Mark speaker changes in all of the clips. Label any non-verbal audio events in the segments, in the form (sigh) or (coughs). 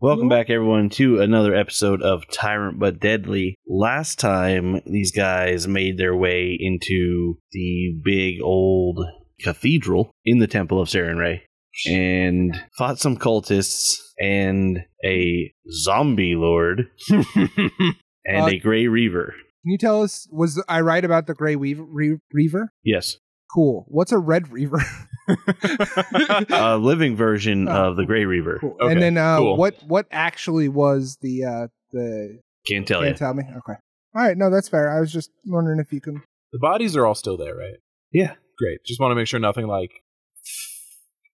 Speaker 1: Welcome back, everyone, to another episode of Tyrant But Deadly. Last time, these guys made their way into the big old cathedral in the Temple of Serenray and fought some cultists and a zombie lord
Speaker 2: (laughs)
Speaker 1: and
Speaker 2: Uh,
Speaker 1: a gray reaver.
Speaker 2: Can you tell us? Was I right about the gray weaver? Re- reaver?
Speaker 1: Yes,
Speaker 2: Cool. What's a red reaver? (laughs)
Speaker 3: (laughs)
Speaker 1: a living version
Speaker 2: Oh.
Speaker 1: of the gray reaver.
Speaker 2: cool.
Speaker 3: Okay,
Speaker 2: and then uh,
Speaker 3: cool.
Speaker 2: what? What actually was the uh, the?
Speaker 1: Can't tell
Speaker 2: Can't
Speaker 1: you.
Speaker 2: tell me. Okay. All right. No, that's fair. I was just wondering if you can.
Speaker 3: The bodies are all still there, right?
Speaker 1: Yeah.
Speaker 3: Great. Just want to make sure nothing like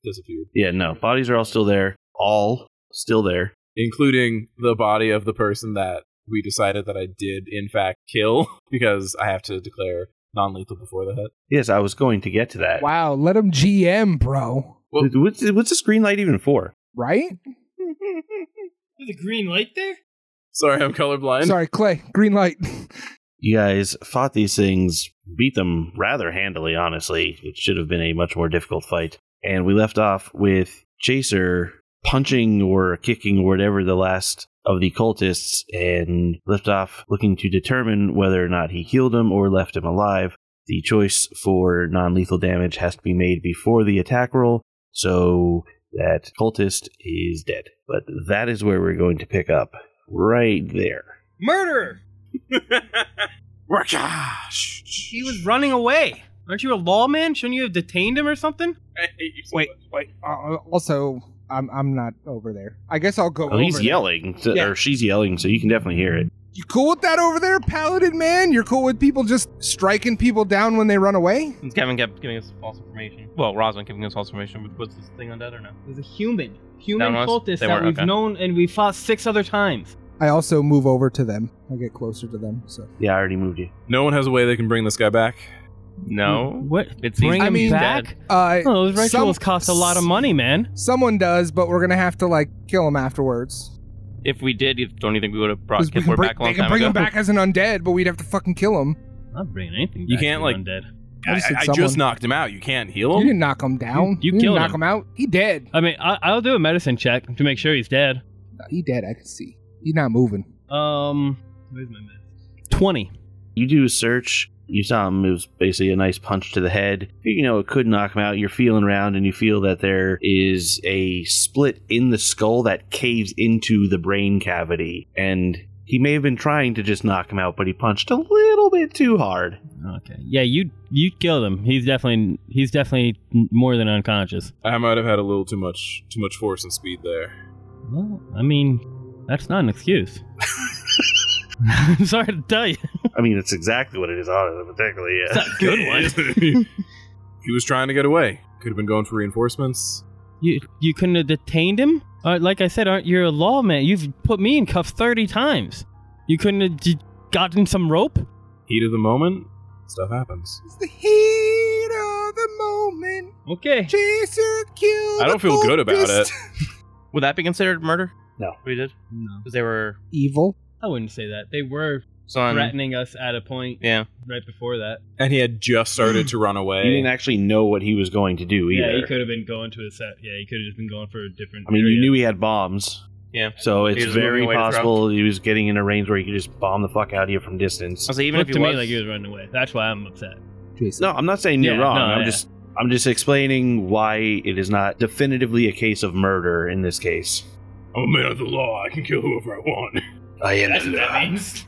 Speaker 3: disappeared,
Speaker 1: Yeah, no. Bodies are all still there. All still there.
Speaker 3: including the body of the person that we decided that I did in fact kill (laughs) because I have to declare non-lethal before that.
Speaker 1: Yes, I was going to get to that.
Speaker 2: Wow. Let him GM, bro.
Speaker 3: Well-
Speaker 1: What's, what's a screen light even for?
Speaker 2: Right?
Speaker 4: There's a green light there?
Speaker 3: Sorry, I'm colorblind. (laughs)
Speaker 2: Sorry, Clay. Green light. (laughs)
Speaker 1: You guys fought these things, beat them rather handily, honestly. It should have been a much more difficult fight. And we left off with Chaser punching or kicking or whatever the last of the cultists and left off looking to determine whether or not he killed him or left him alive. The choice for non lethal damage has to be made before the attack roll, so that cultist is dead. But that is where we're going to pick up, right there.
Speaker 4: Murderer!
Speaker 3: ah,
Speaker 4: He was running away. Aren't you a lawman? Shouldn't you have detained him or
Speaker 3: (laughs)
Speaker 4: something?
Speaker 2: Wait. Wait. Uh, also, I'm I'm not over there. I guess I'll go.
Speaker 1: Oh, he's
Speaker 2: over there.
Speaker 1: yelling, so-
Speaker 2: Yeah.
Speaker 1: or she's yelling, so you can definitely hear it.
Speaker 2: You cool with that over there, Paladin man? You're cool with people just striking people down when they run away?
Speaker 5: Since Kevin kept giving us false information. Well, Rosalind giving us false information, which was this thing undead or no?
Speaker 4: It was a human. Human
Speaker 5: That was-
Speaker 4: cultist
Speaker 5: they
Speaker 4: that
Speaker 5: were-
Speaker 4: we've
Speaker 5: okay.
Speaker 4: known and we fought six other times.
Speaker 2: I also move over to them. I get closer to them. So
Speaker 1: Yeah, I already moved you.
Speaker 3: No one has a way they can bring this guy back.
Speaker 2: Hmm.
Speaker 5: No.
Speaker 4: What?
Speaker 5: It's
Speaker 4: Bring
Speaker 5: easy.
Speaker 2: I
Speaker 4: him
Speaker 2: mean-
Speaker 4: back?
Speaker 2: uh,
Speaker 4: Oh, those rituals
Speaker 2: Some-
Speaker 4: cost a lot of money, man.
Speaker 2: someone does, but we're gonna have to like kill him afterwards.
Speaker 5: If we did, you don't you think we would have
Speaker 2: 'Cause
Speaker 5: brought
Speaker 2: we
Speaker 5: Kid
Speaker 2: can bring,
Speaker 5: back a long
Speaker 2: they can
Speaker 5: time
Speaker 2: bring
Speaker 5: ago?
Speaker 2: him back as an undead, but we'd have to fucking kill him.
Speaker 4: I'm not bringing anything
Speaker 3: You
Speaker 4: back
Speaker 3: can't,
Speaker 4: to
Speaker 3: like-
Speaker 4: an undead.
Speaker 2: I
Speaker 3: I,
Speaker 2: just said
Speaker 3: I
Speaker 2: someone.
Speaker 3: just knocked him out. You can't heal
Speaker 2: You
Speaker 3: him.
Speaker 2: didn't knock him down.
Speaker 5: You- you
Speaker 2: didn't
Speaker 5: killed
Speaker 2: knock him.
Speaker 5: him.
Speaker 2: out. He dead.
Speaker 5: I mean, I, I'll do a medicine check to make sure he's dead.
Speaker 2: He dead. I can see. He's not moving.
Speaker 5: Um, where's my medicine?
Speaker 4: 20.
Speaker 1: You do a search. You saw him. It was basically a nice punch to the head. You know, it could knock him out. You're feeling around, and you feel that there is a split in the skull that caves into the brain cavity. And he may have been trying to just knock him out, but he punched a little bit too hard. (laughs)
Speaker 5: Okay. Yeah, you you killed him. He's definitely he's definitely n- more than unconscious.
Speaker 3: I might have had a little too much too much force and speed there.
Speaker 5: Well, I mean, that's not an excuse. (laughs) I'm sorry to tell you.
Speaker 1: I mean, it's exactly what it is, honestly, particularly. Yeah.
Speaker 5: Good one.
Speaker 3: (laughs) he was trying to get away. Could have been going for reinforcements.
Speaker 5: (laughs) You you couldn't have detained him? Uh, like I said, aren't you a lawman? You've put me in cuffs thirty times. You couldn't have d- gotten some rope?
Speaker 3: Heat of the moment, stuff happens.
Speaker 2: It's the heat of the moment.
Speaker 5: Okay.
Speaker 2: Chaser killed.
Speaker 3: I don't feel good about it.
Speaker 5: Would that be considered murder?
Speaker 1: No.
Speaker 5: We did?
Speaker 4: No.
Speaker 5: Because they were
Speaker 2: (laughs) Evil.
Speaker 5: I wouldn't say that. They were
Speaker 6: son.
Speaker 5: threatening us at a point
Speaker 6: Yeah.
Speaker 5: right before that.
Speaker 3: And he had just started to run away.
Speaker 1: You didn't actually know what he was going to do either.
Speaker 5: Yeah, he could have been going to a set. Yeah, he could have just been going for a different
Speaker 1: I mean, you
Speaker 5: area.
Speaker 1: knew he had bombs.
Speaker 6: Yeah.
Speaker 1: So it's
Speaker 6: He was
Speaker 1: very
Speaker 6: moving away from-
Speaker 1: possible he was getting in a range where he could just bomb the fuck out of you from distance.
Speaker 6: I was like, even
Speaker 5: Looked
Speaker 6: if
Speaker 5: to
Speaker 6: you
Speaker 5: me
Speaker 6: was,
Speaker 5: like he was running away. That's why I'm upset.
Speaker 2: Jason.
Speaker 1: No, I'm not saying you're
Speaker 5: Yeah,
Speaker 1: wrong.
Speaker 5: no,
Speaker 1: I'm
Speaker 5: yeah.
Speaker 1: just I'm just explaining why it is not definitively a case of murder in this case.
Speaker 3: I'm a man of the law. I can kill whoever I want.
Speaker 1: I am
Speaker 6: means.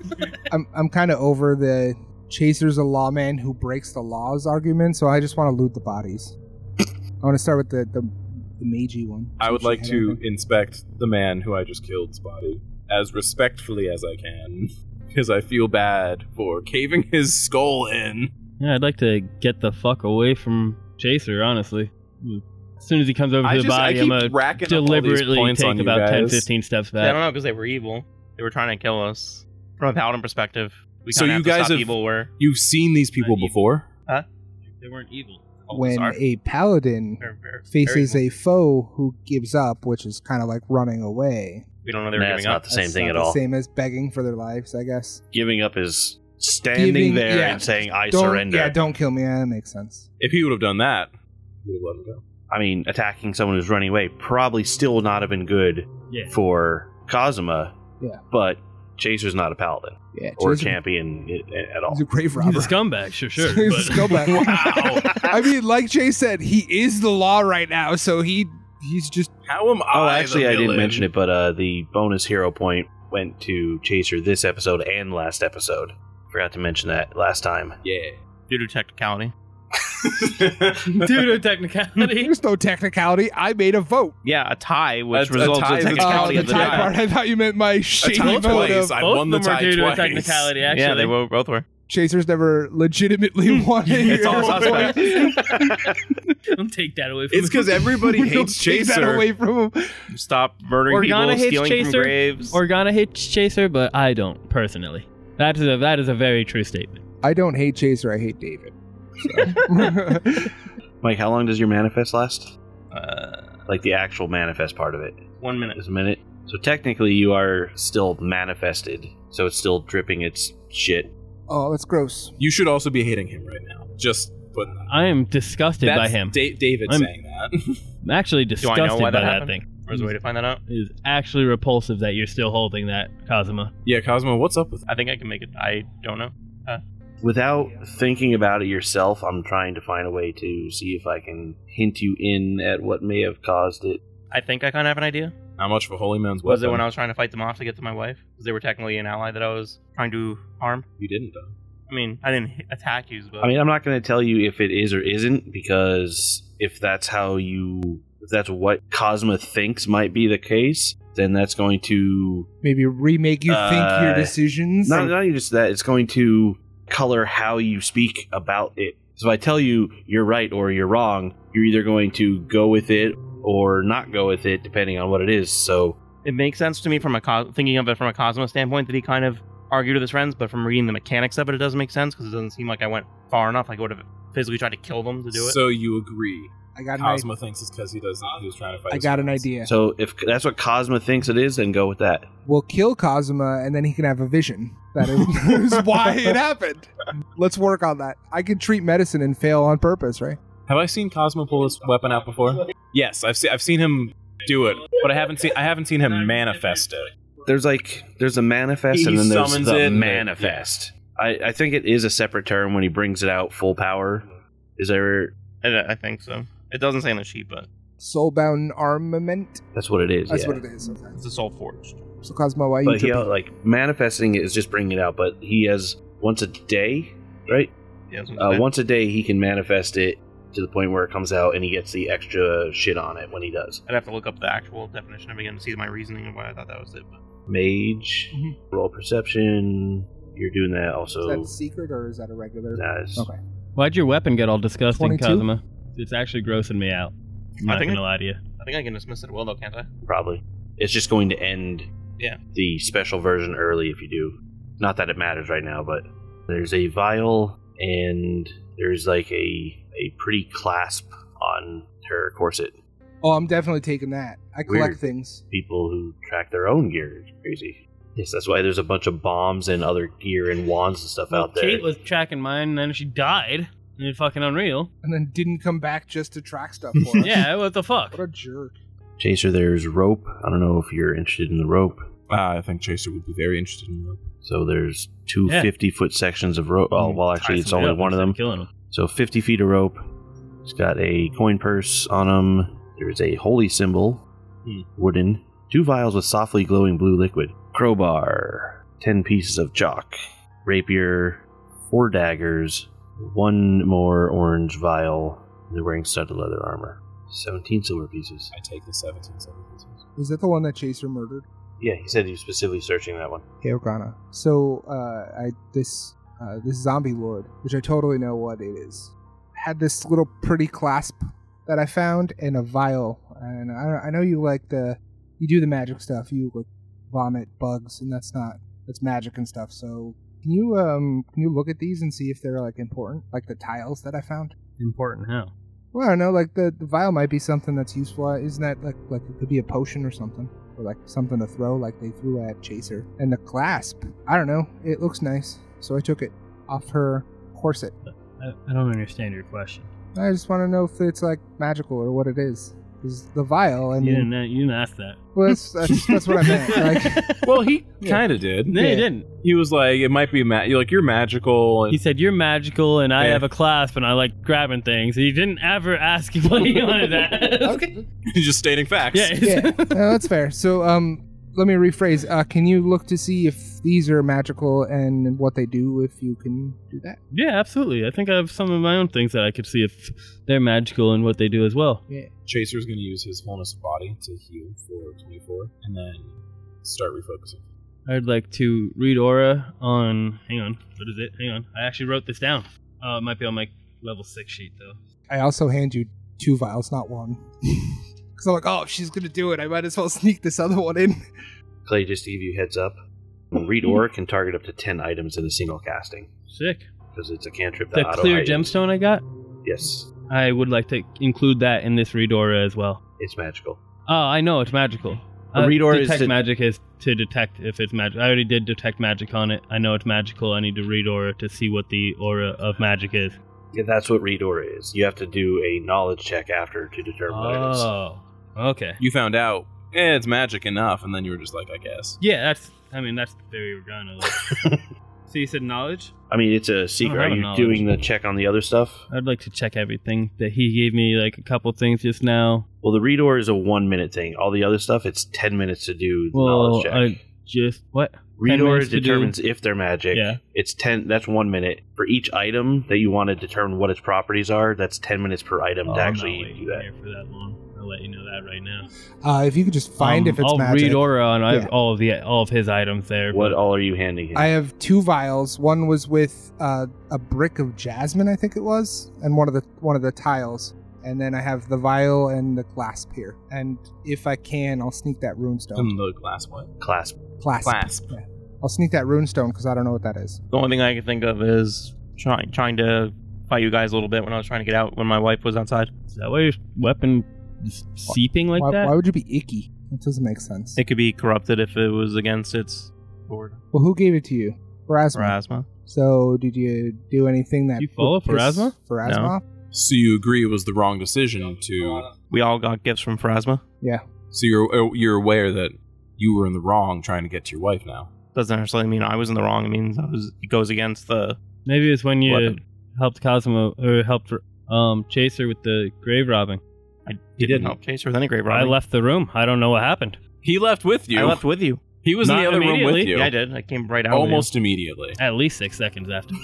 Speaker 2: I'm I'm kind of over the chaser's a lawman who breaks the laws argument, so I just want to loot the bodies. (coughs) I want to start with the the, the magey one.
Speaker 3: I would
Speaker 2: She
Speaker 3: like
Speaker 2: had (laughs)
Speaker 3: to
Speaker 2: everything.
Speaker 3: inspect the man who I just killed's body as respectfully as I can, because I feel bad for caving his skull in.
Speaker 5: Yeah, I'd like to get the fuck away from Chaser, honestly. As soon as he comes over to
Speaker 3: I
Speaker 5: the
Speaker 3: just
Speaker 5: body,
Speaker 3: I
Speaker 5: I'm
Speaker 3: keep
Speaker 5: gonna
Speaker 3: racking up all these
Speaker 5: deliberately
Speaker 3: points on
Speaker 5: take
Speaker 3: you
Speaker 5: about 10,
Speaker 3: guys.
Speaker 5: 15 steps
Speaker 6: I
Speaker 5: back.
Speaker 6: don't know because they were evil. They were trying to kill us from a paladin perspective. We
Speaker 3: So
Speaker 6: kinda
Speaker 3: you
Speaker 6: have to
Speaker 3: guys
Speaker 6: stop
Speaker 3: have-
Speaker 6: evil where
Speaker 3: You've seen these people
Speaker 5: Not evil.
Speaker 3: before.
Speaker 5: They weren't evil.
Speaker 2: when a paladin
Speaker 6: They're very-
Speaker 2: faces
Speaker 6: very
Speaker 2: a foe who gives up, which is kind of like running away.
Speaker 6: evil. We don't know they were
Speaker 1: That's
Speaker 6: giving
Speaker 1: not
Speaker 6: up.
Speaker 1: the same
Speaker 2: That's
Speaker 1: thing
Speaker 2: not
Speaker 1: at
Speaker 2: the
Speaker 1: all.
Speaker 2: Same as begging for their lives, I guess.
Speaker 1: Giving up is standing
Speaker 2: Giving-
Speaker 1: there
Speaker 2: yeah.
Speaker 1: and saying I
Speaker 2: Don't-
Speaker 1: surrender.
Speaker 2: Yeah, don't kill me. Yeah, that makes sense.
Speaker 3: If he would have done that, we would have let him go.
Speaker 1: I mean, attacking someone who's running away probably still would not have been good
Speaker 5: Yeah.
Speaker 1: for Kazuma.
Speaker 2: Yeah.
Speaker 1: But Chaser's not a paladin
Speaker 2: Yeah,
Speaker 1: or a
Speaker 2: Jason-
Speaker 1: champion i- at all.
Speaker 2: He's a grave
Speaker 5: He's a
Speaker 2: robber.
Speaker 5: scumbag, sure,
Speaker 2: (laughs)
Speaker 3: (laughs)
Speaker 5: sure.
Speaker 2: He's a
Speaker 5: but-
Speaker 2: scumbag.
Speaker 3: Wow.
Speaker 2: (laughs) I mean, like Jay said, he is the law right now, so he he's just
Speaker 3: How am I?
Speaker 1: Oh,
Speaker 3: the
Speaker 1: actually, I didn't
Speaker 3: villain?
Speaker 1: mention it, but uh, the bonus hero point went to Chaser this episode and last episode. Forgot to mention that last
Speaker 3: (laughs)
Speaker 1: time.
Speaker 6: Due to technicality.
Speaker 3: Yeah.
Speaker 5: (laughs) Due to technicality.
Speaker 2: there's no technicality. I made a vote.
Speaker 6: Yeah, a tie, which
Speaker 3: A- a
Speaker 6: results
Speaker 3: tie
Speaker 6: in
Speaker 3: is a
Speaker 2: Oh,
Speaker 6: technicality
Speaker 2: the
Speaker 6: of the
Speaker 2: tie
Speaker 6: die.
Speaker 2: part. I thought you meant my
Speaker 3: I
Speaker 2: shady
Speaker 3: tied
Speaker 2: vote
Speaker 3: twice.
Speaker 2: of
Speaker 3: (laughs) I
Speaker 5: Both
Speaker 3: won the
Speaker 5: of them
Speaker 3: tie
Speaker 5: were due to a
Speaker 3: twice.
Speaker 5: technicality, actually.
Speaker 6: Yeah, they
Speaker 5: (laughs)
Speaker 6: were, both were.
Speaker 2: Chasers never legitimately won. a
Speaker 5: It's
Speaker 2: hero (laughs)
Speaker 6: all
Speaker 3: (laughs)
Speaker 6: suspect.
Speaker 2: point.
Speaker 5: Don't take that away from
Speaker 3: It's because
Speaker 5: (laughs)
Speaker 3: everybody
Speaker 2: Don't
Speaker 3: hates
Speaker 2: take that
Speaker 3: Chaser.
Speaker 2: away from him.
Speaker 6: Stop murdering
Speaker 5: Organa hates
Speaker 6: people, stealing
Speaker 5: Chaser.
Speaker 6: from graves.
Speaker 5: Organa hates Chaser, but I don't personally. That is a that is a very true statement.
Speaker 2: I don't hate Chaser. I hate David. So.
Speaker 1: Mike, how long does your manifest last?
Speaker 6: uh,
Speaker 1: Like the actual manifest part of it
Speaker 6: one minute.
Speaker 1: is a minute. So technically, you are still manifested, so it's still dripping its shit.
Speaker 2: oh, that's gross.
Speaker 3: You should also be hating him right now. Just putting that.
Speaker 5: I am disgusted by
Speaker 3: That's
Speaker 5: him.
Speaker 3: Da- David
Speaker 5: I'm-
Speaker 3: saying that.
Speaker 6: (laughs)
Speaker 5: I'm actually
Speaker 6: Do I
Speaker 5: disgusted
Speaker 6: know
Speaker 5: by
Speaker 6: why that
Speaker 5: that
Speaker 6: happened?
Speaker 5: thing.
Speaker 6: There's a way to find that out.
Speaker 5: It is actually repulsive that you're still holding that, Kazuma.
Speaker 3: yeah, Cosmo, what's up with
Speaker 6: I think I can make it. I don't know.
Speaker 1: Without thinking about it yourself, I'm trying to find a way to see if I can hint you in at what may have caused it.
Speaker 6: I think I kind of have an idea.
Speaker 3: how much of a holy man's
Speaker 6: Was
Speaker 3: weapon?
Speaker 6: it when I was trying to fight them off to get to my wife? Because they were technically an ally that I was trying to harm.
Speaker 3: you didn't though.
Speaker 6: I mean, I didn't hit- attack you, but
Speaker 1: I mean, I'm not going to tell you if it is or isn't because if that's how you, if that's what Cosma thinks might be the case, then that's going to
Speaker 2: Maybe remake you think your
Speaker 1: Uh,
Speaker 2: decisions.
Speaker 1: not, not even just that. It's going to color how you speak about it. So if I tell you you're right or you're wrong, you're either going to go with it or not go with it, depending on what it is. So
Speaker 6: it makes sense to me from a co- thinking of it from a Cosmo standpoint that he kind of argued with his friends, but from reading the mechanics of it, it doesn't make sense because it doesn't seem like I went far enough. Like I would have physically tried to kill them to do it.
Speaker 3: So you agree?
Speaker 2: I got an idea.
Speaker 3: Cosmo thinks it's because he doesn't. He was trying to fight.
Speaker 2: I
Speaker 3: his
Speaker 2: got an
Speaker 3: friends.
Speaker 2: idea.
Speaker 1: so if that's what Cosma thinks it is, then go with that.
Speaker 2: We'll kill Cosma, and then he can have a vision. That is, (laughs) is why it happened. Let's work on that. I can treat medicine and fail on purpose, right?
Speaker 3: Have I seen Cosmo pull his weapon out before? Yes, I've seen. I've seen him do it, but I haven't seen. I haven't seen him manifest it.
Speaker 1: There's like there's a manifest
Speaker 3: He
Speaker 1: and then there's
Speaker 3: summons it
Speaker 1: the
Speaker 3: and then-
Speaker 1: manifest. I, I think it is a separate term when he brings it out full power. Is there?
Speaker 6: I, I think so. It doesn't say on the sheet, but
Speaker 2: Soulbound armament.
Speaker 1: That's what it is.
Speaker 2: That's
Speaker 1: yeah.
Speaker 2: what it is. Okay.
Speaker 6: it's a soul forged.
Speaker 2: So Cosmo, why you
Speaker 1: But he
Speaker 2: tripping?
Speaker 1: like manifesting it is just bringing it out. But he has once a day, right?
Speaker 6: Yeah, it's-
Speaker 1: Uh, once a day, he can manifest it to the point where it comes out, and he gets the extra shit on it when he does.
Speaker 6: I'd have to look up the actual definition of it again to see my reasoning and why I thought that was it. But
Speaker 1: Mage,
Speaker 2: Mhm.
Speaker 1: roll perception. You're doing that also.
Speaker 2: Is that secret or is that a regular?
Speaker 1: Nah, it's-
Speaker 2: Okay.
Speaker 5: Why'd your weapon get all disgusting,
Speaker 2: 22?
Speaker 5: Kazuma? It's actually grossing me out. I'm
Speaker 6: I
Speaker 5: not
Speaker 6: think
Speaker 5: gonna
Speaker 6: it-
Speaker 5: lie to you.
Speaker 6: I think I can dismiss it at will though, can't I?
Speaker 1: Probably. It's just going to end.
Speaker 6: Yeah.
Speaker 1: The special version early if you do. Not that it matters right now, but there's a vial and there's like a a pretty clasp on her corset.
Speaker 2: Oh, I'm definitely taking that. I collect
Speaker 1: Weird.
Speaker 2: things.
Speaker 1: people who track their own gear. It's crazy. Yes, that's why there's a bunch of bombs and other gear and wands and stuff out there.
Speaker 5: Kate was tracking mine, and then she died. And it's
Speaker 1: (laughs)
Speaker 5: fucking unreal.
Speaker 2: And then didn't come back just to track stuff for us.
Speaker 5: yeah, what the fuck?
Speaker 2: What a jerk.
Speaker 1: Chaser, there's rope. I don't know if you're interested in the rope.
Speaker 3: Uh, I think Chaser would be very interested in that.
Speaker 1: So there's two
Speaker 5: Yeah.
Speaker 1: 50 foot sections of rope. Oh, well, actually, it's only one of them.
Speaker 5: Killing him.
Speaker 1: So 50 feet of rope. It's got a coin purse on them. There's a holy symbol,
Speaker 3: Hmm.
Speaker 1: wooden. Two vials with softly glowing blue liquid. Crowbar. Ten pieces of chalk. Rapier. Four daggers. One more orange vial. They're wearing studded leather armor. 17 silver pieces.
Speaker 3: I take the 17 seven pieces.
Speaker 2: Is that the one that Chaser murdered?
Speaker 1: Yeah, he said he was specifically searching that one.
Speaker 2: Hey, Organa. So, uh, I this uh, this zombie lord, which I totally know what it is, had this little pretty clasp that I found in a vial, and I, I know you like the you do the magic stuff. You like vomit bugs, and that's not that's magic and stuff. So, can you um can you look at these and see if they're like important, like the tiles that I found?
Speaker 5: Important how?
Speaker 2: Well, I don't know. Like the, the vial might be something that's useful. Uh, Isn't that like like it could be a potion or something, or like something to throw, like they threw at Chaser. And the clasp, I don't know. It looks nice, so I took it off her corset.
Speaker 5: I, I don't understand your question.
Speaker 2: I just want to know if it's like magical or what it is. is the vial. I
Speaker 5: You
Speaker 2: mean,
Speaker 5: didn't, you didn't ask that.
Speaker 2: well, that's, that's (laughs) that's what I
Speaker 5: (laughs)
Speaker 2: meant. Like,
Speaker 3: Well, he
Speaker 2: Yeah.
Speaker 3: kind of did.
Speaker 5: No,
Speaker 2: Yeah.
Speaker 5: you didn't.
Speaker 3: He was like, "It might be ma- you're like you're magical."
Speaker 5: He
Speaker 3: And
Speaker 5: said you're magical, and I
Speaker 3: Yeah.
Speaker 5: have a clasp, and I like grabbing things. He didn't ever ask (laughs) you what he wanted
Speaker 2: (laughs)
Speaker 5: that.
Speaker 2: okay.
Speaker 3: he's (laughs) just stating facts.
Speaker 5: Yeah.
Speaker 2: yeah, no, that's fair. So, um, let me rephrase. Uh, can you look to see if these are magical and what they do? If you can do that.
Speaker 5: (laughs) Yeah, absolutely. I think I have some of my own things that I could see if they're magical and what they do as well.
Speaker 3: Chaser's gonna use his wholeness of body to heal for 24, and then start refocusing.
Speaker 5: I'd like to read aura on. Hang on, what is it? Hang on, I actually wrote this down. Uh, it might be on my level six sheet though.
Speaker 2: I also hand you two vials, not (laughs) one. Because I'm like, oh, if she's gonna do it. I might as well (laughs) sneak this other one in.
Speaker 1: Clay, just to give you a heads up,
Speaker 5: (laughs)
Speaker 1: read aura can target up to ten items in a single casting
Speaker 5: Sick.
Speaker 1: because it's a cantrip.
Speaker 5: The
Speaker 1: that auto
Speaker 5: clear
Speaker 1: items-
Speaker 5: gemstone I got,
Speaker 1: Yes,
Speaker 5: I would like to include that in this read aura as well.
Speaker 1: it's magical.
Speaker 5: Oh, I know it's magical. Uh,
Speaker 1: A read aura is
Speaker 5: detect
Speaker 1: to-
Speaker 5: magic is to detect if it's magic. I already did detect magic on it. I know it's magical. I need to read aura to see what the aura of magic is.
Speaker 1: Yeah, that's what read aura is. You have to do a knowledge check after to determine what it is.
Speaker 5: Oh, okay.
Speaker 3: You found out, eh, it's magic enough, and then you were just like, "I guess."
Speaker 5: Yeah, that's. I mean, that's very Organa.
Speaker 1: (laughs)
Speaker 5: like. so you said knowledge.
Speaker 1: I mean, it's a secret.
Speaker 5: I
Speaker 1: Are
Speaker 5: don't
Speaker 1: you
Speaker 5: know.
Speaker 1: doing the check on the other stuff?
Speaker 5: I'd like to check everything that he gave me, like a couple things just now.
Speaker 1: Well, the read aura is a one minute thing. All the other stuff, it's ten minutes to do the
Speaker 5: Well,
Speaker 1: knowledge check.
Speaker 5: I just what?
Speaker 1: read
Speaker 5: 10
Speaker 1: aura
Speaker 5: minutes to do-
Speaker 1: determines if they're magic.
Speaker 5: Yeah.
Speaker 1: It's ten. That's one minute for each item that you want to determine what its properties are. That's ten minutes per item
Speaker 5: Oh,
Speaker 1: to
Speaker 5: I'm not
Speaker 1: actually
Speaker 5: waiting
Speaker 1: do that.
Speaker 5: here for that long. I'll let you know that right now.
Speaker 2: Uh, if you could just find
Speaker 5: Um,
Speaker 2: if it's
Speaker 5: I'll
Speaker 2: magic.
Speaker 5: read aura on I have
Speaker 2: Yeah.
Speaker 5: all of the all of his items there.
Speaker 1: What
Speaker 5: but-
Speaker 1: all are you handing him?
Speaker 2: I have two vials. One was with uh, a brick of jasmine, I think it was, and one of the one of the tiles. And then I have the vial and the clasp here. And if I can, I'll sneak that
Speaker 3: And
Speaker 5: Um,
Speaker 2: runestone.
Speaker 3: the glass one.
Speaker 1: (laughs) Clasp.
Speaker 2: Clasp.
Speaker 3: Clasp.
Speaker 2: I'll sneak that runestone because I don't know what that is.
Speaker 6: The only thing I can think of is trying trying to fight you guys a little bit when I was trying to get out when my wife was outside.
Speaker 5: Is that why your weapon is seeping like
Speaker 2: why,
Speaker 5: that?
Speaker 2: why would you be icky? It doesn't make sense.
Speaker 6: It could be corrupted if it was against its board
Speaker 2: Well, who gave it to you?
Speaker 6: or
Speaker 2: Pharasma.
Speaker 6: asthma.
Speaker 2: So did you do anything that
Speaker 5: You follow
Speaker 2: would piss
Speaker 5: Pharasma?
Speaker 2: Pharasma?
Speaker 6: No.
Speaker 2: off?
Speaker 3: So you agree it was the wrong decision to.
Speaker 6: We all got gifts from Phrasma.
Speaker 3: So you're uh, you're aware that you were in the wrong trying to get to your wife now.
Speaker 6: Doesn't necessarily mean I was in the wrong. It means I was. It goes against the.
Speaker 5: Maybe it's when you
Speaker 6: Weapon.
Speaker 5: helped Cosmo or helped um, Chaser with the grave robbing.
Speaker 6: I didn't,
Speaker 3: didn't.
Speaker 6: help Chaser with any grave
Speaker 5: I
Speaker 6: robbing.
Speaker 5: left the room. I don't know what happened.
Speaker 3: He left with you.
Speaker 6: I left with you.
Speaker 3: He was in
Speaker 5: Not
Speaker 3: the other room with
Speaker 5: immediately.
Speaker 3: you.
Speaker 6: Yeah, I did. I came right out. with you.
Speaker 3: Almost immediately.
Speaker 5: At least six seconds after.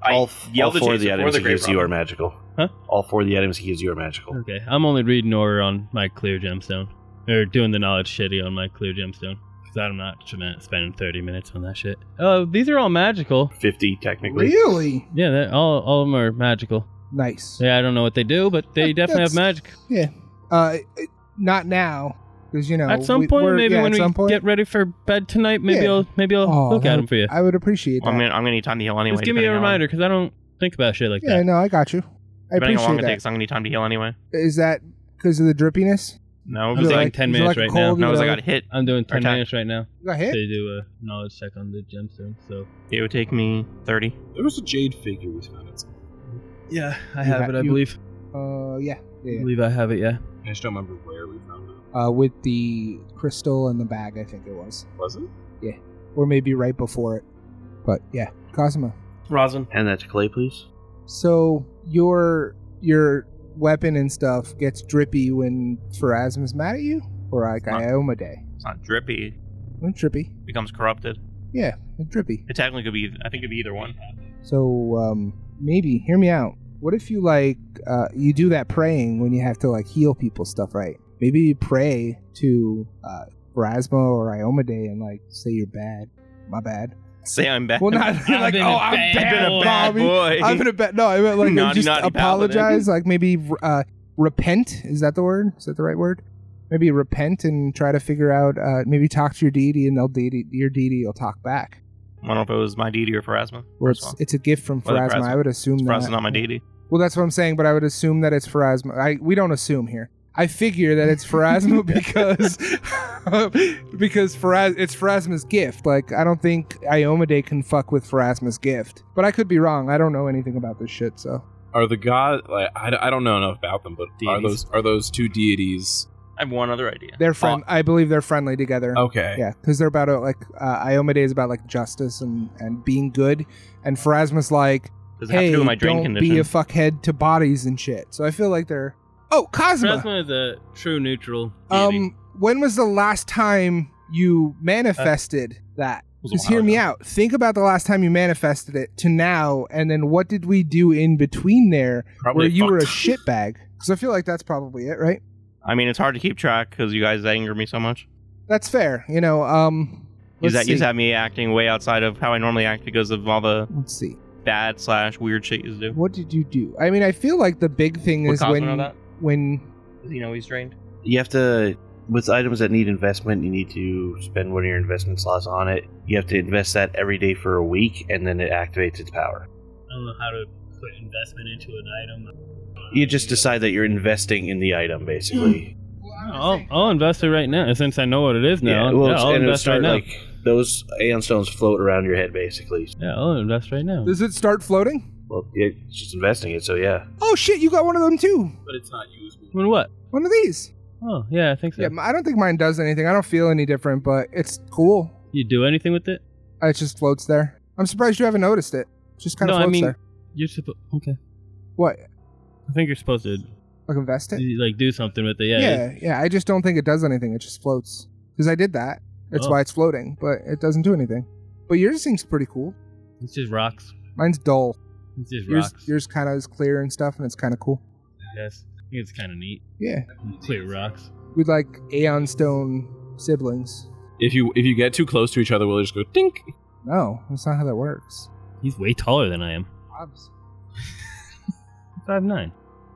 Speaker 6: I
Speaker 1: all f- all
Speaker 6: yelled at
Speaker 1: four of the
Speaker 6: Jason for
Speaker 1: items
Speaker 6: the
Speaker 1: he gives
Speaker 6: grave
Speaker 1: you are
Speaker 6: robber.
Speaker 1: magical.
Speaker 5: Huh? Hmm.
Speaker 1: All four of the items he gives you are magical.
Speaker 5: Okay, I'm only reading aura on my clear gemstone, or doing the knowledge shitty on my clear gemstone, because I'm not tr- spending 30 minutes on that shit. Oh, these are all magical.
Speaker 1: Fifty technically.
Speaker 2: Really
Speaker 5: Yeah, they're- all all of them are magical.
Speaker 2: nice.
Speaker 5: Yeah, I don't know what they do, but they
Speaker 2: That-
Speaker 5: definitely have
Speaker 2: that's-
Speaker 5: magic.
Speaker 2: Uh, it- not now, because you know.
Speaker 5: at some
Speaker 2: we-
Speaker 5: point,
Speaker 2: we're-
Speaker 5: maybe
Speaker 2: yeah,
Speaker 5: when
Speaker 2: at
Speaker 5: we
Speaker 2: some point,
Speaker 5: get ready for bed tonight, maybe
Speaker 2: Yeah.
Speaker 5: I'll maybe I'll
Speaker 2: Oh,
Speaker 5: look
Speaker 2: that
Speaker 5: at them
Speaker 2: would-
Speaker 5: for you.
Speaker 2: I would appreciate
Speaker 6: Well,
Speaker 2: that.
Speaker 6: I'm gonna, I'm gonna need time to heal anyway.
Speaker 5: Just give me a
Speaker 6: depending on-
Speaker 5: reminder, because I don't think about shit like
Speaker 2: yeah,
Speaker 5: that.
Speaker 2: no, I got you. I
Speaker 6: Depending on how long
Speaker 2: appreciate
Speaker 6: it
Speaker 2: that.
Speaker 6: takes, I'm gonna need time to heal anyway.
Speaker 2: Is that because of the drippiness?
Speaker 5: I'm
Speaker 6: No,
Speaker 2: Is it
Speaker 6: because
Speaker 5: doing
Speaker 6: I,
Speaker 2: like-
Speaker 5: 10
Speaker 2: is it
Speaker 5: minutes
Speaker 2: like a
Speaker 5: right now.
Speaker 2: cold,
Speaker 6: no,
Speaker 2: you
Speaker 6: 'cause I
Speaker 2: know,
Speaker 6: got hit.
Speaker 5: I'm doing 10
Speaker 6: Or time.
Speaker 5: minutes right now
Speaker 2: you got
Speaker 5: to
Speaker 2: hit?
Speaker 5: do a knowledge check on the gemstone. So
Speaker 6: It would take me 30.
Speaker 3: There was a jade figure we found at some
Speaker 5: yeah, I
Speaker 2: You have got- it, I you-
Speaker 5: believe.
Speaker 2: Uh, yeah, yeah.
Speaker 5: believe I have it. Yeah.
Speaker 3: I just don't remember where we found it.
Speaker 2: yeah. Uh, with the crystal and the bag, I think it was,
Speaker 3: Was it?
Speaker 2: or maybe right before it. But yeah, Cosmo.
Speaker 6: Rosin.
Speaker 1: Hand that to Clay, please.
Speaker 2: So your your weapon and stuff gets drippy when Pharasma's mad at you, or like
Speaker 6: Not-
Speaker 2: Ioma Day.
Speaker 6: It's not drippy.
Speaker 2: Not drippy.
Speaker 6: It becomes corrupted.
Speaker 2: Yeah, drippy.
Speaker 6: It technically could be. I think it'd be either one.
Speaker 2: So um, maybe hear me out. What if you like uh, you do that praying when you have to like heal people stuff, right? Maybe you pray to uh, Erasmo or Iomade and like say you're bad. My bad.
Speaker 6: Say I'm back.
Speaker 2: Well, not like oh
Speaker 5: been a
Speaker 2: I'm
Speaker 5: bad
Speaker 2: bad.
Speaker 5: been a
Speaker 6: bad
Speaker 2: Bobby.
Speaker 6: boy.
Speaker 2: I'm gonna bet. No, I meant like
Speaker 6: Naughty,
Speaker 2: just
Speaker 6: naughty
Speaker 2: apologize. Like maybe uh, repent. Is that the word? Is that the right word? Maybe repent and try to figure out. Uh, maybe talk to your deity, and they'll deity your deity will talk back.
Speaker 6: I don't know if it was my deity or Phrasma.
Speaker 2: Or
Speaker 6: First
Speaker 2: it's,
Speaker 6: one.
Speaker 2: it's a gift from
Speaker 6: Well, then
Speaker 2: Phrasma.
Speaker 6: Phrasma.
Speaker 2: I would assume that.
Speaker 6: Phrasma's not my deity.
Speaker 2: Well, that's what I'm saying, but I would assume that it's Pharasma. I we don't assume here. I figure that it's
Speaker 6: (laughs)
Speaker 2: Pharasma because (laughs) because Pharas- it's Pharasma's gift. Like I don't think Iomade can fuck with Pharasma's gift, but I could be wrong. I don't know anything about this shit, so
Speaker 3: Are the god? Like, I, I don't know enough about them, but are
Speaker 6: Deities.
Speaker 3: those are those two deities?
Speaker 6: I have one other idea.
Speaker 2: They're friend. I believe they're friendly together.
Speaker 3: Oh. Okay,
Speaker 2: Yeah, because they're about uh, like uh, Iomade is about like justice and and being good, and Pharasma's like,
Speaker 6: Does it have
Speaker 2: hey,
Speaker 6: to do with my drain
Speaker 2: don't
Speaker 6: condition?
Speaker 2: be a fuckhead to bodies and shit. So I feel like they're oh Cosma.
Speaker 5: Phrasma is a true neutral. deity.
Speaker 2: Um, when was the last time you manifested that?
Speaker 3: Uh, was a
Speaker 2: Just
Speaker 3: while
Speaker 2: hear me
Speaker 3: ago.
Speaker 2: out. Think about the last time you manifested it to now, and then what did we do in between there
Speaker 3: Probably
Speaker 2: where you
Speaker 3: (laughs)
Speaker 2: were a
Speaker 3: fucked.
Speaker 2: shitbag? Because I feel like that's probably it, right?
Speaker 6: I mean, it's hard to keep track because you guys anger me so much.
Speaker 2: That's fair. You know, um,
Speaker 6: You
Speaker 2: let's
Speaker 6: just,
Speaker 2: see.
Speaker 6: you just have me acting way outside of how I normally act because of all the
Speaker 2: let's see.
Speaker 6: bad slash weird shit you do.
Speaker 2: What did you do? I mean, I feel like the big thing
Speaker 6: Would
Speaker 2: is
Speaker 6: Cosmo know
Speaker 2: when
Speaker 6: that?
Speaker 2: when
Speaker 6: Does he know he's drained?
Speaker 1: You have to with items that need investment, you need to spend one of your investment slots on it. You have to invest that every day for a week, and then it activates its power.
Speaker 5: I don't know how to put investment into an item.
Speaker 1: You just decide that you're investing in the item, basically.
Speaker 5: I'll, I'll invest it right now since I know what it
Speaker 1: Hmm.
Speaker 5: is now. Yeah,
Speaker 1: well, it's-
Speaker 5: I'll
Speaker 1: and it'll
Speaker 5: invest right
Speaker 1: start
Speaker 5: now.
Speaker 1: like those aeon stones float around your head, basically.
Speaker 5: Yeah, I'll invest right now.
Speaker 2: does it start floating?
Speaker 1: Well, yeah, it's just investing it, so yeah.
Speaker 2: Oh shit! You got one of them too.
Speaker 3: but it's not usable.
Speaker 5: I mean, what?
Speaker 2: One of these.
Speaker 5: Oh, yeah, I think so.
Speaker 2: Yeah, I don't think mine does anything. I don't feel any different, but it's cool. Uh,
Speaker 5: You do anything with it?
Speaker 2: It just floats there. I'm surprised you haven't noticed it. Just kind of
Speaker 5: no, I
Speaker 2: floats
Speaker 5: mean,
Speaker 2: there.
Speaker 5: you're supposed. Okay.
Speaker 2: What?
Speaker 5: I think you're supposed to
Speaker 2: Like invest it?
Speaker 5: like do something with it. Yeah.
Speaker 2: yeah, yeah, I just don't think it does anything. It just floats. Because I did that. That's
Speaker 5: Oh.
Speaker 2: why it's floating, but it doesn't do anything. But yours seems pretty cool.
Speaker 5: It's just rocks.
Speaker 2: Mine's dull.
Speaker 5: It's just
Speaker 2: Yours,
Speaker 5: rocks.
Speaker 2: yours kind of is clear and stuff, and it's kind of cool.
Speaker 5: Yes. I think it's kind of neat.
Speaker 2: Yeah,
Speaker 5: Clear rocks.
Speaker 2: we like Aeon Stone siblings.
Speaker 3: If you if you get too close to each other, we'll just go dink.
Speaker 2: No, that's not how that works.
Speaker 5: He's way taller than I am. Five nine.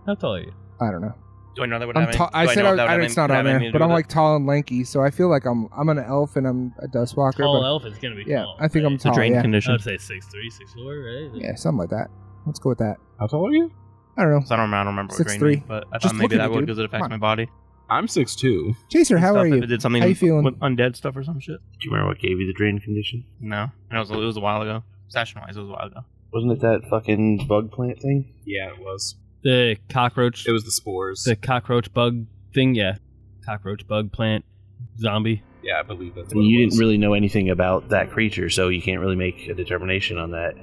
Speaker 5: How tall are you?
Speaker 2: I don't know.
Speaker 6: Do I know that would
Speaker 2: I'm
Speaker 6: have
Speaker 2: ta-
Speaker 6: any,
Speaker 2: I
Speaker 6: do
Speaker 2: said
Speaker 6: know
Speaker 2: I,
Speaker 6: that would
Speaker 2: I know
Speaker 6: have any-
Speaker 2: it's not
Speaker 6: would
Speaker 2: on
Speaker 6: have anything
Speaker 2: there, but
Speaker 6: to do
Speaker 2: I'm
Speaker 6: with
Speaker 2: like tall and lanky, so I feel like I'm I'm an elf and I'm a dust walker.
Speaker 5: Tall
Speaker 2: but
Speaker 5: elf is gonna be
Speaker 2: yeah,
Speaker 5: tall.
Speaker 2: I think I'm
Speaker 5: right?
Speaker 6: it. the
Speaker 2: tall.
Speaker 6: drain
Speaker 2: oh, yeah.
Speaker 6: condition.
Speaker 5: I'd say six three, six four, right?
Speaker 2: yeah, something like that. Let's go with that.
Speaker 3: How tall are you?
Speaker 2: I don't know.
Speaker 6: 'Cause I don't remember, I don't remember what
Speaker 2: Six,
Speaker 6: drain
Speaker 2: three.
Speaker 6: means, but I
Speaker 2: Just
Speaker 6: thought maybe
Speaker 2: look at
Speaker 6: that
Speaker 2: it, dude.
Speaker 6: would because it
Speaker 2: Come
Speaker 6: affects
Speaker 2: on.
Speaker 6: my body.
Speaker 3: I'm six two.
Speaker 2: Chaser, how
Speaker 6: Stuff,
Speaker 2: are
Speaker 6: If
Speaker 2: you?
Speaker 6: it did something
Speaker 2: How you feeling?
Speaker 6: with undead stuff or some shit.
Speaker 1: Do you remember what gave you the drain condition?
Speaker 6: No, I know it was, it was a while ago. Session wise, it was a while ago.
Speaker 1: Wasn't it that fucking bug plant thing?
Speaker 3: Yeah, it was.
Speaker 5: The cockroach.
Speaker 3: It was the spores.
Speaker 5: the cockroach bug thing. Yeah. Cockroach bug plant zombie.
Speaker 3: yeah, I believe that's.
Speaker 1: I mean,
Speaker 3: what it
Speaker 1: you
Speaker 3: was.
Speaker 1: didn't really know anything about that creature, so you can't really make a determination on that.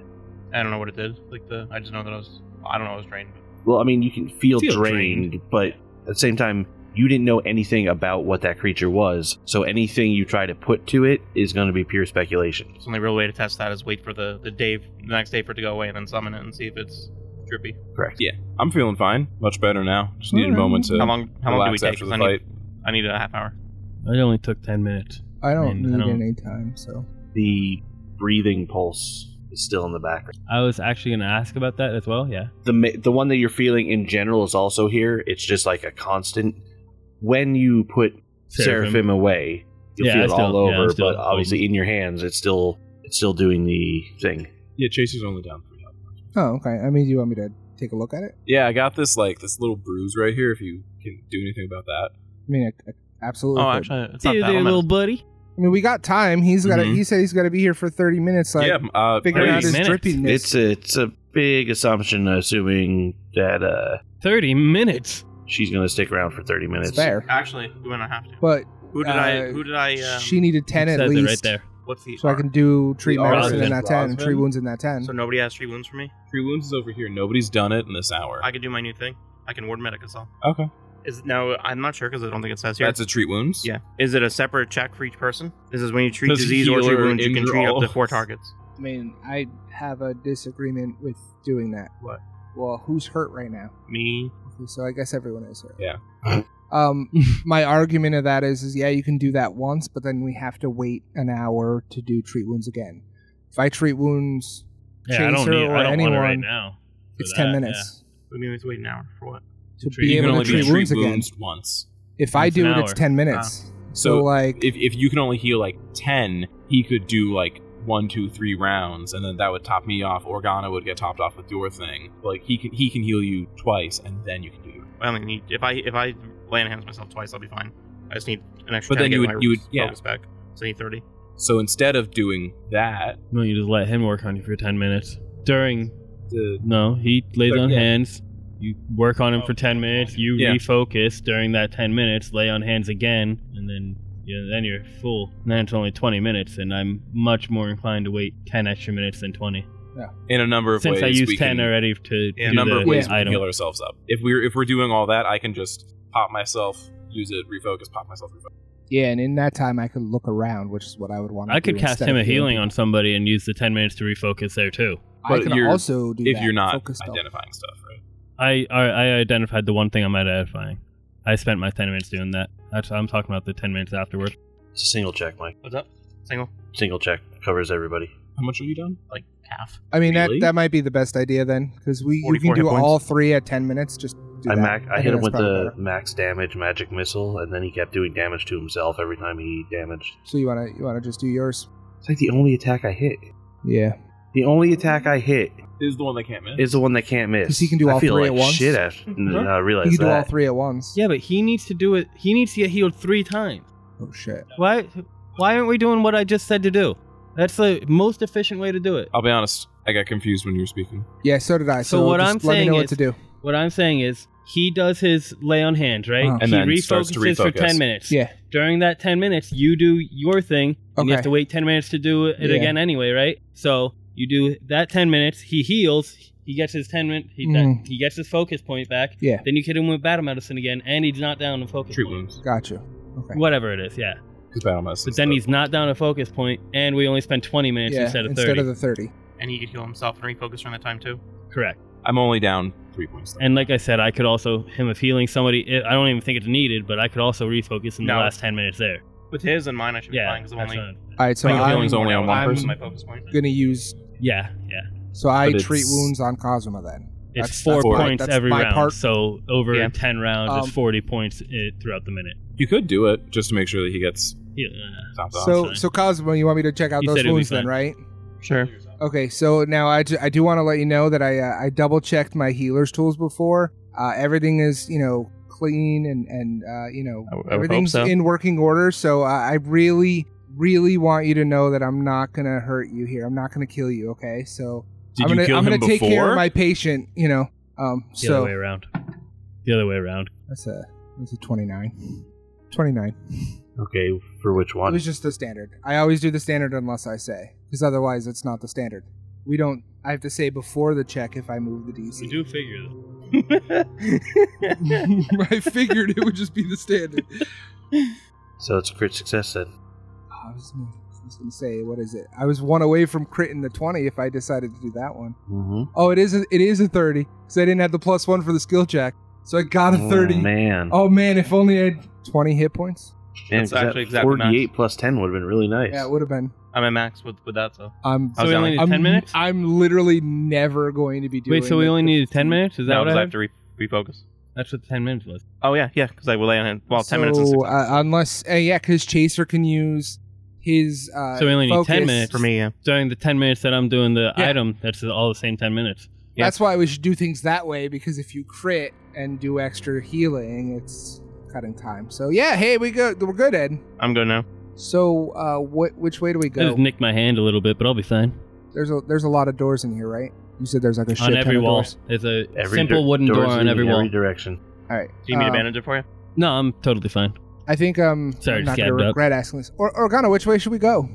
Speaker 6: I don't know what it did. Like the, I just know that I was, I don't know, I was drained. But
Speaker 1: Well, I mean, you can feel,
Speaker 5: Feel
Speaker 1: drained,
Speaker 5: drained.
Speaker 1: but at the same time, you didn't know anything about what that creature was, so anything you try to put to it is going to be pure speculation.
Speaker 6: the only real way to test that is wait for the the day, the next day for it to go away, and then summon it and see if it's drippy.
Speaker 1: Correct.
Speaker 3: Yeah, I'm feeling fine. Much better now. Just need a
Speaker 2: Alright.
Speaker 3: moment to
Speaker 6: How long? How long do we
Speaker 3: relax
Speaker 6: take?
Speaker 3: after
Speaker 6: 'Cause
Speaker 3: the
Speaker 6: I
Speaker 3: fight.
Speaker 6: need, I need a half hour.
Speaker 5: I only took ten minutes.
Speaker 2: I don't
Speaker 5: mean, I
Speaker 2: need
Speaker 5: don't-
Speaker 2: any time, so
Speaker 1: The breathing pulse is still in the background.
Speaker 5: I was actually gonna ask about that as well. Yeah.
Speaker 1: The ma- the one that you're feeling in general is also here. It's just like a constant. When you put seraphim, away, you'll
Speaker 5: Yeah,
Speaker 1: feel
Speaker 5: I
Speaker 1: it all
Speaker 5: still- yeah, I'm
Speaker 1: over,
Speaker 5: still
Speaker 1: but obviously in your hands, it's still it's still doing the thing.
Speaker 3: Yeah, Chaser's only down three health.
Speaker 2: Oh, okay. I mean, you want me to take a look at it?
Speaker 3: Yeah, I got this like this little bruise right here. If you can do anything about that,
Speaker 2: I mean, I, I- absolutely.
Speaker 6: Oh,
Speaker 2: could.
Speaker 6: actually, it's not
Speaker 5: See you
Speaker 6: that
Speaker 5: there,
Speaker 6: long.
Speaker 5: little buddy.
Speaker 2: I mean, we got time. He's got. to
Speaker 6: Mhm.
Speaker 2: He said he's got to be here for thirty minutes. Like,
Speaker 3: yeah, uh,
Speaker 2: figuring out
Speaker 3: please.
Speaker 2: his
Speaker 5: 30 minutes.
Speaker 2: drippiness.
Speaker 1: It's a, it's a big assumption, assuming that uh,
Speaker 5: Thirty minutes.
Speaker 1: she's going to stick around for thirty minutes.
Speaker 2: It's fair,
Speaker 6: Actually, we might not have to.
Speaker 2: but
Speaker 6: who did
Speaker 2: uh,
Speaker 6: I? Who did I? Um,
Speaker 2: she needed ten
Speaker 5: It
Speaker 2: at
Speaker 5: says it
Speaker 2: least,
Speaker 5: right there.
Speaker 6: what's the?
Speaker 2: so I
Speaker 6: R?
Speaker 2: can do treat
Speaker 3: The
Speaker 2: medicine in
Speaker 5: Rosvin.
Speaker 2: that ten, and tree
Speaker 3: Rosvin?
Speaker 2: wounds in that ten.
Speaker 6: So nobody has three wounds for me.
Speaker 3: Three wounds is over here. Nobody's done it in this hour.
Speaker 6: I could do my new thing. I can ward medic us all.
Speaker 3: okay,
Speaker 6: Is now I'm not sure because I don't think it says here.
Speaker 3: that's a treat wounds.
Speaker 6: yeah. Is it a separate check for each person? This is when you treat
Speaker 3: Does
Speaker 6: disease or treat
Speaker 3: healer
Speaker 6: wounds. You can
Speaker 3: injure
Speaker 6: treat up
Speaker 3: all?
Speaker 6: to four targets.
Speaker 2: I mean, I have a disagreement with doing that.
Speaker 6: What?
Speaker 2: Well, who's hurt right now?
Speaker 6: Me.
Speaker 2: So I guess everyone is hurt.
Speaker 3: Yeah.
Speaker 2: (laughs) Um, my argument of that is, is yeah, you can do that once, but then we have to wait an hour to do treat wounds again. If I treat wounds,
Speaker 5: Yeah, I don't
Speaker 2: Chaser
Speaker 5: need.
Speaker 2: or
Speaker 5: I don't want it right
Speaker 2: anyone,
Speaker 5: now. for
Speaker 2: it's
Speaker 5: that,
Speaker 2: ten
Speaker 5: yeah.
Speaker 2: minutes
Speaker 6: We mean it's wait an hour for what?
Speaker 2: to
Speaker 5: Treat-
Speaker 2: be
Speaker 3: you can
Speaker 2: able
Speaker 3: only
Speaker 2: to treat,
Speaker 3: be treat
Speaker 2: wounds,
Speaker 3: wounds
Speaker 2: again.
Speaker 3: once.
Speaker 2: If I
Speaker 5: It's an
Speaker 2: do it, it's
Speaker 5: hour.
Speaker 2: ten minutes. So,
Speaker 3: So,
Speaker 2: like,
Speaker 3: If if you can only heal like ten, he could do like one, two, three rounds, and then that would top me off. Organa would get topped off with your thing. Like he can he can heal you twice, and then you can do your.
Speaker 6: I mean, you- if I if I land hands myself twice, I'll be fine. I just need an extra.
Speaker 3: But
Speaker 6: 10
Speaker 3: then
Speaker 6: to
Speaker 3: you
Speaker 6: get
Speaker 3: would-
Speaker 6: my
Speaker 3: you would-
Speaker 6: focus
Speaker 3: yeah.
Speaker 6: back. So I need thirty.
Speaker 3: So instead of doing that,
Speaker 5: No, you just let him work on you for ten minutes during
Speaker 3: The,
Speaker 5: No, he lays
Speaker 3: But
Speaker 5: on
Speaker 3: yeah.
Speaker 5: hands. You work on him
Speaker 3: Oh,
Speaker 5: for ten minutes. You
Speaker 3: Yeah.
Speaker 5: refocus during that ten minutes. Lay on hands again, and then yeah, then you're full. And then it's only twenty minutes, and I'm much more inclined to wait ten extra minutes than twenty.
Speaker 3: in a number of
Speaker 5: Since
Speaker 3: ways,
Speaker 5: I
Speaker 3: we
Speaker 5: used ten
Speaker 3: can,
Speaker 5: already to
Speaker 3: in a
Speaker 5: do
Speaker 3: number
Speaker 5: the
Speaker 3: of ways we can
Speaker 5: item.
Speaker 3: heal ourselves up. If we're if we're doing all that, I can just pop myself, use it, refocus, pop myself, refocus.
Speaker 2: Yeah, and in that time I could look around, which is what I would want. to
Speaker 5: I could
Speaker 2: do
Speaker 5: cast
Speaker 2: instead
Speaker 5: him
Speaker 2: of
Speaker 5: a healing on somebody and use the ten minutes to refocus there too.
Speaker 2: I
Speaker 3: But
Speaker 2: can
Speaker 3: you're-
Speaker 2: also do
Speaker 3: If
Speaker 2: that,
Speaker 3: you're not
Speaker 2: focus stuff.
Speaker 3: identifying stuff, right?
Speaker 5: I I, I identified the one thing I'm identifying. I spent my ten minutes doing that. That's, I'm talking about the ten minutes afterward.
Speaker 1: It's a single check, Mike.
Speaker 6: What's up? Single?
Speaker 1: Single check covers everybody.
Speaker 3: How much are you done?
Speaker 6: Like half.
Speaker 2: I mean,
Speaker 3: Really?
Speaker 2: that that might be the best idea then, because we you can
Speaker 6: 44 hit
Speaker 2: do
Speaker 6: points.
Speaker 2: all three at ten minutes. Just do
Speaker 1: I
Speaker 2: that.
Speaker 1: mac- I
Speaker 2: think
Speaker 1: hit him
Speaker 2: that's
Speaker 1: with
Speaker 2: probably
Speaker 1: the
Speaker 2: better.
Speaker 1: max damage magic missile, and then he kept doing damage to himself every time he damaged.
Speaker 2: So you wanna you wanna just do yours?
Speaker 1: It's like the only attack I hit.
Speaker 2: Yeah.
Speaker 1: The only attack I hit
Speaker 3: This is the one that can't miss.
Speaker 1: is the one that can't miss.
Speaker 2: 'Cause he can do
Speaker 1: I
Speaker 2: all
Speaker 1: feel
Speaker 2: three
Speaker 1: like
Speaker 2: at once?
Speaker 1: Shit, I,
Speaker 2: (laughs)
Speaker 1: I
Speaker 2: You
Speaker 1: realized
Speaker 2: can do all
Speaker 1: that.
Speaker 2: three at once.
Speaker 5: Yeah, but he needs to do it. He needs to get healed three times.
Speaker 2: Oh shit.
Speaker 5: Why? Why aren't we doing what I just said to do? That's the most efficient way to do it.
Speaker 3: I'll be honest. I got confused when you were speaking.
Speaker 2: Yeah, so did I. So,
Speaker 5: So what
Speaker 2: just
Speaker 5: I'm
Speaker 2: let me
Speaker 5: saying
Speaker 2: know what
Speaker 5: is-
Speaker 2: to do.
Speaker 5: What I'm saying is, he does his lay on hands, right?
Speaker 2: Uh-huh.
Speaker 3: And
Speaker 5: he
Speaker 3: then starts to
Speaker 5: refocuses for
Speaker 3: refocus.
Speaker 5: ten minutes.
Speaker 2: Yeah.
Speaker 5: During that ten minutes, you do your thing, and you
Speaker 2: Okay.
Speaker 5: have to wait ten minutes to do it
Speaker 2: Yeah.
Speaker 5: again anyway, right? So you do that ten minutes. He heals. He gets his ten minute. He,
Speaker 2: Mm.
Speaker 5: he gets his focus point back.
Speaker 2: Yeah.
Speaker 5: Then you hit him with battle medicine again, and he's not down to focus.
Speaker 3: Treat
Speaker 5: point.
Speaker 3: wounds.
Speaker 2: Got you. Okay.
Speaker 5: Whatever it is, yeah.
Speaker 3: 'Cause battle medicine.
Speaker 5: But then he's not down to focus point, and we only spend 20 minutes
Speaker 2: yeah,
Speaker 5: instead of 30.
Speaker 2: the thirty.
Speaker 6: And he could heal himself and refocus during that time too.
Speaker 5: Correct.
Speaker 3: I'm only down three points. though.
Speaker 5: And like I said, I could also, him of healing somebody, it, I don't even think it's needed, but I could also refocus in
Speaker 6: No.
Speaker 5: the last 10 minutes there.
Speaker 6: With his and mine, I should be
Speaker 5: Yeah.
Speaker 6: fine because I'm
Speaker 5: that's
Speaker 6: only.
Speaker 5: not-
Speaker 2: All right, so
Speaker 3: Like,
Speaker 2: I'm
Speaker 3: healing's only on one
Speaker 6: I'm
Speaker 3: person.
Speaker 6: My focus point.
Speaker 2: gonna use.
Speaker 5: Yeah, yeah.
Speaker 2: So I
Speaker 3: But it's-
Speaker 2: treat wounds on Cosima then.
Speaker 5: It's
Speaker 2: That's-
Speaker 5: four
Speaker 2: that's my-
Speaker 5: points
Speaker 2: that's
Speaker 5: every
Speaker 2: my
Speaker 5: round.
Speaker 2: part.
Speaker 5: So over
Speaker 6: Yeah.
Speaker 5: 10 rounds,
Speaker 2: Um,
Speaker 5: it's 40 points eh, throughout the minute. uh,
Speaker 3: you could do it just to make sure that he gets
Speaker 5: Yeah.
Speaker 3: topped off.
Speaker 2: So
Speaker 5: fine.
Speaker 2: so Cosima, you want me to check out
Speaker 5: You
Speaker 2: those
Speaker 5: said it'd be
Speaker 2: wounds then,
Speaker 5: fine.
Speaker 2: right?
Speaker 6: Sure.
Speaker 2: Okay, so now I, ju- I do want to let you know that I uh, I double checked my healer's tools before. Uh, everything is you know clean and and uh, you know
Speaker 6: I would- I would hope
Speaker 2: everything's
Speaker 6: so.
Speaker 2: in working order. So uh, I really really want you to know that I'm not gonna hurt you here. I'm not gonna kill you. Okay, so
Speaker 3: Did
Speaker 2: I'm gonna
Speaker 3: you kill
Speaker 2: I'm
Speaker 3: him
Speaker 2: gonna take
Speaker 3: before?
Speaker 2: care of my patient. You know, um,
Speaker 5: The other
Speaker 2: so
Speaker 5: way around. The other way around.
Speaker 2: that's a that's a 29. 29.
Speaker 1: Okay, for which
Speaker 2: It
Speaker 1: one?
Speaker 2: was just the standard. I always do the standard unless I say, because otherwise it's not the standard. We don't. I have to say before the check if I move the
Speaker 1: (laughs)
Speaker 2: DC.
Speaker 5: do figure this.
Speaker 2: (laughs) I figured it would just be the standard. (laughs)
Speaker 1: so it's a crit success then.
Speaker 2: I was, I was gonna say, what is it? I was one away from crit in the twenty if I decided to do that one.
Speaker 1: Mm-hmm.
Speaker 2: Oh, it is. A, it is a thirty because I didn't have the plus one for the skill check, so I got a thirty.
Speaker 1: Oh, man.
Speaker 2: Oh, man, if only I had twenty hit points.
Speaker 1: Man,
Speaker 6: That's
Speaker 1: 'cause that
Speaker 6: actually exactly max.
Speaker 1: 48 plus 10 would have been really nice.
Speaker 2: Yeah, it would have been.
Speaker 6: (laughs) I'm at max with, with that, so.
Speaker 2: I'm.
Speaker 5: So
Speaker 6: How's
Speaker 5: we
Speaker 6: that
Speaker 5: only
Speaker 6: like-
Speaker 5: need
Speaker 2: I'm,
Speaker 5: 10 minutes?
Speaker 2: I'm literally never going to be doing.
Speaker 5: Wait, so we
Speaker 2: the-
Speaker 5: only
Speaker 2: the
Speaker 5: needed 10
Speaker 2: 15.
Speaker 5: minutes? Is that
Speaker 6: no,
Speaker 5: what I
Speaker 6: because I
Speaker 5: have?
Speaker 6: have to re- refocus.
Speaker 5: That's what 10 minutes was.
Speaker 6: Oh, yeah, yeah, because I will lay on him. Well, 10 minutes and
Speaker 2: So,
Speaker 6: 60
Speaker 2: uh, unless uh, yeah, because Chaser can use his. Uh,
Speaker 5: So we only need 10
Speaker 2: focus.
Speaker 5: minutes.
Speaker 6: for me, yeah.
Speaker 5: During the 10 minutes that I'm doing the
Speaker 2: Yeah.
Speaker 5: item, that's all the same 10 minutes.
Speaker 6: Yeah.
Speaker 2: That's why we should do things that way because if you crit and do extra healing, it's cutting time. So yeah, hey, we go. We're good, Ed.
Speaker 6: I'm good now.
Speaker 2: So uh, what? Which way do we
Speaker 5: I
Speaker 2: go?
Speaker 5: just nicked my hand a little bit, but I'll be fine.
Speaker 2: There's a there's a lot of doors in here, right? You said there's like a shit
Speaker 5: on
Speaker 2: ton
Speaker 5: every
Speaker 2: of
Speaker 5: wall,
Speaker 2: doors.
Speaker 5: there's a
Speaker 1: Every
Speaker 5: simple
Speaker 1: dir-
Speaker 5: wooden door
Speaker 1: doors
Speaker 5: on
Speaker 1: leading
Speaker 5: every
Speaker 1: in
Speaker 5: wall.
Speaker 1: Every direction.
Speaker 2: All right.
Speaker 6: Do you need
Speaker 2: Uh,
Speaker 6: a bandage for you?
Speaker 5: no, I'm totally fine.
Speaker 2: I think um,
Speaker 5: Sorry,
Speaker 2: I'm not
Speaker 5: just
Speaker 2: gonna
Speaker 5: gabbed up.
Speaker 2: regret asking this. Or Organa, which way should we go?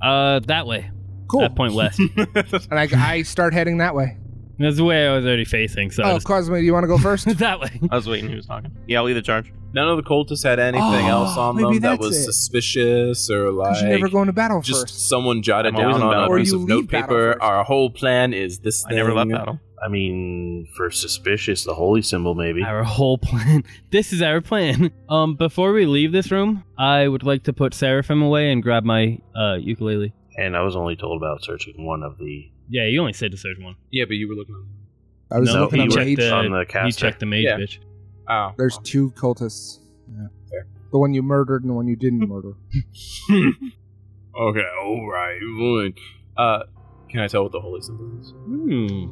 Speaker 5: Uh, that way,
Speaker 2: Cool.
Speaker 5: that point west.
Speaker 2: And
Speaker 5: (laughs)
Speaker 2: I, I start heading that way.
Speaker 5: That's the way I was already facing. So I
Speaker 2: Oh,
Speaker 5: was-
Speaker 2: Cosmo, do you want
Speaker 5: (laughs)
Speaker 2: to go first?
Speaker 5: that way.
Speaker 6: I was waiting. He was talking. Yeah, I'll leave the charge.
Speaker 3: None of the cultists had anything
Speaker 2: Oh,
Speaker 3: else on
Speaker 2: maybe
Speaker 3: them that
Speaker 2: that's
Speaker 3: was
Speaker 2: it.
Speaker 3: suspicious or like
Speaker 2: Because you never go into battle
Speaker 3: just
Speaker 2: first.
Speaker 3: someone jotted
Speaker 6: I'm always
Speaker 3: down
Speaker 6: in battle
Speaker 3: on a
Speaker 2: Or
Speaker 3: piece
Speaker 2: you
Speaker 3: of
Speaker 2: leave battle
Speaker 3: notepaper.
Speaker 2: first.
Speaker 3: Our whole plan is this.
Speaker 6: I never left
Speaker 3: thing."
Speaker 6: battle.
Speaker 1: I mean, for suspicious, the holy symbol maybe.
Speaker 5: Our whole plan. (laughs) This is our plan. Um, before we leave this room, I would like to put Seraphim away and grab my uh ukulele.
Speaker 1: And I was only told about searching one of the.
Speaker 5: Yeah, you only said to search one.
Speaker 3: Yeah, but you were looking. on-
Speaker 2: I was
Speaker 5: No,
Speaker 2: looking
Speaker 5: he
Speaker 2: up
Speaker 5: checked
Speaker 2: mage.
Speaker 5: the-
Speaker 1: on the
Speaker 5: You
Speaker 1: caster.
Speaker 5: checked the mage,
Speaker 3: Yeah.
Speaker 5: bitch.
Speaker 3: Oh,
Speaker 2: There's two cultists. Yeah.
Speaker 3: Fair.
Speaker 2: The one you murdered and the one you didn't murder.
Speaker 3: okay, all right, fine. Uh, can I tell what the holy symbol is?
Speaker 5: Hmm.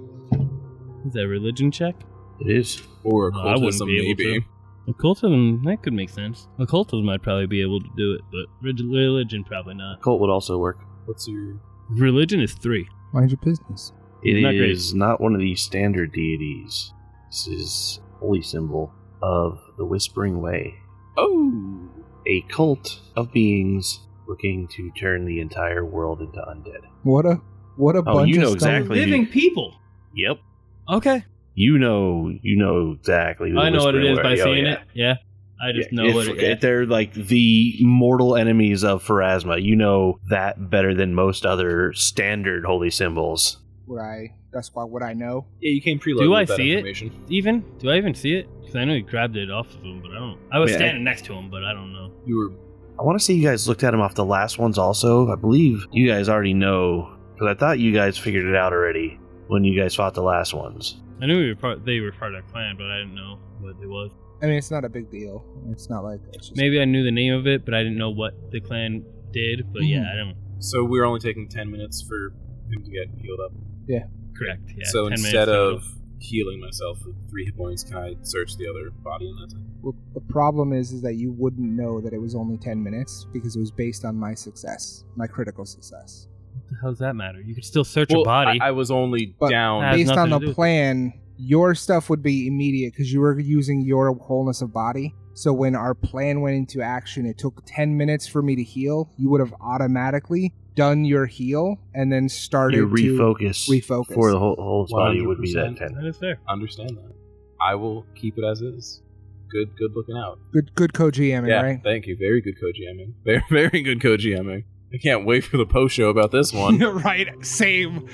Speaker 5: Is that a religion check?
Speaker 1: It is.
Speaker 3: Or
Speaker 5: No, I wouldn't
Speaker 3: occultism,
Speaker 5: be able
Speaker 3: maybe.
Speaker 5: to. Occultism, that could make sense. Occultism, I'd probably be able to do it, but relig- religion, probably not.
Speaker 1: Cult would also work.
Speaker 3: What's your?
Speaker 5: Religion is three.
Speaker 2: Mind your business.
Speaker 1: It is
Speaker 5: Not
Speaker 1: not
Speaker 5: great.
Speaker 1: one of the standard deities. This is holy symbol of the Whispering Way,
Speaker 3: Oh,
Speaker 1: a cult of beings looking to turn the entire world into undead.
Speaker 2: What a what a bunch
Speaker 1: Oh, you
Speaker 2: of
Speaker 1: know
Speaker 2: stuff.
Speaker 1: exactly.
Speaker 4: Living people.
Speaker 1: Yep.
Speaker 5: Okay.
Speaker 1: You know, you know exactly. who the
Speaker 5: I know what it
Speaker 1: Whispering
Speaker 5: is by
Speaker 1: Way- oh,
Speaker 5: seeing
Speaker 1: yeah.
Speaker 5: it. Yeah. I just
Speaker 1: Yeah,
Speaker 5: know
Speaker 1: if-
Speaker 5: what it is.
Speaker 1: They're like the mortal enemies of Pharasma. You know that better than most other standard holy symbols.
Speaker 2: Would I? That's why would I know?
Speaker 3: yeah, you came preloaded.
Speaker 5: Do I
Speaker 3: with that
Speaker 5: see it?
Speaker 3: information.
Speaker 5: Even? Do I even see it? Because I know he grabbed it off of him, but I don't. I was
Speaker 1: Yeah.
Speaker 5: standing next to him, but I don't know.
Speaker 3: You were
Speaker 1: I want to see you guys looked at them off the last ones also. I believe you guys already know because I thought you guys figured it out already when you guys fought the last ones.
Speaker 5: I knew we were part. They were part of our clan, but I didn't know what it was.
Speaker 2: I mean, it's not a big deal. It's not like it's just,
Speaker 5: Maybe I knew the name of it, but I didn't know what the clan did. But yeah, I don't.
Speaker 3: so we were only taking ten minutes for him to get healed up.
Speaker 5: Correct. Yeah.
Speaker 3: so
Speaker 5: 10 minutes
Speaker 3: instead
Speaker 5: total.
Speaker 3: of healing myself with three hit points, can I search the other body in that time?
Speaker 2: Well, the problem is, is that you wouldn't know that it was only ten minutes because it was based on my success, my critical success.
Speaker 5: What the hell does that matter? You could still search a body.
Speaker 3: I, I was only
Speaker 2: But-
Speaker 3: down.
Speaker 5: Has
Speaker 2: based on
Speaker 5: nothing to
Speaker 2: the
Speaker 5: do with it.
Speaker 2: plan, your stuff would be immediate because you were using your wholeness of body. So when our plan went into action, it took 10 minutes for me to heal. You would have automatically done your heal and then started
Speaker 1: Your
Speaker 2: to
Speaker 1: refocus,
Speaker 2: refocus.
Speaker 1: for the whole, whole body would be that
Speaker 3: 100%.
Speaker 1: 10.
Speaker 5: that is fair.
Speaker 3: understand that. I will keep it as is. Good, good looking out.
Speaker 2: good, good co-GMing,
Speaker 3: yeah,
Speaker 2: right?
Speaker 3: thank you. Very good co-GMing. (laughs) Very, very good co-GMing. I can't wait for the post show about this (laughs) one.
Speaker 2: (laughs) right, same.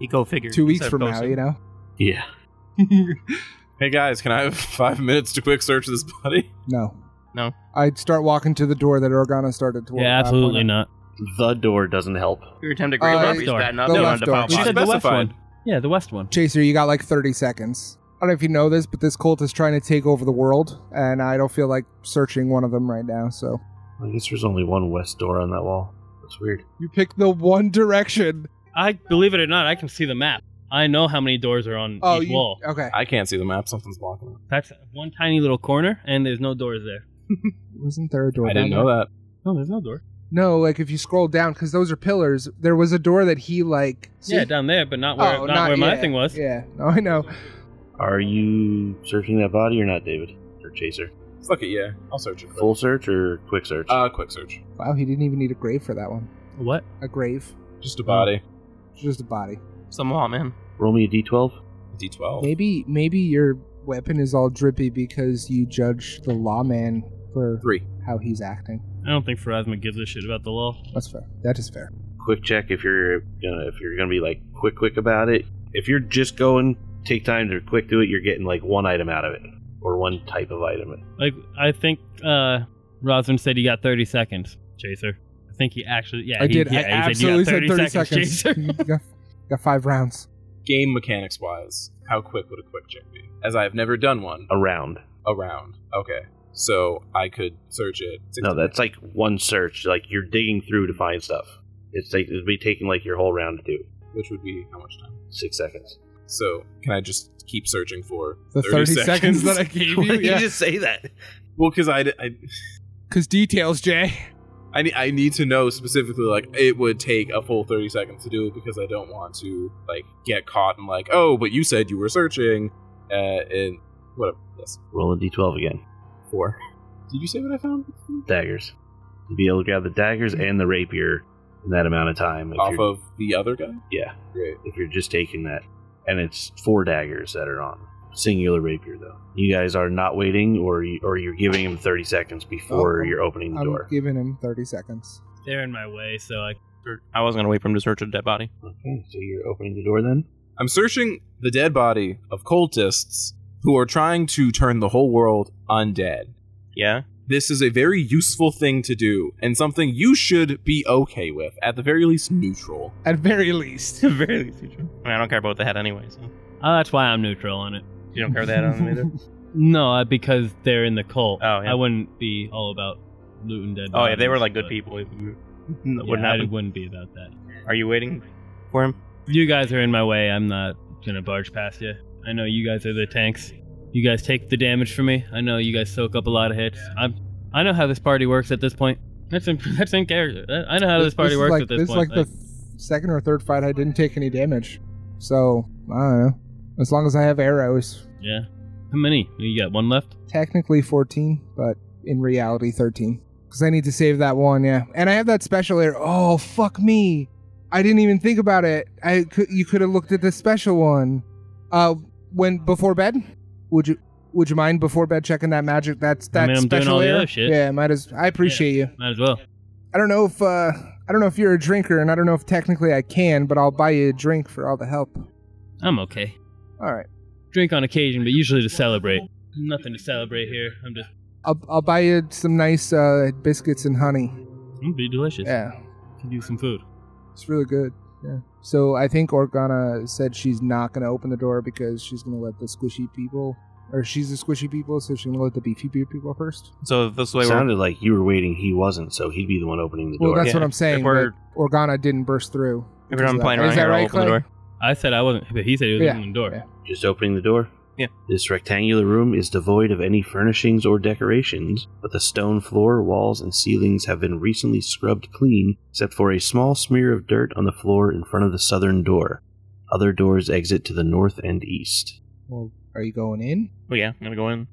Speaker 6: You go figure.
Speaker 2: Two weeks
Speaker 6: Instead of
Speaker 2: from now,
Speaker 6: posting.
Speaker 2: you know.
Speaker 1: Yeah.
Speaker 3: (laughs) hey guys, can I have (laughs) five minutes to quick search this body?
Speaker 2: No.
Speaker 6: No.
Speaker 2: I'd start walking to the door that Organa started to.
Speaker 5: Yeah,
Speaker 2: uh,
Speaker 5: absolutely
Speaker 2: point out.
Speaker 5: not.
Speaker 1: The door doesn't help.
Speaker 6: Your attempt to grab
Speaker 2: Uh,
Speaker 6: up is
Speaker 5: door.
Speaker 6: bad enough.
Speaker 2: The
Speaker 6: You don't
Speaker 2: left
Speaker 6: have to
Speaker 2: door.
Speaker 6: pop
Speaker 5: We
Speaker 3: She's
Speaker 6: off.
Speaker 5: said the west
Speaker 3: specified.
Speaker 5: one. Yeah, the west one.
Speaker 2: Chaser, you got like 30 seconds. I don't know if you know this, but this cult is trying to take over the world, and I don't feel like searching one of them right now. So
Speaker 1: I guess there's only one west door on that wall. That's weird.
Speaker 2: You picked the one direction.
Speaker 5: I believe it or not, I can see the map. I know how many doors are on
Speaker 2: Oh,
Speaker 5: each
Speaker 2: you,
Speaker 5: wall.
Speaker 2: okay.
Speaker 3: I can't see the map. Something's blocking it.
Speaker 5: That's one tiny little corner, and there's no doors there.
Speaker 2: Wasn't there a door?
Speaker 3: I didn't
Speaker 2: down
Speaker 3: know that.
Speaker 5: No, Oh, there's no
Speaker 2: there?
Speaker 5: door.
Speaker 2: No, like if you scroll down, because those are pillars. There was a door that he like.
Speaker 5: Yeah,
Speaker 2: See?
Speaker 5: down there, but not where
Speaker 2: oh,
Speaker 5: not, where my
Speaker 2: yeah,
Speaker 5: thing was.
Speaker 2: Yeah. (laughs) No, I know.
Speaker 1: Are you searching that body or not, David? Or Chaser?
Speaker 3: Fuck it, yeah. I'll search it. quick.
Speaker 1: Full search or quick search?
Speaker 3: Uh, quick search.
Speaker 2: Wow, he didn't even need a grave for that one.
Speaker 5: What?
Speaker 2: A grave,
Speaker 3: Just a body.
Speaker 2: just a body.
Speaker 6: Some law, man.
Speaker 1: Roll me a d12.
Speaker 5: Oh.
Speaker 3: D12.
Speaker 2: Maybe, maybe your weapon is all drippy because you judge the lawman for
Speaker 3: Three.
Speaker 2: how he's acting.
Speaker 5: I don't think Pharasma gives a shit about the law.
Speaker 2: That's fair. That is fair.
Speaker 1: quick check if you're gonna if you're gonna be like quick quick about it. If you're just going, take time to quick do it. You're getting like one item out of it or one type of item.
Speaker 5: Like I think uh Rosman said he got 30 seconds, Chaser. I think he actually yeah,
Speaker 2: I
Speaker 5: he,
Speaker 2: did.
Speaker 5: yeah,
Speaker 2: I
Speaker 5: he
Speaker 2: absolutely
Speaker 5: said, you got 30
Speaker 2: (laughs)
Speaker 5: seconds, Chaser.
Speaker 2: got, got five rounds.
Speaker 3: Game mechanics wise, how quick would a quick check be? As I have never done one
Speaker 1: Around.
Speaker 3: around. Okay. So I could search it.
Speaker 1: No, that's like one search. Like you're digging through to find stuff. It's like it'd be taking like your whole round to do.
Speaker 3: Which would be how much time?
Speaker 1: Six (laughs) seconds.
Speaker 3: So can I just keep searching for
Speaker 2: The 30, seconds. that I
Speaker 1: (laughs)
Speaker 2: gave
Speaker 5: (laughs)
Speaker 2: you. Yeah.
Speaker 1: just say that?
Speaker 3: (laughs) Well, because I, d- I,
Speaker 2: Cause details, Jay.
Speaker 3: I, ne- I need to know specifically, like, it would take a full 30 seconds to do it because I don't want to, like, get caught and, like, oh, but you said you were searching. Uh, and whatever. Yes.
Speaker 1: Roll a d12 again.
Speaker 3: Four. Did you say what I found?
Speaker 1: Daggers. To be able to grab the daggers and the rapier in that amount of time. If
Speaker 3: Off
Speaker 1: you're,
Speaker 3: of the other guy?
Speaker 1: yeah,
Speaker 3: Great.
Speaker 1: if you're just taking that. And it's four daggers that are on singular rapier, though. You guys are not waiting, or you, or you're giving him thirty seconds before
Speaker 2: Oh, I'm-
Speaker 1: you're opening the
Speaker 2: I'm
Speaker 1: door.
Speaker 2: giving him 30 seconds.
Speaker 5: They're in my way, so I
Speaker 6: I wasn't gonna wait for him to search a dead body.
Speaker 1: Okay, so you're opening the door then.
Speaker 3: I'm searching the dead body of cultists who are trying to turn the whole world undead.
Speaker 6: (laughs) Yeah.
Speaker 3: This is a very useful thing to do and something you should be okay with, at the very least, neutral.
Speaker 2: At very least.
Speaker 6: Very least. I mean, I don't care about the head anyway. So
Speaker 5: oh, that's why I'm neutral on it.
Speaker 6: you don't care about the head on them (laughs) either.
Speaker 5: No, I- because they're in the cult.
Speaker 6: Oh, yeah.
Speaker 5: I wouldn't be all about looting dead.
Speaker 6: Oh yeah, they were
Speaker 5: bodies,
Speaker 6: like good
Speaker 5: but-
Speaker 6: (laughs) people. It wouldn't
Speaker 5: Yeah, I
Speaker 6: happen.
Speaker 5: wouldn't be about that.
Speaker 6: Are you waiting for him?
Speaker 5: You guys are in my way. I'm not gonna barge past you. I know you guys are the tanks. You guys take the damage for me. I know you guys soak up a lot of hits. I'm. I (laughs) know how this party works at this point. That's in. That's in character. I I know how this party
Speaker 2: is
Speaker 5: works
Speaker 2: like,
Speaker 5: at this,
Speaker 2: is
Speaker 5: point.
Speaker 2: like the
Speaker 5: Like,
Speaker 2: th- second or third fight, I didn't take any damage. So, I don't know. As long as I have arrows,
Speaker 5: Yeah. How many? You got one left?
Speaker 2: technically 14, but in reality 13. Because I need to save that one, yeah. And I have that special arrow. Oh, fuck me. I didn't even think about it. I could, you could have looked at the special one. Uh, when before bed, would you would you mind before bed checking that magic? That's
Speaker 5: I
Speaker 2: that
Speaker 5: mean, I'm doing
Speaker 2: special
Speaker 5: all the
Speaker 2: arrow?
Speaker 5: other shit.
Speaker 2: Yeah, might as. I appreciate you.
Speaker 5: Might as well.
Speaker 2: I don't know if uh, I don't know if you're a drinker, and I don't know if technically I can, but I'll buy you a drink for all the help.
Speaker 5: I'm okay.
Speaker 2: All right,
Speaker 5: Drink on occasion, but usually to celebrate. Nothing to celebrate here. I'm just.
Speaker 2: I'll I'll buy you some nice uh, biscuits and honey.
Speaker 5: I'm be delicious.
Speaker 2: Yeah,
Speaker 5: Could do some food.
Speaker 2: it's really good. Yeah. So I think Organa said she's not gonna open the door because she's gonna let the squishy people, or she's the squishy people, so she's gonna let the beefy people first.
Speaker 6: So this way, we're,
Speaker 1: sounded like you were waiting. He wasn't, so he'd be the one opening the
Speaker 2: Well,
Speaker 1: door.
Speaker 2: that's
Speaker 6: Yeah.
Speaker 2: what I'm saying.
Speaker 6: If we're-
Speaker 2: But Organa didn't burst through.
Speaker 6: if we're done playing around
Speaker 2: Is that
Speaker 6: here, I'll
Speaker 2: right,
Speaker 6: open the
Speaker 2: Clay?
Speaker 6: door.
Speaker 5: I said I wasn't, but he said he was
Speaker 2: Yeah,
Speaker 5: opening the door.
Speaker 2: yeah.
Speaker 1: Just opening the door.
Speaker 6: Yeah.
Speaker 1: This rectangular room is devoid of any furnishings or decorations, but the stone floor, walls, and ceilings have been recently scrubbed clean, except for a small smear of dirt on the floor in front of the southern door. Other doors exit to the north and east.
Speaker 2: Well, are you going in?
Speaker 6: Well, Oh, yeah, I'm gonna go in.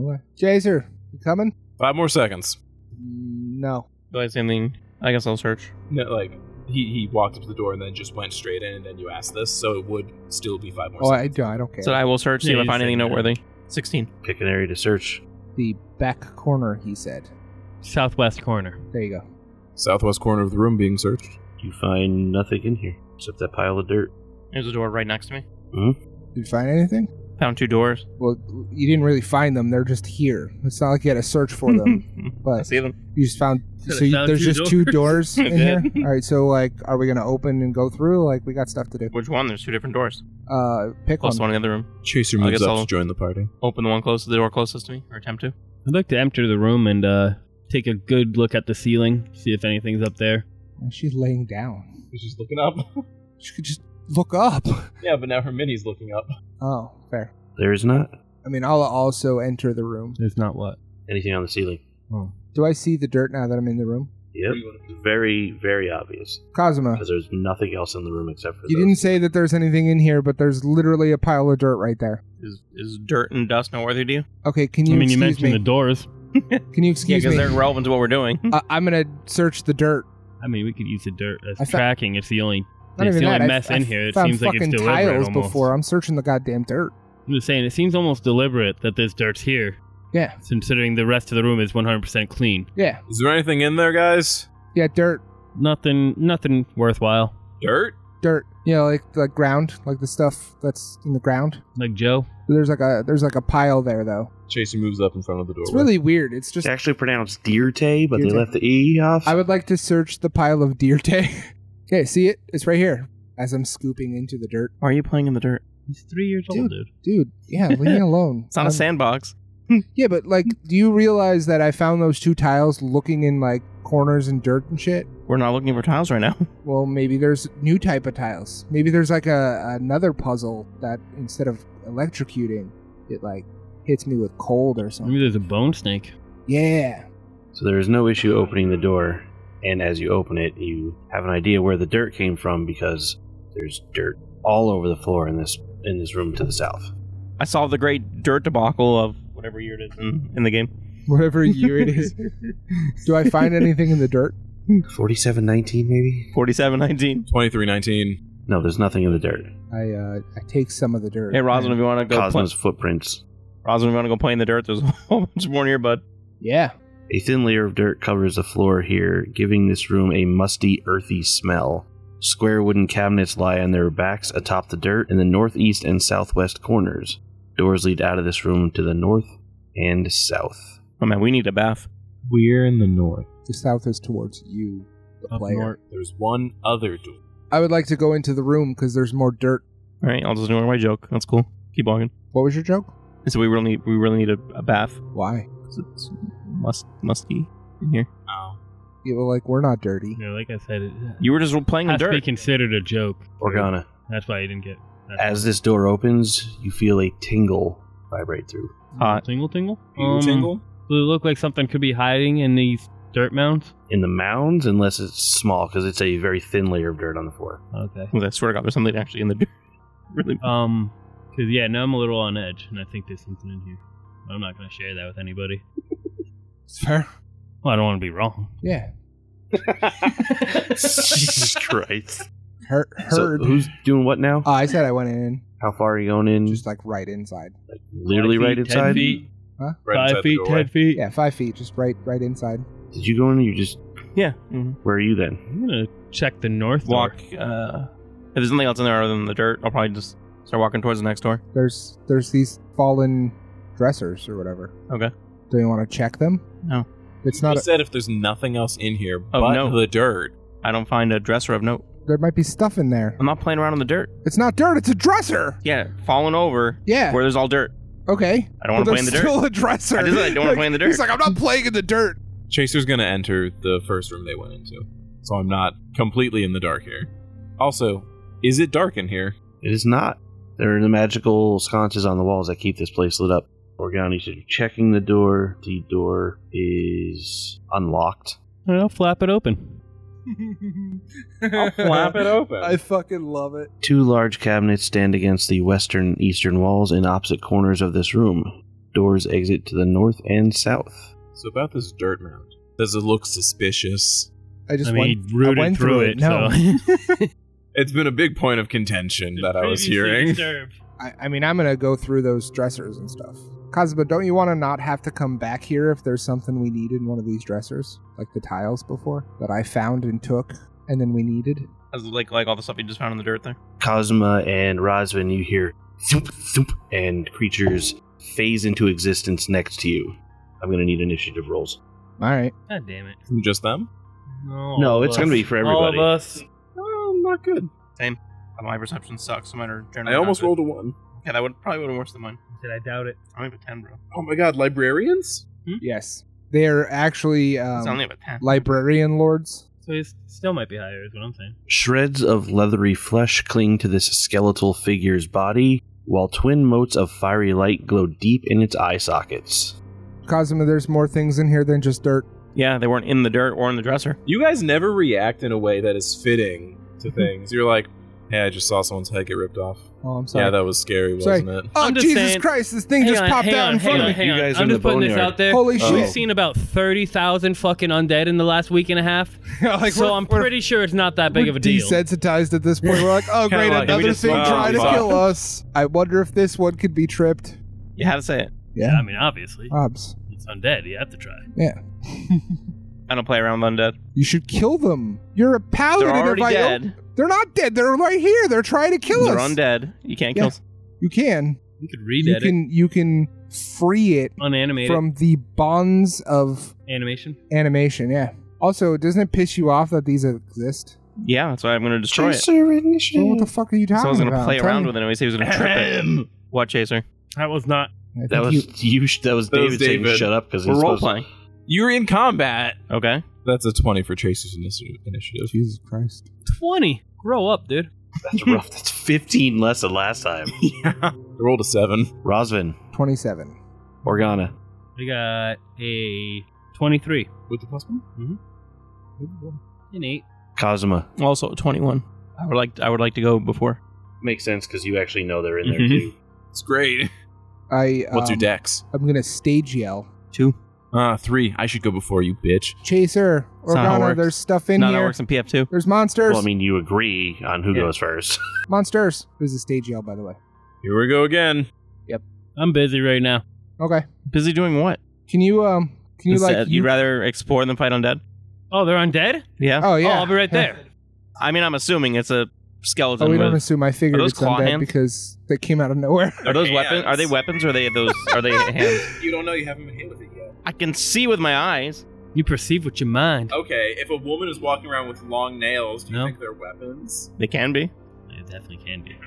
Speaker 2: Okay. Jaser, you coming?
Speaker 3: Five more seconds.
Speaker 2: No.
Speaker 6: Do I see anything? I guess I'll search.
Speaker 3: No, like he, he walked up to the door and then just went straight in, and then you asked this, so it would still be five more.
Speaker 2: Oh, I
Speaker 3: seconds.
Speaker 2: don't. I don't care.
Speaker 6: So I will search, see
Speaker 5: Yeah,
Speaker 6: if I
Speaker 5: you
Speaker 6: find
Speaker 5: said
Speaker 6: anything
Speaker 5: that.
Speaker 6: noteworthy. Sixteen.
Speaker 1: Pick an area to search.
Speaker 2: the back corner, he said.
Speaker 5: Southwest corner.
Speaker 2: There you go.
Speaker 3: Southwest corner of the room being searched.
Speaker 1: You find nothing in here except that pile of dirt.
Speaker 6: There's a door right next to me.
Speaker 2: Did you find anything?
Speaker 6: Found two doors.
Speaker 2: Well, you didn't really find them. They're just here. It's not like you had to search for
Speaker 6: (laughs)
Speaker 2: them.
Speaker 6: I
Speaker 2: but
Speaker 6: see them.
Speaker 2: you just found.
Speaker 5: Could've
Speaker 2: So you,
Speaker 5: found
Speaker 2: there's
Speaker 5: two
Speaker 2: just two
Speaker 5: doors. (laughs)
Speaker 2: doors in here.
Speaker 6: Yeah.
Speaker 2: All right. So like, are we gonna open and go through? Like, we got stuff to do.
Speaker 6: Which one? There's two different doors.
Speaker 2: Uh, pick
Speaker 6: Plus the
Speaker 2: one.
Speaker 6: one in the other room.
Speaker 3: Chaser
Speaker 6: I
Speaker 3: moves
Speaker 6: guess
Speaker 3: up
Speaker 6: I'll-
Speaker 3: to join the party.
Speaker 6: Open the one close to the door closest to me, or attempt to.
Speaker 5: I'd like to enter the room and uh, take a good look at the ceiling, see if anything's up there.
Speaker 2: And She's laying down.
Speaker 3: He's just looking up. (laughs)
Speaker 2: She could just look up.
Speaker 3: yeah, but now her mini's looking up.
Speaker 2: Oh, fair.
Speaker 1: There is not
Speaker 2: I mean, I'll also enter the room.
Speaker 5: There's not what.
Speaker 1: anything on the ceiling.
Speaker 5: Oh.
Speaker 2: Do I see the dirt now that I'm in the room?
Speaker 1: Yep. Very, very obvious
Speaker 2: Cosmo,
Speaker 1: because there's nothing else in the room except for
Speaker 2: you
Speaker 1: those.
Speaker 2: didn't say that there's anything in here, but there's literally a pile of dirt right there.
Speaker 6: Is is dirt and dust noteworthy to you?
Speaker 2: Okay, can you
Speaker 5: I mean, you
Speaker 2: Mm, excuse
Speaker 5: mentioned
Speaker 2: me?
Speaker 5: the doors.
Speaker 2: Can you
Speaker 6: Yeah,
Speaker 2: excuse
Speaker 6: because
Speaker 2: me?
Speaker 6: they're relevant to what we're doing.
Speaker 2: I- I'm gonna search the dirt.
Speaker 5: I mean, we could use the dirt as
Speaker 2: I fa-
Speaker 5: tracking. It's the only.
Speaker 2: Not even
Speaker 5: it's the
Speaker 2: that.
Speaker 5: only
Speaker 2: I-
Speaker 5: mess
Speaker 2: I
Speaker 5: in here. It
Speaker 2: found
Speaker 5: seems like it's
Speaker 2: fucking
Speaker 5: deliberate
Speaker 2: tiles
Speaker 5: almost.
Speaker 2: before. I'm searching the goddamn dirt.
Speaker 5: I'm just saying, it seems almost deliberate that this dirt's here,
Speaker 2: Yeah,
Speaker 5: considering the rest of the room is 100% clean.
Speaker 2: yeah,
Speaker 3: Is there anything in there, guys?
Speaker 2: yeah. Dirt,
Speaker 5: Nothing, nothing worthwhile.
Speaker 3: Dirt?
Speaker 2: dirt. You know, like the ground, like the stuff that's in the ground.
Speaker 5: Like Joe,
Speaker 2: There's like a there's like a pile there though.
Speaker 3: Chaser moves up in front of the door.
Speaker 2: It's really weird. It's just
Speaker 1: It's actually pronounced Dirte, but they
Speaker 2: Dirte.
Speaker 1: left the E off.
Speaker 2: I would like to search the pile of deer tay. (laughs) okay, see it? It's right here. As I'm scooping into the dirt,
Speaker 6: (laughs) Why are you playing in the dirt?
Speaker 5: he's three years
Speaker 2: Dude.
Speaker 5: old, dude.
Speaker 2: dude. Yeah, leave (laughs) me alone.
Speaker 6: It's not a
Speaker 2: I'm-
Speaker 6: sandbox.
Speaker 2: Yeah, but like, do you realize that I found those two tiles looking in like corners and dirt and shit?
Speaker 6: We're not looking for tiles right now. (laughs)
Speaker 2: Well, maybe there's new type of tiles. Maybe there's like a another puzzle that instead of electrocuting, it like hits me with cold or
Speaker 5: Maybe
Speaker 2: something.
Speaker 5: there's a bone snake.
Speaker 2: Yeah.
Speaker 1: So there is no issue opening the door, and as you open it, you have an idea where the dirt came from because there's dirt all over the floor in this in this room to the south.
Speaker 6: I solved the great dirt debacle of whatever year it is in, in the game.
Speaker 2: (laughs) Whatever year it is. Do I find anything in the dirt?
Speaker 1: Forty-seven nineteen, maybe?
Speaker 6: (laughs) Forty-seven nineteen.
Speaker 3: 2319.
Speaker 1: No, there's nothing in the dirt.
Speaker 2: I uh I take some of the dirt.
Speaker 6: Hey, Roslyn, if
Speaker 2: and-
Speaker 6: you want to go, play,
Speaker 1: Cosmos footprints.
Speaker 6: Roslyn, if you want to go play in the dirt, there's (laughs) a whole bunch more here, bud.
Speaker 2: Yeah.
Speaker 1: A thin layer of dirt covers the floor here, giving this room a musty, earthy smell. Square wooden cabinets lie on their backs atop the dirt in the northeast and southwest corners. Doors lead out of this room to the north and south.
Speaker 6: Oh man, we need a bath.
Speaker 3: We're in the north.
Speaker 2: The south is towards you, the
Speaker 5: Up
Speaker 2: player.
Speaker 5: north.
Speaker 3: There's one other door.
Speaker 2: I would like to go into the room because there's more dirt.
Speaker 6: All right, I'll just ignore my joke. That's cool. Keep walking.
Speaker 2: What was your joke?
Speaker 6: So we really, we really need a, a bath.
Speaker 2: Why?
Speaker 6: 'Cause It's must, musty in here.
Speaker 3: Oh.
Speaker 2: You were like, we're not dirty.
Speaker 5: You know, like I said, it
Speaker 6: You were just playing in
Speaker 5: has to be
Speaker 6: dirt.
Speaker 5: considered a joke.
Speaker 1: Organa.
Speaker 5: That's why you didn't get. That.
Speaker 1: As this door opens, you feel a tingle vibrate through.
Speaker 6: Hot.
Speaker 5: tingle, Um, tingle,
Speaker 3: Tingle, tingle?
Speaker 5: Does it look like something could be hiding in these dirt mounds?
Speaker 1: in the mounds unless it's small because it's a very thin layer of dirt on the
Speaker 5: (laughs)
Speaker 1: floor.
Speaker 5: Okay.
Speaker 6: I swear to God, there's something actually in the dirt. (laughs) really.
Speaker 5: Um, cause yeah, now I'm a little on edge, and I think there's something in here. I'm not gonna share that with anybody.
Speaker 2: It's fair.
Speaker 5: Well, I don't want to be wrong.
Speaker 2: (laughs) Yeah.
Speaker 1: Jesus Christ!
Speaker 2: Her-
Speaker 1: So
Speaker 2: heard.
Speaker 1: who's doing what now?
Speaker 2: Uh, I said I went in,
Speaker 1: How far are you going in?
Speaker 2: just like right inside.
Speaker 1: Literally
Speaker 5: Five
Speaker 1: right
Speaker 5: feet,
Speaker 1: inside.
Speaker 5: Ten feet,
Speaker 3: Right
Speaker 5: five
Speaker 3: inside the
Speaker 5: feet,
Speaker 3: doorway.
Speaker 5: ten feet.
Speaker 2: Yeah, five feet, just right, right inside.
Speaker 1: Did you go in? Or you just
Speaker 6: Yeah. mhm.
Speaker 1: where are you then?
Speaker 5: I'm gonna check the north
Speaker 6: Walk.
Speaker 5: door.
Speaker 6: Uh, if there's nothing else in there other than the dirt, I'll probably just start walking towards the next door.
Speaker 2: There's, there's these fallen dressers or whatever.
Speaker 6: Okay.
Speaker 2: Do you want to check them?
Speaker 6: No.
Speaker 2: It's not.
Speaker 3: you
Speaker 2: A,
Speaker 3: said if there's nothing else in here
Speaker 6: Oh,
Speaker 3: but
Speaker 6: no.
Speaker 3: the dirt.
Speaker 6: I don't find a dresser of note.
Speaker 2: there might be stuff in there.
Speaker 6: I'm not playing around in the dirt.
Speaker 2: It's not dirt. It's a dresser.
Speaker 6: Yeah, falling over
Speaker 2: Yeah.
Speaker 6: where there's all dirt.
Speaker 2: Okay.
Speaker 6: I don't want
Speaker 2: But
Speaker 6: to play in the
Speaker 2: there's
Speaker 6: dirt.
Speaker 2: Still a dresser.
Speaker 6: I just said I don't want to
Speaker 2: Like,
Speaker 6: play in the dirt.
Speaker 2: He's like, I'm not playing in the dirt.
Speaker 3: Chaser's gonna enter the first room they went into, so I'm not completely in the dark here. Also, is it dark in
Speaker 6: (laughs)
Speaker 3: here?
Speaker 1: It is not. There are the magical sconces on the walls that keep this place lit up. Organi should be checking the door. The door is unlocked.
Speaker 5: I'll flap it open.
Speaker 3: I'll flap it open.
Speaker 2: fucking love it.
Speaker 1: Two large cabinets stand against the western and eastern walls in opposite corners of this room. Doors exit to the north and south.
Speaker 3: so about this dirt mound. Does it look suspicious?
Speaker 2: I just
Speaker 5: I mean,
Speaker 2: went,
Speaker 5: he rooted
Speaker 2: I went
Speaker 5: through, it.
Speaker 2: No,
Speaker 5: so.
Speaker 3: It's been a big point of contention that I was hearing.
Speaker 2: (laughs) I, I mean, I'm gonna go through those dressers and stuff. Cosmo, don't you want to not have to come back here if there's something we need in one of these dressers, like the tiles before that I found and took, and then we needed?
Speaker 6: As like like all the stuff you just found in the dirt there.
Speaker 1: Cosma and Rosvin, you hear thoop, thoop, and creatures phase into existence next to you. I'm going to need initiative rolls.
Speaker 2: All right.
Speaker 5: God damn it.
Speaker 3: Just them?
Speaker 1: No,
Speaker 5: all of
Speaker 1: it's gonna
Speaker 5: us.
Speaker 1: be for
Speaker 5: All of
Speaker 1: everybody.
Speaker 5: us.
Speaker 3: Oh, not good.
Speaker 6: Uh, My perception sucks. so Mine are generally
Speaker 3: I almost
Speaker 6: not
Speaker 3: rolled
Speaker 6: good.
Speaker 3: a one.
Speaker 6: Yeah, that would probably would have worse than mine.
Speaker 5: Did I doubt it?
Speaker 6: I only have a ten, bro.
Speaker 3: Oh my god, librarians?
Speaker 2: Yes, they're actually
Speaker 6: It's only
Speaker 2: um,
Speaker 6: have a ten.
Speaker 2: librarian lords.
Speaker 5: So he still might be higher, is what I'm saying.
Speaker 1: Shreds of leathery flesh cling to this skeletal figure's body, while twin motes of fiery light glow deep in its eye sockets.
Speaker 2: Cosmo, there's more things in here than just dirt.
Speaker 6: Yeah, they weren't in the dirt or in the dresser.
Speaker 3: You guys never react in a way that is fitting to things. You're like, hey, I just saw someone's head get ripped off.
Speaker 2: Oh, I'm sorry.
Speaker 3: Yeah, that was scary, wasn't it?
Speaker 2: oh
Speaker 5: I'm just
Speaker 2: Jesus
Speaker 5: saying-
Speaker 2: Christ! This thing
Speaker 5: Hang
Speaker 2: just
Speaker 5: on,
Speaker 2: popped
Speaker 5: hang
Speaker 2: out
Speaker 5: on,
Speaker 2: in
Speaker 5: hang
Speaker 2: front
Speaker 5: on,
Speaker 2: of me.
Speaker 5: hang
Speaker 1: You
Speaker 5: on.
Speaker 1: guys
Speaker 5: I'm
Speaker 1: in
Speaker 5: just
Speaker 1: the
Speaker 5: putting this
Speaker 1: boneyard.
Speaker 5: out there.
Speaker 2: Holy
Speaker 5: We've
Speaker 2: shit!
Speaker 5: seen about 30,000 fucking undead in the last week and a half.
Speaker 2: (laughs) Like,
Speaker 5: so
Speaker 2: we're-
Speaker 5: I'm
Speaker 2: we're-
Speaker 5: pretty sure it's not that big
Speaker 2: We're
Speaker 5: of a deal.
Speaker 2: Desensitized at this point. We're
Speaker 5: (laughs)
Speaker 2: like, oh
Speaker 6: Kinda
Speaker 2: great,
Speaker 6: like,
Speaker 2: another
Speaker 6: we just
Speaker 2: thing
Speaker 3: went,
Speaker 2: trying to
Speaker 3: "Oh, fuck."
Speaker 2: kill us. I wonder if this one could be tripped.
Speaker 6: You had to say it.
Speaker 5: yeah, I mean, obviously.
Speaker 2: Obs.
Speaker 5: It's undead. You have to try.
Speaker 6: I don't play around with undead.
Speaker 2: You should kill them. You're a paladin.
Speaker 6: They're
Speaker 2: of
Speaker 6: already
Speaker 2: Io-
Speaker 6: dead.
Speaker 2: They're not dead. They're right here. They're trying to kill
Speaker 6: They're
Speaker 2: us.
Speaker 6: undead. You can't
Speaker 2: Yeah.
Speaker 6: kill. s-
Speaker 2: You can.
Speaker 5: You could read
Speaker 2: You
Speaker 5: it.
Speaker 2: can. You can free it
Speaker 5: Unanimated
Speaker 2: from the bonds of
Speaker 5: animation.
Speaker 2: animation. Yeah. Also, doesn't it piss you off that these exist?
Speaker 6: Yeah, that's why I'm gonna destroy it.
Speaker 2: Well, what the fuck are you talking
Speaker 6: Someone's gonna
Speaker 2: about?
Speaker 6: play
Speaker 2: Tell
Speaker 6: around
Speaker 2: me-
Speaker 6: with it. and He was gonna trip it. What, Chaser?
Speaker 5: That was not.
Speaker 2: I
Speaker 1: That
Speaker 2: think
Speaker 1: was
Speaker 2: you-
Speaker 1: you. sh that was
Speaker 3: That was
Speaker 1: David, saying
Speaker 3: David.
Speaker 1: shut up because
Speaker 6: We're role playing.
Speaker 3: You're in combat.
Speaker 6: Okay.
Speaker 3: That's a 20 for Tracer's initi- initiative.
Speaker 2: Jesus Christ.
Speaker 5: 20. Grow up, dude.
Speaker 1: (laughs) That's rough. That's 15 less than last time.
Speaker 3: I rolled a 7.
Speaker 1: Rosvin,
Speaker 2: Twenty-seven.
Speaker 1: Organa,
Speaker 5: I got a 23.
Speaker 3: With the plus one?
Speaker 5: An 8.
Speaker 1: Cosma.
Speaker 6: Also, 21. I would like. I would like to go before.
Speaker 1: Makes sense because you actually know they're in
Speaker 6: Mhm.
Speaker 1: there too.
Speaker 3: It's
Speaker 2: (laughs)
Speaker 3: great.
Speaker 2: I.
Speaker 3: What's your
Speaker 2: um,
Speaker 3: dex?
Speaker 2: I'm gonna stage yell.
Speaker 6: Two.
Speaker 3: Ah, 3. I should go before you, bitch.
Speaker 2: Chaser,
Speaker 6: That's not how it
Speaker 2: Organa,
Speaker 6: works.
Speaker 2: there's stuff in
Speaker 6: no, that
Speaker 2: here.
Speaker 6: works in PF2.
Speaker 2: There's monsters.
Speaker 1: Well, I mean, you agree on who
Speaker 6: Yeah.
Speaker 1: goes first.
Speaker 2: monsters. There's a stage yell, by the way.
Speaker 3: Here we go again.
Speaker 5: I'm busy right now.
Speaker 2: Okay.
Speaker 6: Busy doing what?
Speaker 2: Can you um? Can you
Speaker 6: Instead,
Speaker 2: like?
Speaker 6: you'd rather explore than fight undead.
Speaker 5: Oh, they're undead?
Speaker 6: Yeah.
Speaker 2: oh yeah.
Speaker 5: Oh, I'll be
Speaker 2: (laughs)
Speaker 5: right there.
Speaker 6: I mean, I'm assuming it's a
Speaker 2: Oh,
Speaker 6: skeleton.
Speaker 2: we
Speaker 6: with,
Speaker 2: don't assume. I figured
Speaker 6: those
Speaker 2: it's
Speaker 6: claw
Speaker 2: undead
Speaker 6: hands?
Speaker 2: because they came out of nowhere. (laughs)
Speaker 6: are those
Speaker 3: Hands.
Speaker 6: weapons? Are they weapons? Or are they those? Are (laughs) they
Speaker 3: (laughs)
Speaker 6: hands?
Speaker 3: You don't know you haven't been hit with it yet.
Speaker 6: I can see with my eyes.
Speaker 5: You perceive with your mind.
Speaker 3: Okay, if a woman is walking around with long nails, do you
Speaker 5: No.
Speaker 3: think they're weapons?
Speaker 6: They can be.
Speaker 5: It Oh, definitely can be.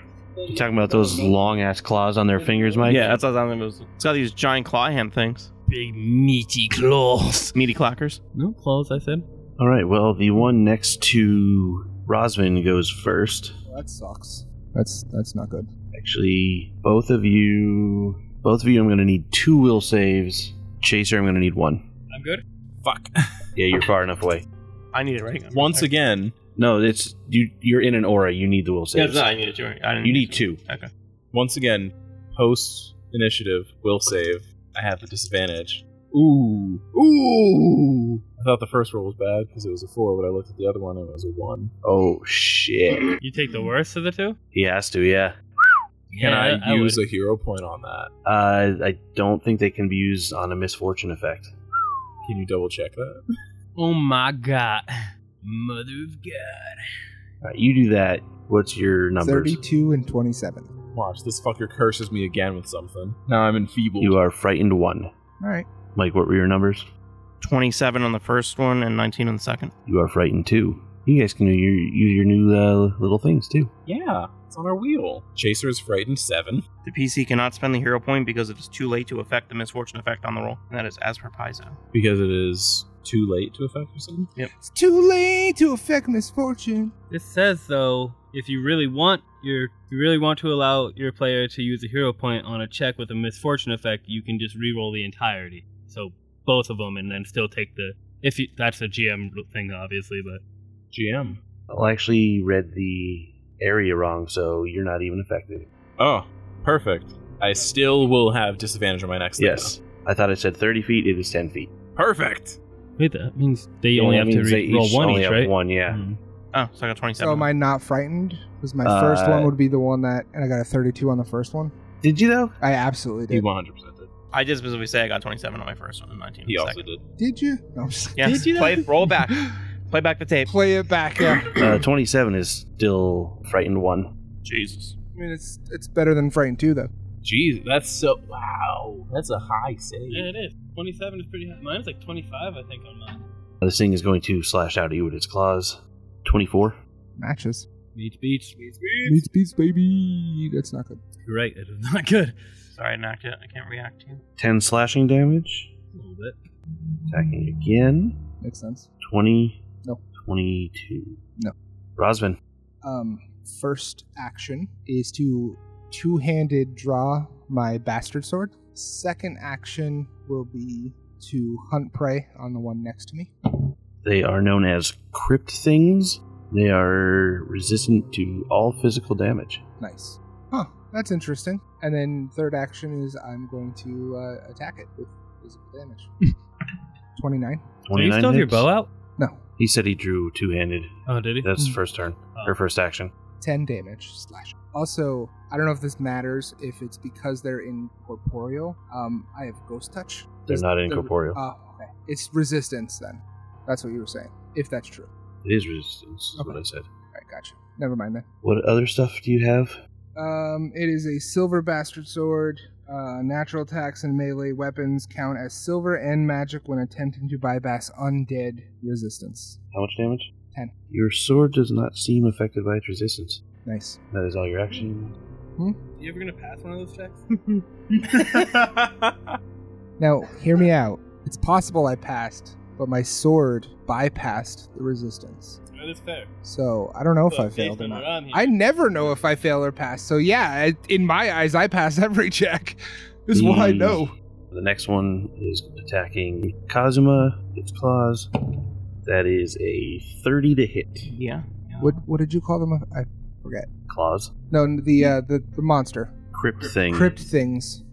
Speaker 1: You talking about those long ass claws on their fingers, Mike?
Speaker 6: Yeah, that's what I was thinking. It's got these giant claw hand things.
Speaker 5: Big meaty claws.
Speaker 6: Meaty clackers.
Speaker 5: No claws, I said.
Speaker 1: All right. Well, the one next to Rosvin goes first.
Speaker 2: Well, that sucks. That's that's not good.
Speaker 1: Actually, both of you, both of you, I'm going to need two will saves. Chaser, I'm going to need one.
Speaker 5: I'm good.
Speaker 3: Fuck.
Speaker 1: Yeah, you're far enough away.
Speaker 6: I need it right.
Speaker 3: (laughs) Once
Speaker 6: Okay.
Speaker 3: again,
Speaker 1: No, it's you. You're in an aura. You need the will
Speaker 6: Yeah,
Speaker 1: saves.
Speaker 6: no, I need it too. I didn't
Speaker 1: you need two.
Speaker 3: once again, post initiative will save. I have the disadvantage. Ooh, ooh! I thought the first roll was bad because it was a four, but I looked at the other one and it was a one.
Speaker 1: Oh shit!
Speaker 5: You take the worst of the two?
Speaker 1: He has to. Yeah.
Speaker 3: Can
Speaker 5: Yeah,
Speaker 3: I,
Speaker 5: would.
Speaker 3: use a hero point on that?
Speaker 1: Uh, I don't think they can be used on a misfortune effect.
Speaker 3: Can you double check that?
Speaker 5: Oh my god. Mother of God.
Speaker 1: All right, you do that. What's your numbers?
Speaker 2: 32 and 27.
Speaker 3: Watch, this fucker curses me again with something. Now I'm enfeebled.
Speaker 1: You are frightened one.
Speaker 2: All right.
Speaker 1: Mike, what were your numbers?
Speaker 6: 27 on the first one and 19 on the second.
Speaker 1: You are frightened two. You guys can do your, use your new uh, little things too.
Speaker 3: Yeah, it's on our wheel. Chaser is frightened seven.
Speaker 6: The PC cannot spend the hero point because it is too late to affect the misfortune effect on the roll. And that is as per Paizo.
Speaker 3: Because it is too late to affect or something?
Speaker 2: It's too late to affect misfortune.
Speaker 5: This says though, if you really want your if you really want to allow your player to use a hero point on a check with a misfortune effect, you can just re-roll the entirety. So both of them and then still take the if you, that's a GM thing obviously, but
Speaker 3: GM.
Speaker 1: Well, Oh, I actually read the area wrong, so you're not even affected.
Speaker 3: Oh, perfect. I still will have disadvantage on my next thing,
Speaker 1: Yes. I thought it said 30 feet. It is 10 feet.
Speaker 3: though. Perfect!
Speaker 5: wait, that means they only
Speaker 1: It
Speaker 5: have to
Speaker 1: means they
Speaker 5: re- roll one
Speaker 1: only
Speaker 5: each,
Speaker 1: have
Speaker 5: right?
Speaker 1: One, yeah.
Speaker 5: Hmm.
Speaker 6: Oh, so I got 27.
Speaker 2: So am I not frightened? Because my
Speaker 1: Uh,
Speaker 2: first one would be the one that, and I got a 32 on the first one.
Speaker 1: Did you though?
Speaker 2: I absolutely
Speaker 3: He
Speaker 2: did.
Speaker 3: 100% did.
Speaker 6: I did specifically say I got 27 on my first one and 19 on
Speaker 3: He
Speaker 6: the
Speaker 3: also
Speaker 6: second.
Speaker 3: did.
Speaker 2: Did you? No, I'm just
Speaker 6: Yes.
Speaker 5: Did you
Speaker 6: Play,
Speaker 5: not?
Speaker 6: roll back. Play back the
Speaker 2: (laughs)
Speaker 6: tape.
Speaker 2: play it back. Yeah.
Speaker 1: (clears throat) Uh, 27 is still frightened one.
Speaker 6: Jesus.
Speaker 2: I mean, it's it's better than frightened too, though.
Speaker 3: Jeez, that's so. Wow, that's a high save.
Speaker 5: Yeah, it is. Twenty-seven is pretty high. Mine's like twenty-five, I think, on mine.
Speaker 1: This thing is going to slash out at you with its claws. 24.
Speaker 2: Matches.
Speaker 5: Beach, beach, beach, beach.
Speaker 2: Meets beats, baby. That's not good.
Speaker 5: Right, it is not good.
Speaker 6: Sorry, I didn't act yet. I can't react to you.
Speaker 1: 10 slashing damage.
Speaker 5: A little bit.
Speaker 1: Attacking again.
Speaker 2: Makes sense.
Speaker 1: 20.
Speaker 2: No.
Speaker 1: 22.
Speaker 2: No.
Speaker 1: Rosvin.
Speaker 2: Um, first action is to two-handed draw my bastard sword. Second action will be to hunt prey on the one next to me.
Speaker 1: They are known as crypt things. They are resistant to all physical damage.
Speaker 2: Nice. Huh. That's interesting. And then third action is I'm going to uh, attack it with physical damage.
Speaker 1: (laughs)
Speaker 2: Twenty-nine.
Speaker 5: Do you
Speaker 1: 29
Speaker 5: still have your
Speaker 1: hits.
Speaker 5: bow out?
Speaker 2: No,
Speaker 1: He said he drew two handed.
Speaker 5: Oh, did he?
Speaker 1: That's
Speaker 2: Mm.
Speaker 1: first turn.
Speaker 2: Oh.
Speaker 1: Or first action.
Speaker 2: 10 damage slash. Also, I don't know if this matters if it's because they're incorporeal. Um, I have ghost touch.
Speaker 1: They're
Speaker 2: Does-
Speaker 1: not incorporeal.
Speaker 2: Oh, okay. It's resistance then. That's what you were saying. If that's true.
Speaker 1: it is resistance, is what
Speaker 2: Okay.
Speaker 1: I said.
Speaker 2: All right, gotcha. Never mind then.
Speaker 1: What other stuff do you have?
Speaker 2: Um, it is a silver bastard sword. Uh, natural attacks and melee weapons count as silver and magic when attempting to bypass undead resistance.
Speaker 1: How much damage?
Speaker 2: 10.
Speaker 1: Your sword does not seem affected by its resistance.
Speaker 2: Nice.
Speaker 1: That is all your action.
Speaker 5: You ever gonna pass one of those checks?
Speaker 2: Now, hear me out. It's possible I passed, but my sword bypassed the resistance.
Speaker 5: that is fair.
Speaker 2: So I don't know if
Speaker 5: But
Speaker 2: I failed
Speaker 5: based
Speaker 2: or
Speaker 5: on
Speaker 2: not.
Speaker 5: what I'm hearing-
Speaker 2: I never know if I fail or pass. So yeah, I- in my eyes, I pass (laughs) every check. This is what I
Speaker 1: The-
Speaker 2: know.
Speaker 1: The next one is attacking Kazuma, its claws. That is a 30 to hit.
Speaker 6: Yeah.
Speaker 2: What what did you call them? I,
Speaker 1: Claws.
Speaker 2: no, the uh, the the monster
Speaker 1: Crypt thing.
Speaker 2: crypt things.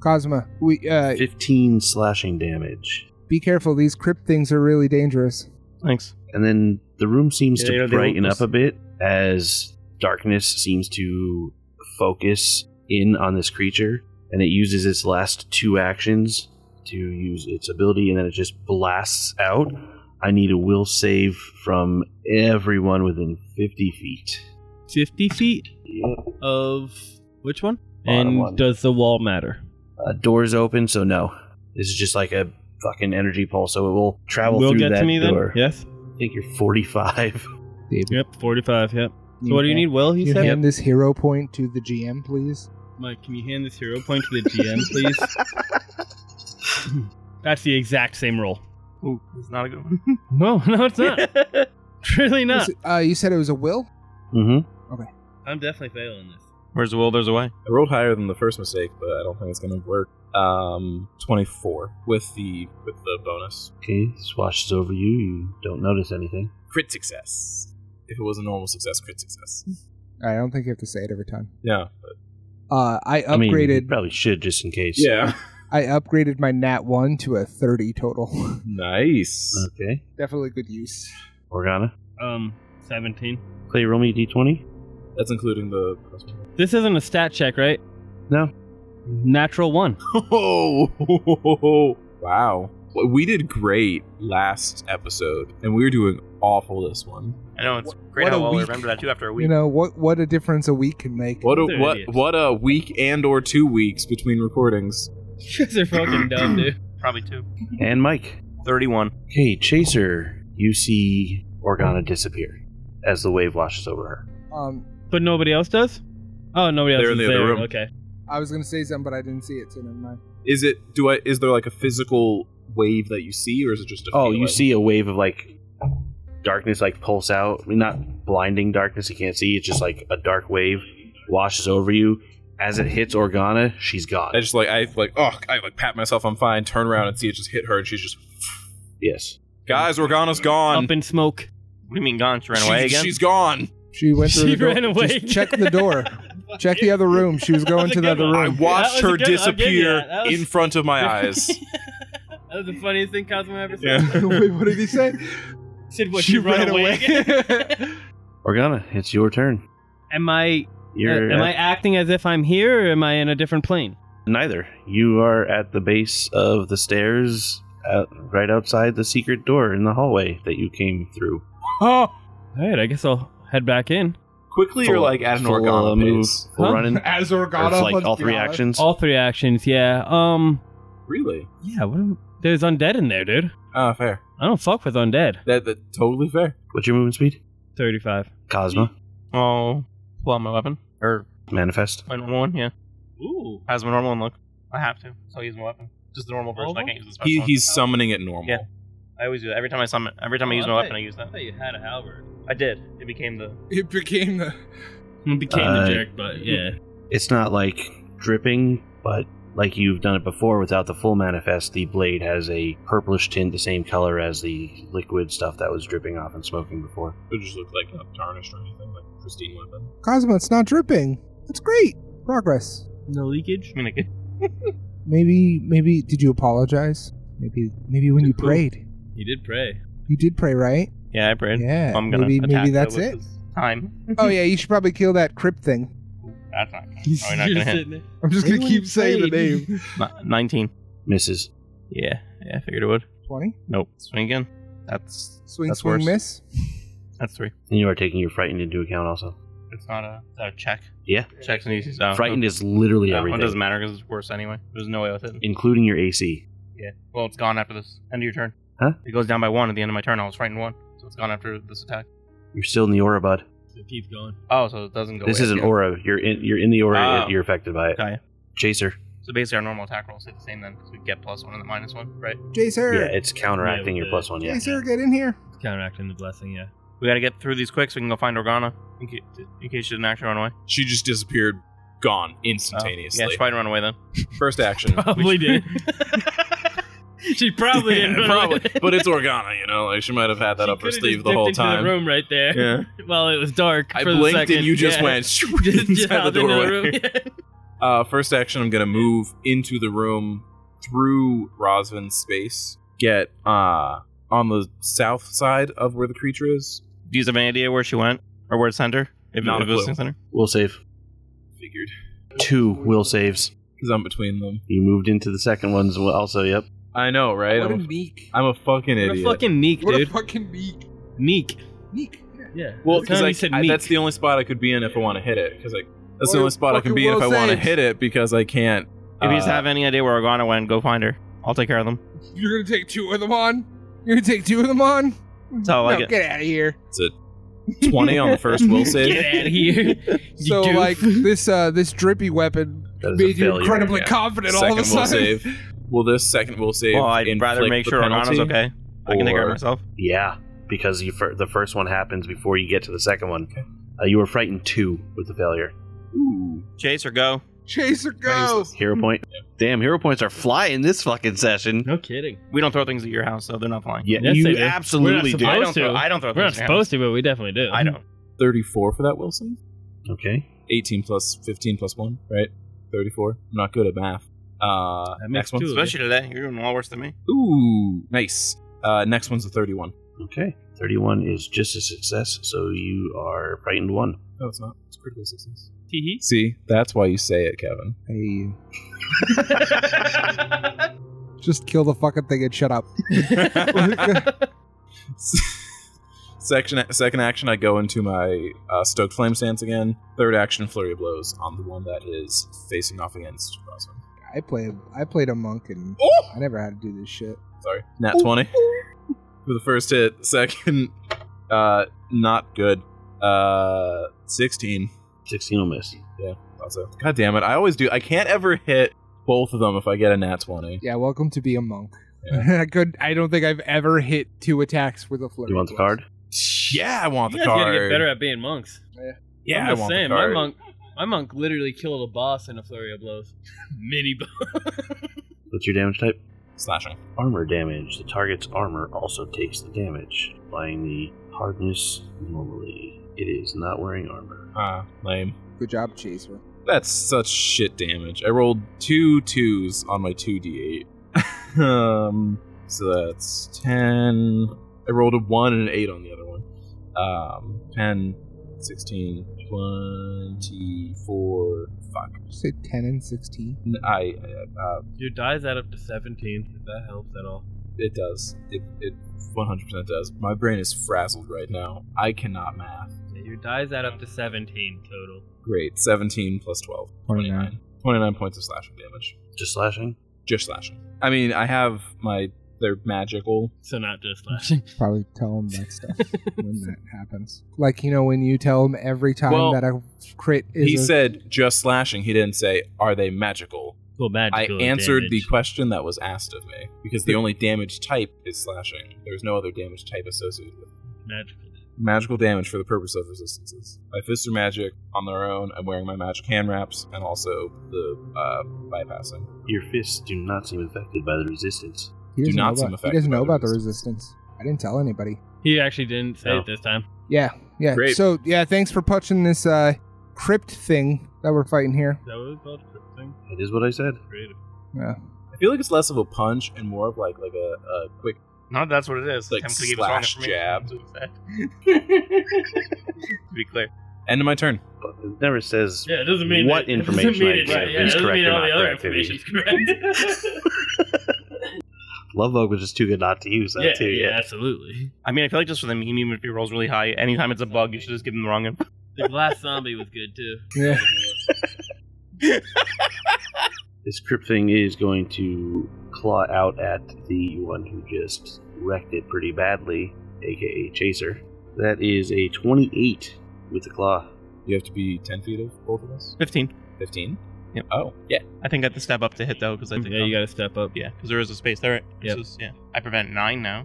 Speaker 2: Cosma, we uh,
Speaker 1: 15 slashing damage.
Speaker 2: be careful. These crypt things are really dangerous.
Speaker 6: Thanks.
Speaker 1: And then the room seems
Speaker 6: Yeah,
Speaker 1: to
Speaker 6: they
Speaker 1: brighten
Speaker 6: don't-
Speaker 1: up a bit as darkness seems to focus in on this creature, and it uses its last two actions to use its ability, and then it just blasts out. I need a will save from everyone within 50 feet.
Speaker 5: Fifty feet
Speaker 1: Yep.
Speaker 5: of which one?
Speaker 1: Bottom
Speaker 5: and
Speaker 1: one.
Speaker 5: does the wall matter?
Speaker 1: Uh, door's open, so no. This is just like a fucking energy pulse, so it will travel
Speaker 5: will
Speaker 1: through
Speaker 5: get
Speaker 1: that
Speaker 5: to me
Speaker 1: door.
Speaker 5: then. Yes.
Speaker 1: I think you're 45.
Speaker 5: Yep. Forty-five. Yep. So what do you need? Will
Speaker 2: Can
Speaker 5: he
Speaker 2: you
Speaker 5: said.
Speaker 2: hand this hero point to the GM, please?
Speaker 5: Mike, can you hand this hero point to the GM, please? (laughs) That's the exact same roll.
Speaker 6: Ooh, it's not a good one.
Speaker 5: No, no, it's not. (laughs) it's really not.
Speaker 2: Is it- Uh, you said it was a will.
Speaker 1: (laughs) Mm-hmm.
Speaker 5: I'm definitely failing this.
Speaker 6: (laughs) Where's the will, there's a way.
Speaker 3: I rolled higher than the first mistake, but I don't think it's going to work. Um, 24 with the with the bonus
Speaker 1: Okay, swashes over you. You don't notice anything.
Speaker 3: crit success. If it was a normal success, crit (laughs) success.
Speaker 2: I don't think you have to say it every time.
Speaker 3: Yeah, but
Speaker 2: Uh, I
Speaker 1: I mean, you
Speaker 2: upgraded.
Speaker 1: probably should just in case.
Speaker 3: yeah,
Speaker 2: I upgraded my nat one to a thirty total.
Speaker 3: (laughs)
Speaker 2: (laughs)
Speaker 3: nice.
Speaker 1: Okay.
Speaker 2: Definitely good use.
Speaker 1: Organa.
Speaker 5: Um, 17.
Speaker 1: Clay, roll me a d20.
Speaker 3: That's including the.
Speaker 5: This isn't a stat check, right?
Speaker 1: No.
Speaker 5: Natural one.
Speaker 3: Oh, wow. Well, We did great last episode, and we were doing awful this one.
Speaker 6: I know it's
Speaker 2: Wh-
Speaker 6: great
Speaker 2: what
Speaker 6: how
Speaker 2: a
Speaker 6: well we
Speaker 2: week.
Speaker 6: remember that too after a week.
Speaker 2: You know what? What a difference a week can make.
Speaker 3: What a
Speaker 5: They're
Speaker 3: what
Speaker 5: idiots.
Speaker 3: what a week and or two weeks between recordings.
Speaker 5: You guys are fucking dumb, dude.
Speaker 6: Probably two.
Speaker 1: And Mike.
Speaker 6: Thirty-one.
Speaker 1: Okay, Chaser, you see Organa disappear as the wave washes over her.
Speaker 2: Um,
Speaker 5: But nobody else does? Oh, nobody else
Speaker 3: They're
Speaker 5: is
Speaker 3: in the
Speaker 5: there.
Speaker 3: other room.
Speaker 5: Okay.
Speaker 2: I was gonna say something, but I didn't see it, so never mind.
Speaker 3: Is it do I is there like a physical wave that you see or is it just a
Speaker 1: Oh, you
Speaker 3: feeling?
Speaker 1: see a wave of like darkness like pulse out. I mean, not blinding darkness, you can't see. It's just like a dark wave washes over you. As it hits Organa, she's gone.
Speaker 3: I just like I like oh I like pat myself I'm fine, turn around and see it just hit her and she's just
Speaker 1: yes.
Speaker 3: Guys, Organa's gone.
Speaker 5: Up in smoke.
Speaker 6: What do you mean gone? She ran
Speaker 3: She's-
Speaker 6: away again?
Speaker 3: She's gone.
Speaker 2: She went through
Speaker 5: She
Speaker 2: the door.
Speaker 5: ran away.
Speaker 2: Just check the
Speaker 6: (laughs)
Speaker 2: door. check the other room. She was going
Speaker 5: was
Speaker 2: to
Speaker 5: a
Speaker 2: the
Speaker 5: good
Speaker 2: other
Speaker 5: one.
Speaker 3: I
Speaker 2: room.
Speaker 3: watched
Speaker 5: That was
Speaker 3: her
Speaker 5: a good- I'll give you
Speaker 3: disappear
Speaker 5: that. That was-
Speaker 3: in front of
Speaker 5: (laughs)
Speaker 3: my eyes. (laughs)
Speaker 5: that was the funniest thing Cosmo ever said.
Speaker 3: Yeah.
Speaker 2: (laughs) Wait, what did he say?
Speaker 5: Said what? She, ran, away. again?
Speaker 1: Organa, it's your turn.
Speaker 5: (laughs) am I? uh,
Speaker 1: You're
Speaker 5: am I
Speaker 1: at-
Speaker 5: acting as if I'm here, or am I in a different plane?
Speaker 1: neither. You are at the base of the stairs, out, right outside the secret door in the hallway that you came through.
Speaker 3: Oh,
Speaker 5: All right, I guess I'll head back in.
Speaker 3: quickly you're
Speaker 1: Full-
Speaker 3: like at an
Speaker 1: full, uh,
Speaker 3: Organa
Speaker 1: move,
Speaker 3: pace.
Speaker 1: full
Speaker 5: Huh?
Speaker 1: running, or
Speaker 2: (laughs) As Organa,
Speaker 1: it's like
Speaker 2: let's
Speaker 1: all
Speaker 2: be
Speaker 1: three
Speaker 2: honest.
Speaker 1: actions.
Speaker 5: All three actions, yeah. Um,
Speaker 3: Really?
Speaker 5: yeah. What? Am, there's undead in there, dude.
Speaker 3: Ah, fair.
Speaker 5: I don't fuck with undead.
Speaker 3: That, that totally fair.
Speaker 1: What's your movement speed?
Speaker 5: Thirty-five.
Speaker 1: Cosma,
Speaker 6: oh, pull out my weapon or
Speaker 1: manifest.
Speaker 6: my normal one. Yeah,
Speaker 5: Ooh.
Speaker 6: has my normal one. Look, I have to. So I use my weapon. Just the normal version. I
Speaker 5: Normal?
Speaker 6: can't use the special
Speaker 3: He,
Speaker 6: one.
Speaker 3: he's summoning it normal.
Speaker 6: Yeah. I always do that every time I summon. Every time I
Speaker 5: Oh,
Speaker 6: use
Speaker 5: I
Speaker 6: my
Speaker 5: thought-
Speaker 6: weapon, I use that.
Speaker 5: thought you had a halberd.
Speaker 6: I did. It became the.
Speaker 2: It became the.
Speaker 5: Became
Speaker 1: Uh,
Speaker 5: the jerk, but yeah.
Speaker 1: It's not like dripping, but like you've done it before without the full manifest, the blade has a purplish tint, the same color as the liquid stuff that was dripping off and smoking before.
Speaker 3: It just looked like not tarnished or anything, like a pristine weapon.
Speaker 2: Cosmo, it's not dripping. That's great. Progress.
Speaker 5: No leakage.
Speaker 6: I mean, like,
Speaker 2: Maybe, maybe. Did you apologize? Maybe, maybe when you
Speaker 5: Who?
Speaker 2: prayed,
Speaker 5: You did pray.
Speaker 2: you did pray, right?
Speaker 6: yeah, I prayed.
Speaker 2: Yeah.
Speaker 6: I'm gonna
Speaker 2: maybe,
Speaker 6: attack
Speaker 2: maybe
Speaker 6: though
Speaker 2: that's
Speaker 6: with
Speaker 2: it.
Speaker 6: this Time.
Speaker 2: oh yeah, you should probably kill that crypt thing.
Speaker 6: That's not.
Speaker 5: He's
Speaker 6: Probably not
Speaker 5: you're
Speaker 6: gonna hit.
Speaker 5: sitting there.
Speaker 2: I'm just
Speaker 5: Maybe
Speaker 2: gonna
Speaker 5: when you
Speaker 2: keep saying the
Speaker 5: prayed.
Speaker 2: name.
Speaker 6: Ni- Nineteen.
Speaker 1: Misses.
Speaker 6: Yeah, yeah, I figured it would.
Speaker 2: Twenty.
Speaker 6: Nope. Swing again. That's
Speaker 2: Swing,
Speaker 6: That's
Speaker 2: swing,
Speaker 6: worse.
Speaker 2: miss.
Speaker 6: that's three.
Speaker 1: And you are taking your frightened into account also.
Speaker 6: It's not a, it's a check.
Speaker 1: Yeah.
Speaker 6: Checks and easy.
Speaker 3: Uh-huh.
Speaker 6: So
Speaker 1: Frightened is literally
Speaker 6: Yeah,
Speaker 1: everything,
Speaker 6: It doesn't matter because it's worse anyway. There's no way with it.
Speaker 1: including your AC.
Speaker 6: Yeah. Well, it's gone after this end of your turn.
Speaker 1: Huh?
Speaker 6: It goes down by one at the end of my turn. I was frightened one, so it's gone after this attack.
Speaker 1: You're still in the aura, bud.
Speaker 5: It keeps going.
Speaker 6: Oh, so it doesn't go.
Speaker 1: this
Speaker 6: away
Speaker 1: is an
Speaker 6: again.
Speaker 1: aura. You're in. You're in the aura.
Speaker 6: Ah.
Speaker 1: You're affected by it.
Speaker 6: Okay.
Speaker 1: Chaser.
Speaker 6: So basically, our normal attack rolls stay the same then because we get plus one and the minus one, right?
Speaker 2: Jacer.
Speaker 1: Yeah, it's counteracting
Speaker 5: Yeah,
Speaker 1: your
Speaker 5: with
Speaker 1: plus
Speaker 5: the-
Speaker 1: one. Yeah.
Speaker 2: Jacer, get in here.
Speaker 5: It's counteracting the blessing, yeah. (laughs)
Speaker 6: We got to get through these quick so we can go find Organa in, ca- in case she didn't actually run away.
Speaker 3: She just disappeared, gone
Speaker 6: Oh,
Speaker 3: instantaneously.
Speaker 6: yeah, she probably ran away then.
Speaker 3: First action.
Speaker 5: (laughs) Probably did. she probably didn't.
Speaker 3: Yeah,
Speaker 5: run
Speaker 3: probably.
Speaker 5: away. (laughs)
Speaker 3: But it's Organa, you know. Like she might have had that
Speaker 5: She
Speaker 3: up her
Speaker 5: could've
Speaker 3: sleeve
Speaker 5: just
Speaker 3: the
Speaker 5: dipped
Speaker 3: whole
Speaker 5: into
Speaker 3: time.
Speaker 5: (laughs) The room right there.
Speaker 3: Yeah.
Speaker 5: Well, it was dark.
Speaker 3: I
Speaker 5: for the
Speaker 3: blinked
Speaker 5: second.
Speaker 3: and you just
Speaker 5: Yeah.
Speaker 3: went (laughs)
Speaker 5: (laughs) Just-
Speaker 3: inside
Speaker 5: just
Speaker 3: the
Speaker 5: hopped into
Speaker 3: doorway.
Speaker 5: room.
Speaker 3: (laughs) Uh, first action, I'm gonna move into the room through Rosvin's space. Get uh on the south side of where the creature is.
Speaker 6: (laughs) Do you have any idea where she went or where it sent her? If,
Speaker 3: Not a
Speaker 6: if it was
Speaker 3: clue.
Speaker 6: sent her?
Speaker 1: Will save.
Speaker 3: Figured,
Speaker 1: Two will saves.
Speaker 3: because I'm between them.
Speaker 1: You moved into the second one as well. Also, yep.
Speaker 3: I know, right?
Speaker 2: what a
Speaker 3: I'm a,
Speaker 2: meek.
Speaker 3: I'm a fucking
Speaker 5: What a
Speaker 3: idiot.
Speaker 5: fucking meek,
Speaker 2: What a
Speaker 5: dude.
Speaker 2: fucking meek.
Speaker 5: meek.
Speaker 2: Meek.
Speaker 5: Yeah.
Speaker 3: well,
Speaker 5: Every time you
Speaker 3: because
Speaker 5: said
Speaker 3: I,
Speaker 5: meek.
Speaker 3: that's the only spot I could be in if I want to hit it. Because like that's the
Speaker 2: Or
Speaker 3: only spot I can
Speaker 2: fucking
Speaker 3: be in if I
Speaker 2: will
Speaker 3: want to
Speaker 2: saves.
Speaker 3: hit it because I can't.
Speaker 6: If you just
Speaker 3: uh,
Speaker 6: have any idea where Organa went, go find her. I'll take care of them.
Speaker 2: You're gonna take two of them on. You're gonna take two of them on.
Speaker 6: So, like
Speaker 2: no,
Speaker 6: it-
Speaker 2: get out of here.
Speaker 3: it's a twenty
Speaker 5: (laughs)
Speaker 3: on the first will save.
Speaker 5: Get out
Speaker 3: (laughs)
Speaker 5: of here. you
Speaker 2: So
Speaker 5: goof.
Speaker 2: (laughs) like this uh this drippy weapon
Speaker 1: That is a
Speaker 2: made you
Speaker 1: failure.
Speaker 2: incredibly
Speaker 3: yeah.
Speaker 2: confident all
Speaker 3: second
Speaker 2: of a
Speaker 3: will
Speaker 2: sudden.
Speaker 3: save. Will this second will save?
Speaker 6: Well, I'd rather
Speaker 3: inflict
Speaker 6: make
Speaker 3: the
Speaker 6: sure Organa's
Speaker 3: penalty?
Speaker 6: okay. I can take care of
Speaker 3: or-
Speaker 6: myself.
Speaker 1: Yeah, because you fir- the first one happens before you get to the second one. Uh, you were frightened two with the failure.
Speaker 3: Ooh.
Speaker 6: Chase or go.
Speaker 2: (laughs) Chaser, go.
Speaker 1: Hero point. Damn, hero points are flying this fucking session.
Speaker 5: No kidding.
Speaker 6: We don't throw things at your house, so they're not flying.
Speaker 1: Yeah,
Speaker 5: Yes, they
Speaker 1: you
Speaker 5: do.
Speaker 1: absolutely
Speaker 5: We're
Speaker 1: do.
Speaker 5: not
Speaker 6: I don't
Speaker 5: Supposed to.
Speaker 6: throw. I don't throw
Speaker 5: We're not
Speaker 6: things at your house.
Speaker 5: supposed to, but we definitely do.
Speaker 6: I don't.
Speaker 3: 34 for that, Wilson?
Speaker 1: Okay.
Speaker 3: 18 plus 15 plus 1, right? 34. I'm not good at math. Uh,
Speaker 5: That
Speaker 3: next
Speaker 5: makes
Speaker 3: one's
Speaker 5: two.
Speaker 6: Especially today, you're doing a lot
Speaker 5: (laughs)
Speaker 6: worse than me. (laughs)
Speaker 3: Ooh, nice. Uh, next one's a 31.
Speaker 1: Okay. 31 is just a success, so you are frightened one.
Speaker 3: No, it's not. It's critical success.
Speaker 5: Teehee.
Speaker 3: See, that's why you say it, Kevin. (laughs)
Speaker 2: Hey. Just kill the fucking thing and shut up.
Speaker 3: Section, second action, I go into my uh, stoked flame stance again. Third action, flurry of blows on the one that is facing off against Roswell.
Speaker 2: I play. I played a monk and
Speaker 3: Oh,
Speaker 2: I never had to do this shit.
Speaker 3: sorry, nat twenty for the first hit. Second, (laughs) uh, not good. Uh, sixteen.
Speaker 1: 16 will miss.
Speaker 3: Also, god damn it! I always do. I can't ever hit both of them if I get a nat twenty.
Speaker 2: Yeah, welcome to be a monk. (laughs) I could. I don't think I've ever hit two attacks with a flurry.
Speaker 1: You want the
Speaker 2: of blows.
Speaker 1: card?
Speaker 3: Yeah, I want
Speaker 5: You
Speaker 3: the
Speaker 5: guys
Speaker 3: card.
Speaker 5: gotta get better at being monks.
Speaker 3: yeah,
Speaker 5: I'm
Speaker 3: I
Speaker 5: just
Speaker 3: want
Speaker 5: saying,
Speaker 3: the card.
Speaker 5: my monk, my monk literally killed a boss in a flurry of blows. (laughs) Mini boss.
Speaker 1: What's your damage type?
Speaker 3: slashing.
Speaker 1: Armor damage. The target's armor also takes the damage, applying the hardness normally. It is not wearing armor.
Speaker 3: Ah, lame.
Speaker 2: Good job, Chaser.
Speaker 3: That's such shit damage. I rolled two twos on my 2d8. (laughs) um, so that's 10. I rolled a 1 and an 8 on the other one. Um, 10, 16, 24. Fuck.
Speaker 2: Did you say ten and sixteen?
Speaker 3: N- I, I- uh,
Speaker 5: Your dies add up to 17, if that helps at all.
Speaker 3: it does. It, it 100% does. My brain is frazzled right now. I cannot math.
Speaker 5: Yeah, your dies add up to 17 total.
Speaker 3: Great. 17 plus 12. 29. 29 points of slashing damage.
Speaker 1: Just slashing?
Speaker 3: Just slashing. I mean, I have my. They're magical.
Speaker 5: So not just slashing.
Speaker 2: Probably tell him that stuff
Speaker 3: (laughs)
Speaker 2: when that happens. Like you know when you tell him every time
Speaker 3: Well,
Speaker 2: that a crit is.
Speaker 3: he
Speaker 2: a-
Speaker 3: said just slashing. He didn't say are they magical.
Speaker 5: Well,
Speaker 3: I
Speaker 5: magical
Speaker 3: answered the
Speaker 5: damage.
Speaker 3: question that was asked of me because the only damage type is slashing. There's no other damage type associated with it.
Speaker 5: magical.
Speaker 3: magical damage for the purpose of resistances. My fists are magic on their own. I'm wearing my magic hand wraps and also the uh, bypassing.
Speaker 1: Your fists do not seem affected by the resistance.
Speaker 2: he doesn't
Speaker 3: do not
Speaker 2: know
Speaker 3: seem
Speaker 2: about, He
Speaker 3: affected
Speaker 2: doesn't
Speaker 3: by
Speaker 2: know
Speaker 3: the
Speaker 2: about the resistance. I didn't tell anybody.
Speaker 5: He actually didn't say
Speaker 1: No.
Speaker 5: it this time.
Speaker 2: Yeah, yeah.
Speaker 3: Great.
Speaker 2: So yeah, thanks for punching this uh, crypt thing that we're fighting here.
Speaker 5: That was about the thing.
Speaker 1: That is what I said.
Speaker 5: Creative.
Speaker 2: Yeah.
Speaker 3: I feel like it's less of a punch and more of like like a, a quick
Speaker 6: No, that's what it is.
Speaker 3: Like
Speaker 6: Technically, it was wrong
Speaker 3: slash
Speaker 6: information. to be clear.
Speaker 3: end of my turn.
Speaker 1: But it never says
Speaker 5: Yeah, it doesn't mean
Speaker 1: What
Speaker 5: that- it
Speaker 1: information
Speaker 5: doesn't mean
Speaker 1: I
Speaker 5: it-
Speaker 1: give
Speaker 5: right, yeah,
Speaker 1: is
Speaker 5: it doesn't
Speaker 1: correct
Speaker 5: mean
Speaker 1: or
Speaker 5: all
Speaker 1: not
Speaker 5: the other
Speaker 1: correct,
Speaker 5: information is correct.
Speaker 1: Love Bug was just too good not to use that
Speaker 5: yeah,
Speaker 1: too.
Speaker 5: yeah,
Speaker 1: Yeah.
Speaker 5: absolutely.
Speaker 6: I mean, I feel like just for the meme, even if he rolls really high, anytime it's a bug, you should just give him the wrong info. (laughs)
Speaker 5: The glass zombie was good too.
Speaker 2: Yeah.
Speaker 1: This crypt thing is going to claw out at the one who just wrecked it pretty badly, aka Chaser. That is a 28 with the claw.
Speaker 3: You have to be ten feet of both of us.
Speaker 6: 15.
Speaker 3: Fifteen.
Speaker 6: Yep.
Speaker 3: Oh yeah.
Speaker 6: I think I have to step up to hit, though, because I think.
Speaker 5: Yeah, you gotta step (laughs) up.
Speaker 6: Yeah, because there is a space there.
Speaker 5: Yep.
Speaker 6: This is- yeah. I prevent 9 now.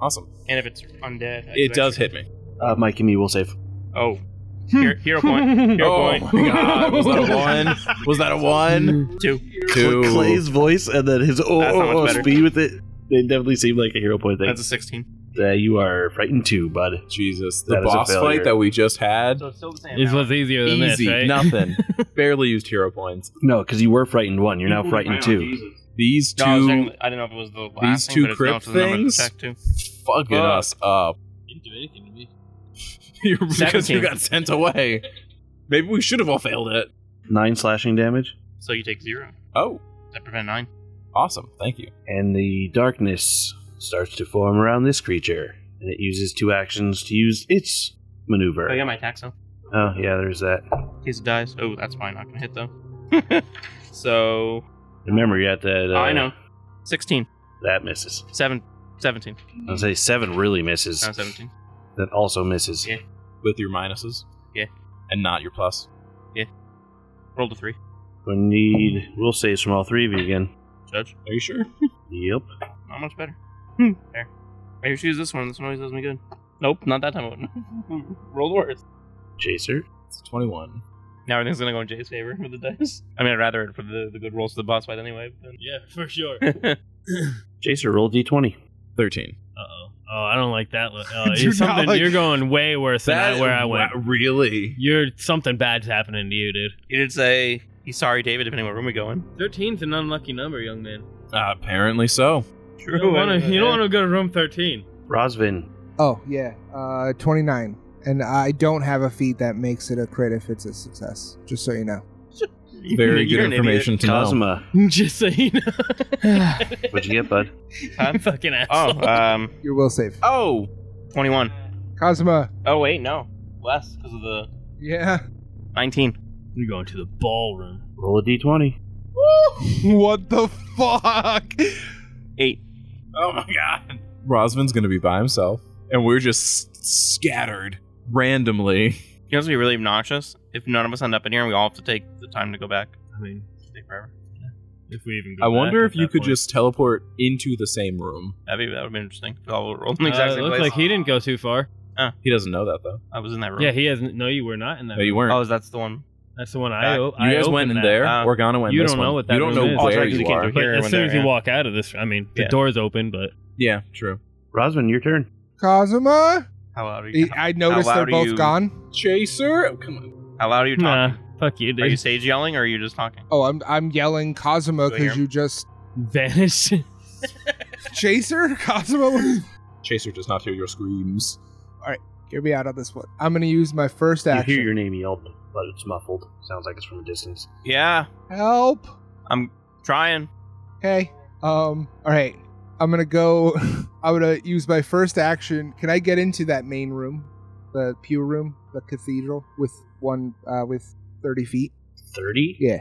Speaker 3: Awesome.
Speaker 6: And if it's undead, I
Speaker 3: It
Speaker 6: do
Speaker 3: does
Speaker 6: extra-
Speaker 3: hit me.
Speaker 1: Uh, Mike, give me a will save.
Speaker 6: Oh. Hero, hero point. Hero
Speaker 3: (laughs) oh
Speaker 6: point.
Speaker 3: my god! Was
Speaker 6: (laughs)
Speaker 3: that a one? Was that a one?
Speaker 6: Two.
Speaker 3: Two.
Speaker 1: Clay's voice and then his oh,
Speaker 6: That's not much
Speaker 1: oh, oh
Speaker 6: better.
Speaker 1: speed with it. They definitely seem like a hero point thing.
Speaker 6: That's a 16.
Speaker 1: Uh, you are frightened too, bud.
Speaker 3: Jesus, the
Speaker 1: That is a
Speaker 3: boss
Speaker 1: failure.
Speaker 3: fight that we just had.
Speaker 6: it's still the same.
Speaker 5: This was easier than
Speaker 3: Easy,
Speaker 5: this, right?
Speaker 3: nothing. (laughs) Barely used hero points.
Speaker 1: No, because you were frightened one. You're now frightened two.
Speaker 3: These two
Speaker 6: No, I, was checking- I didn't know if it was the
Speaker 3: these
Speaker 6: last
Speaker 3: two
Speaker 6: thing, but
Speaker 3: crypt
Speaker 6: it's not the number to
Speaker 3: things
Speaker 6: check too.
Speaker 3: fucking
Speaker 6: Fuck.
Speaker 3: us up.
Speaker 5: Didn't do anything to me.
Speaker 3: You're- because (laughs) you
Speaker 6: Seventeen.
Speaker 3: got sent away. Maybe we should have all failed it.
Speaker 1: Nine slashing damage,
Speaker 6: So you take zero.
Speaker 3: Oh,
Speaker 6: I prevent nine.
Speaker 3: awesome! Thank you.
Speaker 1: and the darkness starts to form around this creature, and it uses two actions to use its maneuver.
Speaker 6: I got my attack though.
Speaker 1: Oh yeah, there's that.
Speaker 6: In case it dies. Oh, that's probably not gonna hit (laughs) though. so
Speaker 1: Remember, you got that. Uh,
Speaker 6: I know. 16.
Speaker 1: that misses.
Speaker 6: Seven, Uh, 17.
Speaker 1: I'll say seven really misses.
Speaker 6: No, 17.
Speaker 1: That also misses.
Speaker 6: Yeah.
Speaker 3: With your minuses,
Speaker 6: Yeah.
Speaker 3: and not your plus.
Speaker 6: Rolled a three.
Speaker 1: We need will saves from all three of you again.
Speaker 6: Judge.
Speaker 3: Are you sure?
Speaker 1: Yep.
Speaker 6: Not much better. Hmm. Fair. Maybe choose this one. This one always does me good. Nope, not that time. (laughs) Rolled worse.
Speaker 1: Chaser.
Speaker 3: It's twenty-one.
Speaker 6: Now everything's gonna go in Jay's favor for the dice. I mean, I'd rather it for the, the good rolls to the boss fight anyway.
Speaker 5: (laughs) Yeah, for sure. uh
Speaker 6: But (laughs)
Speaker 1: Jacer, roll d20.
Speaker 3: Thirteen.
Speaker 5: oh. Oh, I don't like that. look. Uh,
Speaker 3: Do
Speaker 5: you're,
Speaker 3: not
Speaker 5: something,
Speaker 3: like-
Speaker 5: you're going way worse than I- where I went.
Speaker 3: Wow, really?
Speaker 5: You're something bad's happening to you, dude.
Speaker 6: he did say he's sorry, David, depending on what room we go in.
Speaker 5: 13's an unlucky number, young man.
Speaker 3: Uh,
Speaker 1: (laughs)
Speaker 3: apparently so.
Speaker 5: You
Speaker 6: True.
Speaker 5: don't wanna- you don't want to go to room 13.
Speaker 1: Rosvin,
Speaker 2: Oh yeah, uh, twenty nine, and I don't have a feat that makes it a crit if it's a success. Just so you know.
Speaker 6: (laughs)
Speaker 3: Very good information to know.
Speaker 1: Cosma,
Speaker 5: (laughs) Just so you
Speaker 6: (sighs)
Speaker 5: know.
Speaker 1: what'd you get, bud?
Speaker 6: (laughs) Huh?
Speaker 5: I'm fucking asshole.
Speaker 6: Oh, um,
Speaker 2: Your will save.
Speaker 3: Oh,
Speaker 6: twenty-one.
Speaker 2: Cosma.
Speaker 6: Oh wait, no, less because of the
Speaker 2: Yeah.
Speaker 6: nineteen.
Speaker 5: You're going to the ballroom.
Speaker 1: Roll a d20.
Speaker 2: what the fuck?
Speaker 6: Eight.
Speaker 3: (laughs) oh my god. Rosvin's gonna be by himself, and we're just s- scattered randomly.
Speaker 6: You know, it's gonna be really obnoxious if none of us end up in here and we all have to take the time to go back.
Speaker 5: I mean,
Speaker 6: It'll take forever.
Speaker 5: if we even.
Speaker 3: (laughs)
Speaker 5: Go
Speaker 3: I wonder if
Speaker 5: back at
Speaker 3: you
Speaker 5: that
Speaker 3: could
Speaker 5: point.
Speaker 3: just teleport into the same room.
Speaker 6: That'd be that would be interesting. We all rolled in
Speaker 5: Uh,
Speaker 6: the exact
Speaker 5: it
Speaker 6: same
Speaker 5: looks
Speaker 6: place.
Speaker 5: like he didn't go too far.
Speaker 3: He doesn't know that though.
Speaker 6: I was in that room.
Speaker 5: Yeah, he hasn't. No, you were not in that.
Speaker 3: No, you weren't.
Speaker 6: Oh, that's the one.
Speaker 5: That's the one I.
Speaker 6: Uh,
Speaker 5: o-
Speaker 3: you
Speaker 5: I
Speaker 3: guys went in
Speaker 5: opened that.
Speaker 3: there.
Speaker 6: Uh,
Speaker 3: Organa went.
Speaker 5: you
Speaker 3: this
Speaker 5: don't know
Speaker 3: one.
Speaker 5: what that
Speaker 3: You don't
Speaker 5: room
Speaker 3: know
Speaker 5: is.
Speaker 6: Oh,
Speaker 3: where
Speaker 6: sorry, 'cause
Speaker 3: you
Speaker 6: you can't
Speaker 3: are.
Speaker 6: do it.
Speaker 5: But
Speaker 6: Here,
Speaker 5: as
Speaker 6: when
Speaker 5: soon as
Speaker 6: there,
Speaker 5: you
Speaker 6: yeah.
Speaker 5: walk out of this, I mean, the
Speaker 6: Yeah.
Speaker 5: door's open, but
Speaker 3: Yeah, true.
Speaker 1: Rosvin, your turn.
Speaker 2: Cosma.
Speaker 6: How loud are you?
Speaker 2: I- I noticed
Speaker 6: How
Speaker 2: they're
Speaker 6: loud are
Speaker 2: both
Speaker 6: you?
Speaker 2: gone.
Speaker 3: Chaser, oh, come on.
Speaker 6: How loud are you talking?
Speaker 5: nah, fuck you,
Speaker 6: Are
Speaker 5: (laughs)
Speaker 6: you
Speaker 5: dude.
Speaker 6: sage yelling or are you just talking?
Speaker 2: Oh, I'm I'm yelling Cosma
Speaker 6: Do I hear
Speaker 2: because
Speaker 6: him?
Speaker 2: you just (laughs)
Speaker 5: Vanished.
Speaker 2: chaser Cosmo.
Speaker 3: Chaser does not hear your screams.
Speaker 2: (laughs) Get me out of this one. I'm gonna use my first action.
Speaker 1: You hear your name yelled, but it's muffled. Sounds like it's from a distance.
Speaker 6: Yeah,
Speaker 2: Help.
Speaker 6: I'm trying.
Speaker 2: Okay. Um. All right. I'm gonna go. (laughs) I'm gonna use my first action. Can I get into that main room, the pew room, the cathedral, with one uh, with thirty feet?
Speaker 1: 30?
Speaker 2: Yeah.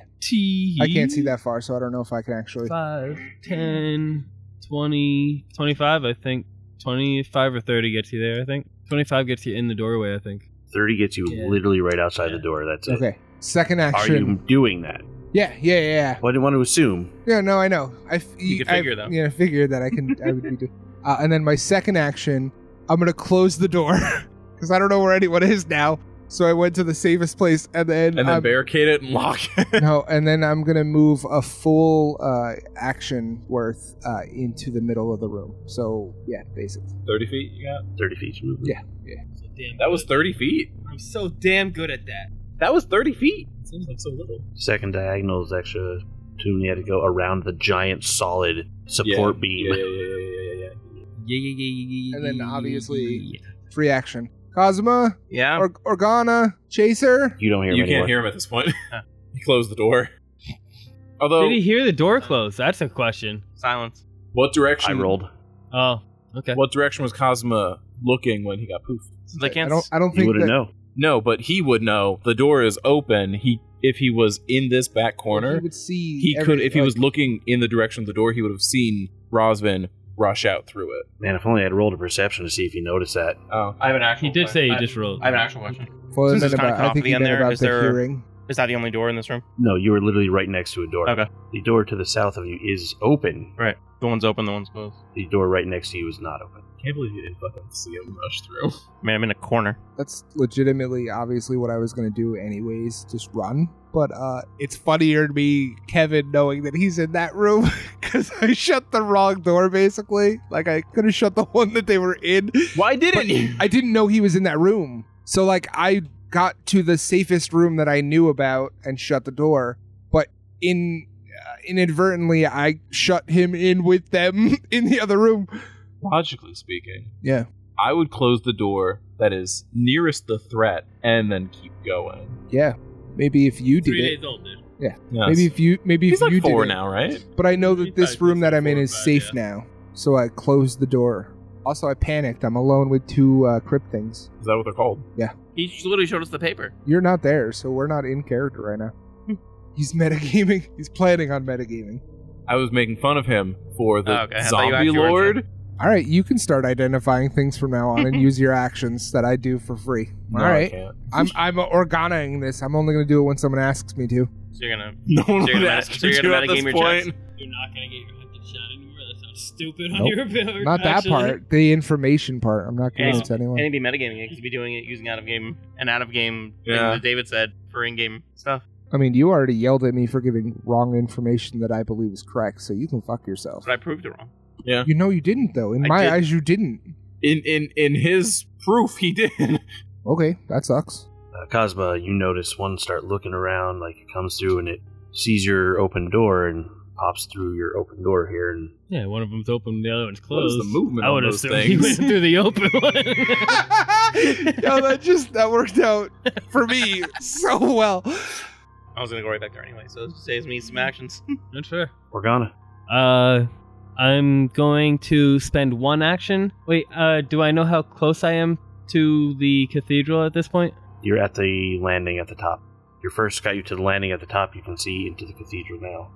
Speaker 2: I can't see that far, so I don't know if I can actually.
Speaker 5: 5, 10, 20, 25, I think. 25 or 30 gets you there, I think. 25 gets you in the doorway, I think.
Speaker 1: 30 gets you
Speaker 5: Yeah.
Speaker 1: literally right outside
Speaker 5: Yeah.
Speaker 1: the door. That's it.
Speaker 2: Okay. Second
Speaker 1: Are
Speaker 2: action.
Speaker 1: you doing that?
Speaker 2: Yeah. Yeah. Yeah.
Speaker 1: Well, I didn't want to assume.
Speaker 2: Yeah. No, I know. I. f-
Speaker 6: You could
Speaker 2: I-
Speaker 6: figure, though.
Speaker 2: Yeah, I figured that I can. I would be doing. (laughs) Uh, and then my second action, I'm gonna close the door (laughs) because I don't know where anyone is now. So I went to the safest place, and then
Speaker 3: And then
Speaker 2: I'm-
Speaker 3: barricade it and lock it. (laughs)
Speaker 2: no, and then I'm gonna move a full uh, action worth uh, into the middle of the room. So yeah, basically.
Speaker 3: 30 feet you got?
Speaker 1: 30 feet.
Speaker 2: Yeah.
Speaker 3: That was 30 feet.
Speaker 5: I'm so damn good at that.
Speaker 3: That was 30 feet. Seems like so little.
Speaker 1: Second diagonal is extra two, and you had to go around the giant solid support
Speaker 3: yeah.
Speaker 1: beam.
Speaker 3: Yeah, yeah, yeah, yeah, yeah, yeah.
Speaker 5: Yeah, yeah, yeah, yeah, yeah.
Speaker 2: And then obviously- Free action. Cosma,
Speaker 3: Um,
Speaker 6: Yeah.
Speaker 2: or- Organa, Chaser.
Speaker 1: You don't hear
Speaker 3: You
Speaker 1: him
Speaker 3: can't
Speaker 1: anymore.
Speaker 3: hear him at this
Speaker 5: (laughs)
Speaker 3: point. (laughs) he closed the door. Although,
Speaker 5: Did he hear the door close? That's a question.
Speaker 6: Silence.
Speaker 3: what
Speaker 1: I
Speaker 3: direction?
Speaker 1: rolled.
Speaker 5: Oh, okay.
Speaker 3: What direction was Cosma looking when he got poofed?
Speaker 6: Since I
Speaker 2: I
Speaker 6: can't.
Speaker 2: don't. I don't
Speaker 1: You
Speaker 2: think
Speaker 1: wouldn't
Speaker 2: that
Speaker 1: know.
Speaker 3: No, but he would know. The door is open. He, if he was in this back
Speaker 2: he
Speaker 3: corner,
Speaker 2: would see.
Speaker 3: he
Speaker 2: every-
Speaker 3: could. If he was
Speaker 2: like,
Speaker 3: looking in the direction of the door, he would have seen Rosvin rush out through it.
Speaker 1: Man, if only I'd rolled a perception to see if you noticed that.
Speaker 3: Oh,
Speaker 6: I have an actual.
Speaker 5: He did say he
Speaker 6: I,
Speaker 5: just rolled.
Speaker 6: I have an actual question.
Speaker 2: well,
Speaker 6: since
Speaker 2: then
Speaker 6: there's
Speaker 2: about-
Speaker 6: kinda
Speaker 2: I think
Speaker 6: canopy
Speaker 2: he
Speaker 6: in
Speaker 2: meant
Speaker 6: there,
Speaker 2: about
Speaker 6: is
Speaker 2: the
Speaker 6: there-
Speaker 2: hearing.
Speaker 6: Is that the only door in this room?
Speaker 1: No, you were literally right next to a door.
Speaker 6: Okay.
Speaker 1: The door to the south of you is open.
Speaker 6: The one's open, the one's closed.
Speaker 1: The door right next to you is not open.
Speaker 3: can't believe you didn't fucking see him rush through.
Speaker 6: Man, I'm in a corner.
Speaker 2: That's legitimately, obviously, what I was gonna do anyways. Just run. But uh, it's funnier to me, Kevin, knowing that he's in that room (laughs) because I shut the wrong door. Basically, like I could have shut the one that they were in.
Speaker 3: Why (laughs) didn't
Speaker 2: But I didn't know he was in that room. So like I got to the safest room that I knew about and shut the door, but in uh, inadvertently I shut him in with them (laughs) in the other room.
Speaker 3: Logically speaking,
Speaker 2: Yeah.
Speaker 3: I would close the door that is nearest the threat and then keep going.
Speaker 2: Yeah. Maybe if you did
Speaker 5: Three
Speaker 2: it.
Speaker 5: days old, dude.
Speaker 3: Yes.
Speaker 2: Maybe if you maybe
Speaker 3: he's
Speaker 2: if
Speaker 3: like
Speaker 2: you
Speaker 3: four
Speaker 2: did it.
Speaker 3: now, right?
Speaker 2: But I know that
Speaker 5: He's
Speaker 2: this
Speaker 5: probably
Speaker 2: room that I'm in
Speaker 5: four or
Speaker 2: is
Speaker 5: five,
Speaker 2: safe
Speaker 5: yeah.
Speaker 2: now. So I closed the door. Also I panicked. I'm alone with two uh, crypt things.
Speaker 3: Is that what they're called?
Speaker 6: He just literally showed us the paper.
Speaker 2: You're not there, so we're not in character right now. He's metagaming. (laughs) He's planning on metagaming.
Speaker 3: I was making fun of him for the
Speaker 6: Oh, okay. I thought you
Speaker 3: zombie
Speaker 6: actually were
Speaker 3: lord.
Speaker 2: All right, you can start identifying things from now on and (laughs) use your actions that I do for free.
Speaker 3: No,
Speaker 2: All
Speaker 3: I
Speaker 2: right,
Speaker 3: can't.
Speaker 2: I'm I'm organaing this. I'm only gonna do it when someone asks me to.
Speaker 6: So you're gonna.
Speaker 3: No one
Speaker 6: So you're
Speaker 3: would
Speaker 6: gonna-
Speaker 3: ask
Speaker 6: so
Speaker 3: you
Speaker 6: you're gonna
Speaker 3: at this
Speaker 6: metagame your
Speaker 3: point.
Speaker 5: You're not going to get your hunted shot anymore. That sounds stupid on
Speaker 2: Nope.
Speaker 5: your ability.
Speaker 2: Not that
Speaker 5: actually.
Speaker 2: part. The information part. I'm not
Speaker 6: Yeah,
Speaker 2: convinced anyone.
Speaker 6: And he'd be metagaming it because he'd be doing it using out of game and out of game
Speaker 3: Yeah.
Speaker 6: that David said for in game stuff.
Speaker 2: I mean, you already yelled at me for giving wrong information that I believe is correct, so you can fuck yourself.
Speaker 6: But I proved it wrong.
Speaker 2: You know you didn't though. In
Speaker 3: I
Speaker 2: my
Speaker 3: did.
Speaker 2: eyes, you didn't.
Speaker 3: In in in his proof, he did.
Speaker 2: Okay, that (laughs) sucks.
Speaker 1: Uh, Cosma, you notice one start looking around, like it comes through and it sees your open door and pops through your open door here. And
Speaker 5: Yeah, one of them's open, the other one's
Speaker 3: What is
Speaker 5: closed.
Speaker 3: the movement
Speaker 5: I
Speaker 3: on
Speaker 5: would
Speaker 3: those
Speaker 5: assume he went
Speaker 3: things?
Speaker 5: through the open one. (laughs)
Speaker 2: Yo, that just that worked out for me so well.
Speaker 6: I was gonna go right back there anyway, so it saves me some actions. (laughs)
Speaker 5: Not sure.
Speaker 1: Organa,
Speaker 5: Uh, I'm going to spend one action. Wait, uh, do I know how close I am to the cathedral at this point?
Speaker 1: you're at the landing at the top. Your first got you to the landing at the top. You can see into the cathedral now.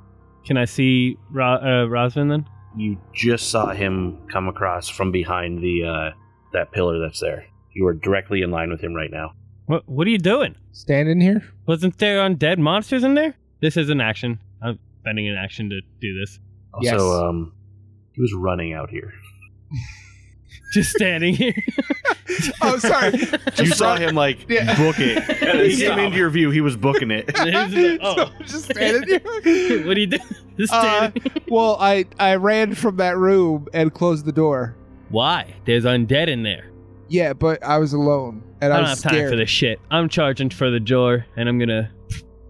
Speaker 5: Can I see Ro- uh, Rosvin then?
Speaker 1: You just saw him come across from behind the uh, that pillar that's there. You are directly in line with him right now.
Speaker 5: What What are you doing?
Speaker 2: Stand in (laughs) here.
Speaker 5: Wasn't there undead monsters in there? This is an action. I'm spending an action to do this.
Speaker 1: Also,
Speaker 2: Yes.
Speaker 1: um, he was running out here.
Speaker 5: Just standing here.
Speaker 2: (laughs) Oh,
Speaker 5: (laughs)
Speaker 2: sorry.
Speaker 1: You
Speaker 2: Just
Speaker 1: saw
Speaker 2: run-
Speaker 1: him like
Speaker 2: Yeah.
Speaker 1: book it.
Speaker 3: And then
Speaker 1: he came
Speaker 3: stop.
Speaker 1: into your view. He was booking
Speaker 2: (laughs)
Speaker 1: it.
Speaker 5: There's the-
Speaker 2: So
Speaker 5: oh.
Speaker 2: I'm just (laughs) standing here.
Speaker 5: (laughs) what are you doing? Just
Speaker 2: Uh,
Speaker 5: standing.
Speaker 2: well, I I ran from that room and closed the door.
Speaker 5: Why? There's undead in there.
Speaker 2: Yeah, but I was alone and I,
Speaker 5: I don't have
Speaker 2: was
Speaker 5: time
Speaker 2: scared.
Speaker 5: for this shit. I'm charging for the door, and I'm gonna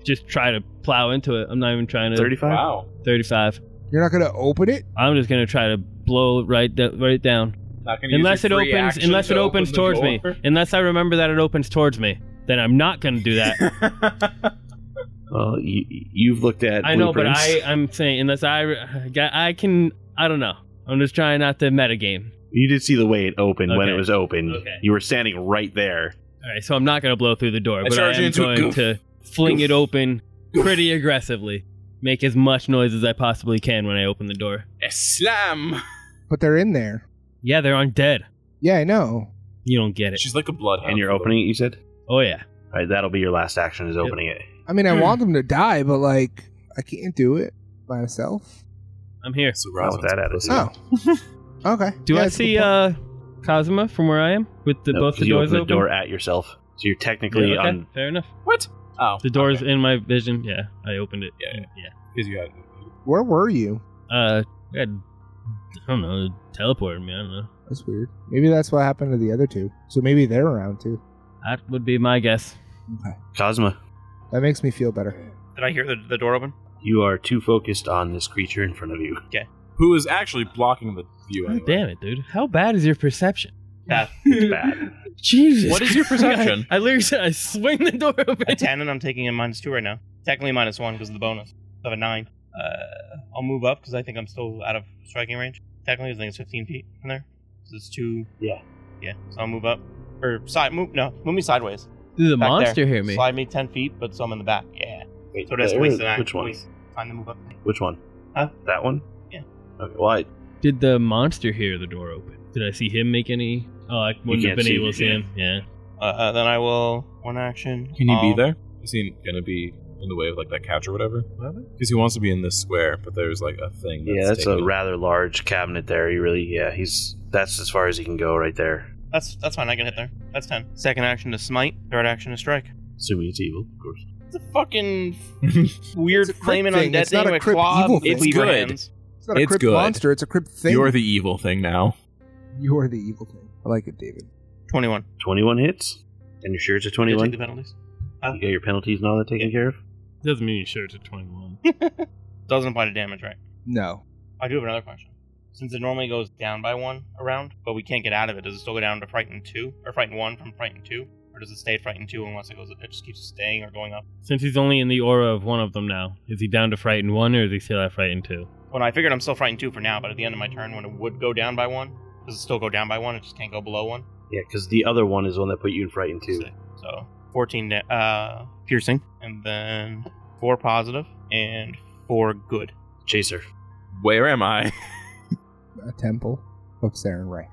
Speaker 5: just try to plow into it. I'm not even trying to.
Speaker 1: Thirty-five.
Speaker 3: Wow,
Speaker 5: 35.
Speaker 2: You're not gonna open it?
Speaker 5: I'm just gonna try to blow it right da- right down.
Speaker 3: not gonna
Speaker 5: Unless
Speaker 3: use
Speaker 5: it
Speaker 3: your free
Speaker 5: opens,
Speaker 3: action
Speaker 5: unless it
Speaker 3: to
Speaker 5: opens
Speaker 3: open the
Speaker 5: towards me.
Speaker 3: door.
Speaker 5: Unless I remember that it opens towards me, then I'm not gonna do
Speaker 3: (laughs)
Speaker 5: that.
Speaker 1: Well, you, you've looked at.
Speaker 5: I know, but
Speaker 1: blueprints.
Speaker 5: I I'm saying unless I re- I got- I can I don't know. I'm just trying not to metagame.
Speaker 1: You did see the way it opened when
Speaker 5: Okay.
Speaker 1: it was open.
Speaker 5: Okay.
Speaker 1: You were standing right there.
Speaker 5: All right, so I'm not gonna blow through the door,
Speaker 3: I
Speaker 5: but I
Speaker 3: charge
Speaker 5: am
Speaker 3: into it.
Speaker 5: going
Speaker 3: Goof.
Speaker 5: to fling
Speaker 3: Goof.
Speaker 5: it open
Speaker 3: Goof.
Speaker 5: pretty aggressively. Make as much noise as I possibly can when I open the door.
Speaker 3: Islam.
Speaker 2: But they're in there.
Speaker 5: Yeah, they're undead.
Speaker 2: Yeah, I know.
Speaker 5: You don't get it.
Speaker 3: She's like a bloodhound.
Speaker 1: And you're opening it, you said?
Speaker 5: Oh yeah.
Speaker 1: All right, that'll be your last action is opening it.
Speaker 2: I mean, I
Speaker 5: Hmm.
Speaker 2: want them to die, but like, I can't do it by myself.
Speaker 5: I'm here.
Speaker 3: So
Speaker 1: Not with
Speaker 3: Rosalind's
Speaker 1: that attitude.
Speaker 3: close enough.
Speaker 2: Oh,
Speaker 5: (laughs)
Speaker 2: okay.
Speaker 5: Do
Speaker 2: Yeah,
Speaker 5: I
Speaker 2: that's a
Speaker 5: see
Speaker 2: good point.
Speaker 5: uh Cosima from where I am with the
Speaker 1: Nope,
Speaker 5: both
Speaker 1: 'cause
Speaker 5: the
Speaker 1: you
Speaker 5: doors
Speaker 1: open the
Speaker 5: open?
Speaker 1: door at yourself. So you're
Speaker 5: Yeah,
Speaker 1: technically
Speaker 5: okay,
Speaker 1: on.
Speaker 5: fair enough.
Speaker 3: What? Oh,
Speaker 5: The door's in my vision. Yeah, I opened it.
Speaker 3: Yeah,
Speaker 5: yeah.
Speaker 3: Because you had
Speaker 2: Where were you?
Speaker 5: Uh, I, had, I don't know. it Teleported me. I don't know.
Speaker 2: That's weird. Maybe that's what happened to the other two. So maybe they're around too.
Speaker 5: That would be my guess.
Speaker 1: Cosma,
Speaker 2: That makes me feel better.
Speaker 6: Did I hear the, the door open?
Speaker 1: you are too focused on this creature in front of
Speaker 5: (laughs)
Speaker 1: you.
Speaker 3: who is actually blocking the view.
Speaker 5: God
Speaker 3: Anyway.
Speaker 5: damn it, dude! How bad is your perception? (laughs)
Speaker 1: It's bad.
Speaker 5: Jesus.
Speaker 3: What is
Speaker 5: (laughs)
Speaker 3: your perception?
Speaker 5: I, literally said I swing the door open. (laughs)
Speaker 6: a 10 and I'm taking a minus 2 right now. Technically minus 1 because of the bonus. I have a 9. Uh, I'll move up because I think I'm still out of striking range. Technically, I think it's 15 feet from there. 'Cause it's 2.
Speaker 1: Yeah.
Speaker 6: Yeah, so I'll move up. Or side, move, no, move me sideways.
Speaker 5: Did the
Speaker 6: Back
Speaker 5: monster
Speaker 6: there.
Speaker 5: hear me?
Speaker 6: Slide me 10 feet, but so I'm in the back. Yeah.
Speaker 1: Wait,
Speaker 6: So that's
Speaker 1: there-
Speaker 6: waste an action.
Speaker 1: Which one?
Speaker 6: Waste- Find the move up.
Speaker 1: Which one?
Speaker 6: Huh?
Speaker 1: That one?
Speaker 6: Yeah.
Speaker 1: Okay, well, I,
Speaker 5: Did the monster hear the door open? Did I see him make any? Oh, I wouldn't
Speaker 1: can't
Speaker 5: have been
Speaker 1: see
Speaker 5: able
Speaker 1: it,
Speaker 5: to see
Speaker 1: yeah.
Speaker 5: him. Yeah.
Speaker 6: Uh, uh, then I will one action. Um,
Speaker 3: Can he
Speaker 6: I'll-
Speaker 3: be there? Is he gonna be in the way of like that couch or whatever? Because he wants to be in this square, but there's like a thing. That's
Speaker 1: yeah, that's a
Speaker 3: taking-
Speaker 1: rather large cabinet there. You really, yeah, he's. That's as far as he can go right there.
Speaker 6: That's that's fine. I can hit there. That's ten. Second action to smite. Third action to strike.
Speaker 1: Assuming it's evil, of course.
Speaker 6: It's a (laughs) fucking
Speaker 3: It's
Speaker 6: weird
Speaker 2: a crypt
Speaker 6: flaming
Speaker 2: thing.
Speaker 6: undead
Speaker 2: It's not
Speaker 6: thing
Speaker 2: a
Speaker 6: with
Speaker 2: crypt
Speaker 6: claw
Speaker 2: evil thing.
Speaker 6: and cleaver
Speaker 3: It's good.
Speaker 6: hands.
Speaker 2: It's not a
Speaker 3: It's
Speaker 2: crypt
Speaker 3: good.
Speaker 2: monster. It's a crypt thing.
Speaker 3: You're the evil thing now.
Speaker 2: You're the evil thing. I like it, David.
Speaker 6: Twenty-one.
Speaker 1: 21 hits? And you're sure it's a
Speaker 6: Did I take
Speaker 1: 21?
Speaker 6: the penalties?
Speaker 1: You got your penalties and all that taken care of?
Speaker 5: Doesn't mean you sure it's a twenty-one.
Speaker 6: (laughs) Doesn't apply to damage, right?
Speaker 2: No.
Speaker 6: I do have another question. Since it normally goes down by one around, but we can't get out of it, does it still go down to frighten two or frighten one from frighten two, or does it stay at frighten two unless it goes? It just keeps staying or going up.
Speaker 5: Since he's only in the aura of one of them now, is he down to frighten one or is he still at frighten two?
Speaker 6: Well, I figured I'm still frightened two for now, but at the end of my turn, when it would go down by one, does it still go down by one? It just can't go below one.
Speaker 1: Yeah, because the other one is the one that put you in frighten too.
Speaker 6: So 14 da- uh, piercing, and then four positive and four good.
Speaker 1: Chaser.
Speaker 3: Where am I?
Speaker 2: A temple of Saren Ray.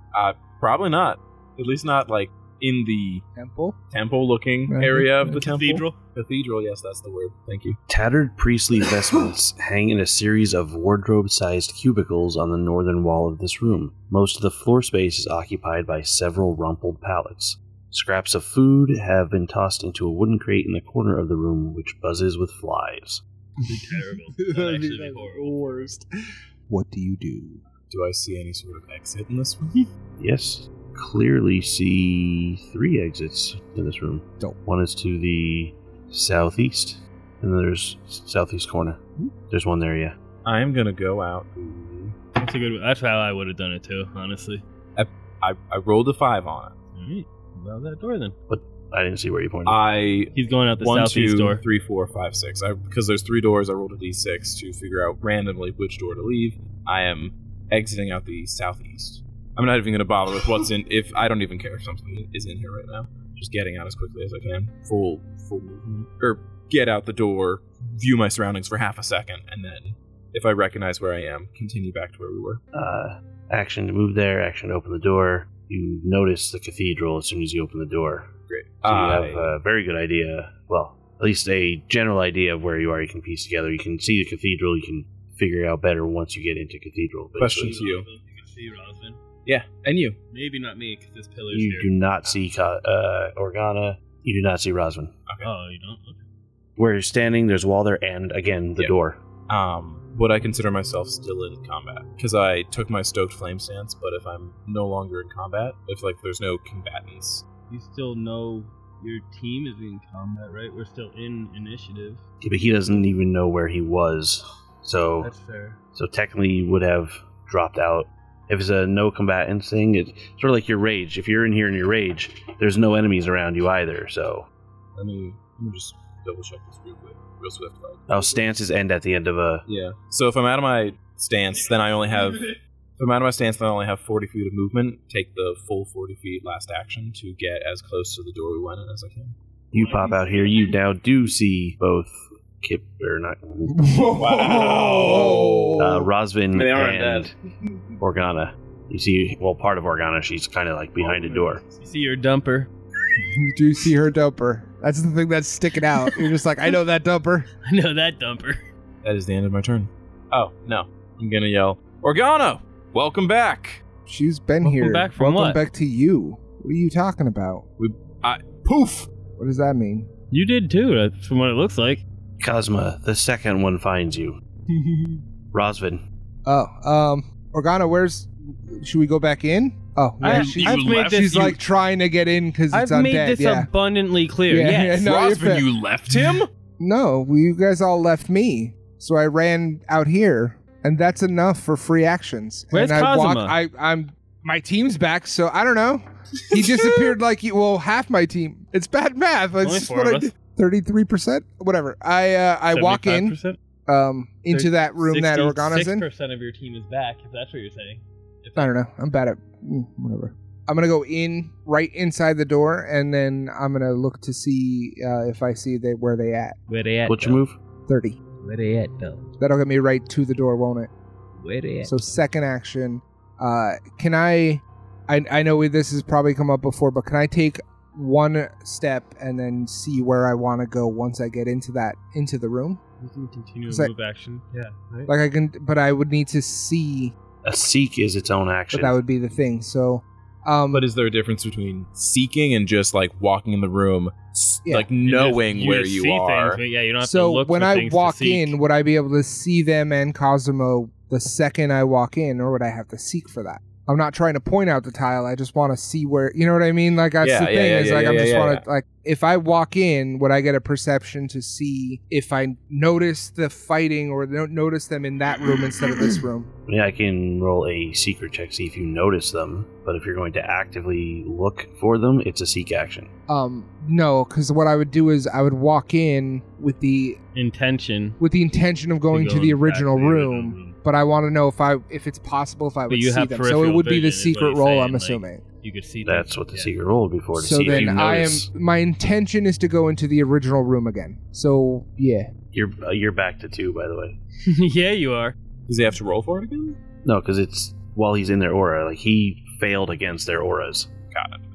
Speaker 3: Probably not. At least not like in the
Speaker 2: Temple.
Speaker 3: temple looking
Speaker 2: Right.
Speaker 3: area of the
Speaker 5: Cathedral.
Speaker 3: temple. Cathedral, yes, that's the word. Thank
Speaker 5: (laughs)
Speaker 3: you.
Speaker 1: Tattered priestly (laughs) vestments hang in a series of wardrobe sized cubicles on the northern wall of this room. Most of the floor space is occupied by several rumpled pallets. Scraps of food have been tossed into a wooden crate in the corner of the room, which buzzes with flies.
Speaker 5: Terrible. That'd actually be horrible.
Speaker 2: worst. What do you do?
Speaker 3: Do I see any sort of exit in this one? (laughs)
Speaker 1: Yes, clearly see three exits to this room.
Speaker 2: Dope.
Speaker 1: One is to the southeast, and then there's southeast corner. There's one there, yeah.
Speaker 3: I'm gonna go out. the-
Speaker 5: That's a good. One. That's how I would have done it too, honestly.
Speaker 3: I, I rolled a five on it.
Speaker 5: All right, well that door then.
Speaker 1: I didn't see where you pointed.
Speaker 3: I
Speaker 5: He's going out the
Speaker 3: one,
Speaker 5: southeast
Speaker 3: two,
Speaker 5: door.
Speaker 3: three, four, five, six. I because there's three doors. I rolled a d6 to figure out randomly which door to leave. I am exiting out the southeast. I'm not even gonna bother with what's in. If I don't even care if something is in here right now, just getting out as quickly as I can. Full, full movement, or get out the door, view my surroundings for half a second, and then if I recognize where I am, continue back to where we were.
Speaker 1: uh, action to move there, action to open the door. You notice the cathedral as soon as you open the door.
Speaker 3: Great.
Speaker 1: So
Speaker 3: I-
Speaker 1: you have uh, a very good idea, well, at least a general idea of where you are you can piece together. You can see the cathedral, you can figure out better once you get into cathedral. But
Speaker 3: Question to you.
Speaker 5: You can see Rosvin.
Speaker 3: Yeah, and you.
Speaker 5: Maybe not me because this pillar's
Speaker 1: you
Speaker 5: here.
Speaker 1: do not see Ka- uh, Organa, you do not see Rosvin.
Speaker 5: Oh, you don't. Okay.
Speaker 1: Where you're standing, there's a wall there, and again, the
Speaker 3: Yeah.
Speaker 1: door.
Speaker 3: um, would I consider myself still in combat? Because I took my stoked flame stance, but if I'm no longer in combat, if like there's no combatants,
Speaker 5: You still know your team is in combat, right? We're still in initiative.
Speaker 1: Yeah, but he doesn't even know where he was. So
Speaker 5: That's fair.
Speaker 1: So technically, you would have dropped out. If it's a no combatant thing, it's sort of like your rage. If you're in here in your rage, there's no enemies around you either. So,
Speaker 3: let me let me just double check this real quick, real swift. Like,
Speaker 1: oh, stances end at the end of a.
Speaker 3: yeah. So if I'm out of my stance, then I only have if I'm out of my stance, then I only have 40 feet of movement. Take the full 40 feet last action to get as close to the door we went in as I can.
Speaker 1: You pop out here. You now do see both Kip or not uh, Rosvin
Speaker 6: They aren't
Speaker 1: and Organa. You see, well, part of Organa, she's kind of like behind a door.
Speaker 5: You see your dumper.
Speaker 2: (laughs)
Speaker 5: (laughs)
Speaker 2: You do see her dumper. That's the thing that's sticking out. You're just like, I know that dumper.
Speaker 5: I know that dumper.
Speaker 3: That is the end of my turn. Oh no, I'm gonna yell, Organo, welcome back.
Speaker 2: She's been
Speaker 5: Welcome
Speaker 2: here.
Speaker 5: back from
Speaker 2: Welcome
Speaker 5: what?
Speaker 2: back to you. What are you talking about?
Speaker 3: Poof.
Speaker 2: What does that mean?
Speaker 5: You did too, uh, from what it looks like.
Speaker 1: Cosma, the second one finds
Speaker 2: (laughs)
Speaker 1: you. Rosvin,
Speaker 2: Oh, um, Organa, where's? Should we go back in? Oh,
Speaker 5: I
Speaker 2: yeah,
Speaker 5: have-
Speaker 2: she's,
Speaker 5: you I've made left? this-
Speaker 2: she's
Speaker 5: you-
Speaker 2: like trying to get in because
Speaker 5: I've
Speaker 2: it's
Speaker 5: made
Speaker 2: undead.
Speaker 5: this
Speaker 2: yeah.
Speaker 5: abundantly clear.
Speaker 2: Yeah,
Speaker 5: yes.
Speaker 2: yeah, No, you're
Speaker 3: Rosvin,
Speaker 2: fa-
Speaker 3: you left him?
Speaker 2: no, well, you guys all left me, so I ran out here, and that's enough for free actions.
Speaker 5: Where's
Speaker 2: and I
Speaker 5: Kazuma?
Speaker 2: I, I'm my team's back, so I don't know. He
Speaker 5: (laughs)
Speaker 2: just appeared like you. Well, half my team. (laughs) It's bad math. That's
Speaker 5: Only
Speaker 2: just
Speaker 5: four
Speaker 2: what
Speaker 5: of
Speaker 2: I
Speaker 5: us.
Speaker 2: did. Thirty-three percent, whatever. I uh, I walk in
Speaker 5: 75%?
Speaker 2: um into that room that
Speaker 5: 66%
Speaker 2: Organa's in.
Speaker 5: of your team is back, if that's what you're saying.
Speaker 2: I don't know. I'm bad at mm, whatever. I'm gonna go in right inside the door, and then I'm gonna look to see uh, if I see they, where they at.
Speaker 5: Where they at?
Speaker 1: what's your move?
Speaker 2: Thirty.
Speaker 5: Where they at, though?
Speaker 2: That'll get me right to the door, won't it?
Speaker 5: Where they
Speaker 2: So second action. Uh, can I, I? I know this has probably come up before, but can I take one step and then see where I want to go once I get into that into the room?
Speaker 5: You can continue
Speaker 2: It's
Speaker 5: move
Speaker 2: like-
Speaker 5: action. Yeah, right?
Speaker 2: Like I can, but I would need to see.
Speaker 1: A seek is its own
Speaker 2: But
Speaker 1: action.
Speaker 2: that would be the thing. So, um,
Speaker 3: But is there a difference between seeking and just like walking in the room, s
Speaker 2: Yeah.
Speaker 3: like
Speaker 5: You just-
Speaker 3: knowing
Speaker 5: you
Speaker 3: where
Speaker 5: just
Speaker 3: you
Speaker 5: see
Speaker 3: are?
Speaker 5: Things, but yeah, you don't have to
Speaker 2: so
Speaker 5: look
Speaker 2: when
Speaker 5: for
Speaker 2: I
Speaker 5: things to
Speaker 2: walk
Speaker 5: seek.
Speaker 2: in, would I be able to see them and Cosimo the second I walk in, or would I have to seek for that? I'm not trying to point out the tile. I just want to see where you know what I mean. Like that's
Speaker 3: Yeah,
Speaker 2: the
Speaker 3: yeah,
Speaker 2: thing
Speaker 3: yeah,
Speaker 2: is
Speaker 3: yeah,
Speaker 2: like
Speaker 3: yeah,
Speaker 2: I'm
Speaker 3: yeah,
Speaker 2: just
Speaker 3: yeah,
Speaker 2: want to like if I walk in, would I get a perception to see if I notice the fighting or no- notice them in that room instead of this room?
Speaker 1: I mean, I can roll a secret check, see if you notice them, but if you're going to actively look for them, it's a seek action.
Speaker 2: Um, no, because what I would do is I would walk in with the
Speaker 5: intention.
Speaker 2: with the intention of going to the
Speaker 5: back
Speaker 2: original
Speaker 5: to the original
Speaker 2: room. but I want to know if I if it's possible if I would
Speaker 5: you
Speaker 2: see
Speaker 5: have
Speaker 2: them. So it
Speaker 5: peripheral
Speaker 2: would be the
Speaker 5: vision is what
Speaker 2: secret
Speaker 5: he's
Speaker 2: role,
Speaker 5: saying,
Speaker 2: I'm
Speaker 5: like,
Speaker 2: assuming.
Speaker 5: You could see.
Speaker 1: That's
Speaker 5: things.
Speaker 1: what the
Speaker 5: Yeah.
Speaker 1: secret rolled before to
Speaker 2: So
Speaker 1: see if you
Speaker 2: then I am
Speaker 1: notice.
Speaker 2: my intention is to go into the original room again. So yeah,
Speaker 1: You're uh, you're back to two, by the way.
Speaker 5: (laughs) yeah, you are.
Speaker 3: Does he have to roll for it again?
Speaker 1: No, because it's while he's in their aura, like he failed against their auras.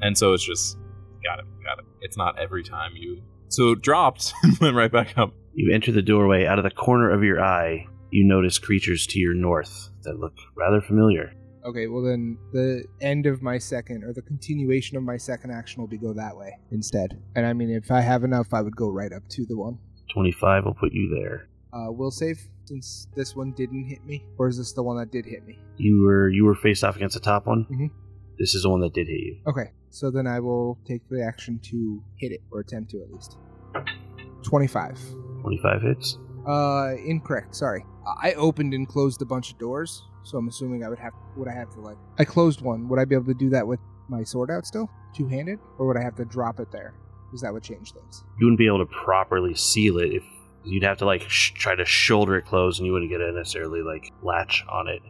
Speaker 3: And so it's just Got it. Got it. It's not every time you. So it dropped (laughs) and went right back up.
Speaker 1: You enter the doorway. Out of the corner of your eye, you notice creatures to your north that look rather familiar.
Speaker 2: Okay, well then the end of my second or the continuation of my second action will be go that way instead. And I mean, if I have enough, I would go right up to the one.
Speaker 1: 25 will put you there.
Speaker 2: Uh, will save since this one didn't hit me, or is this the one that did hit me?
Speaker 1: You were you were faced off against the top one.
Speaker 2: Mhm.
Speaker 1: This is the one that did hit you.
Speaker 2: Okay, so then I will take the action to hit it or attempt to at least. Twenty-five.
Speaker 1: 25 hits.
Speaker 2: Uh, incorrect. Sorry. I opened and closed a bunch of doors, so I'm assuming I would have. Would I have to like? I closed one. Would I be able to do that with my sword out still, two-handed, or would I have to drop it there? Because that would change things.
Speaker 1: You wouldn't be able to properly seal it if you'd have to like sh- try to shoulder it closed, and you wouldn't get a necessarily like latch on it.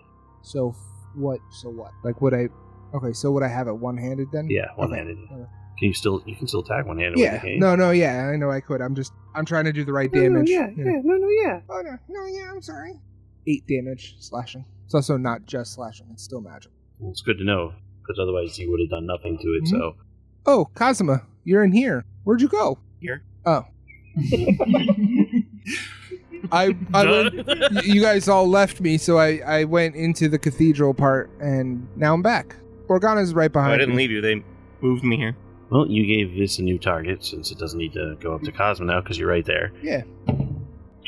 Speaker 2: So f- what? So what? Like would I? Okay, so would I have it one-handed then?
Speaker 1: Yeah, one-handed.
Speaker 2: Okay.
Speaker 1: Can you still you can still attack one-handed?
Speaker 2: Yeah.
Speaker 1: With the cane.
Speaker 2: No, no, yeah. I know I could. I'm just. I'm trying to do the right damage. you know.
Speaker 7: no, no, yeah.
Speaker 2: Oh no, no, yeah. I'm sorry. Eight damage slashing. It's also not just slashing. It's still magic.
Speaker 1: Well, it's good to know because otherwise you would have done nothing to it.
Speaker 2: Mhm.
Speaker 1: So
Speaker 2: Oh, Kazuma, you're in here. Where'd you go?
Speaker 6: Here.
Speaker 2: Oh. I, I went, y- you guys all left me, so I, I went into the cathedral part, and now I'm back. Organa's right
Speaker 6: No,
Speaker 2: behind.
Speaker 6: I didn't
Speaker 2: me.
Speaker 6: leave you. They moved me here.
Speaker 1: well, you gave this a new target since it doesn't need to go up to Cosmo now because you're right there.
Speaker 2: Yeah.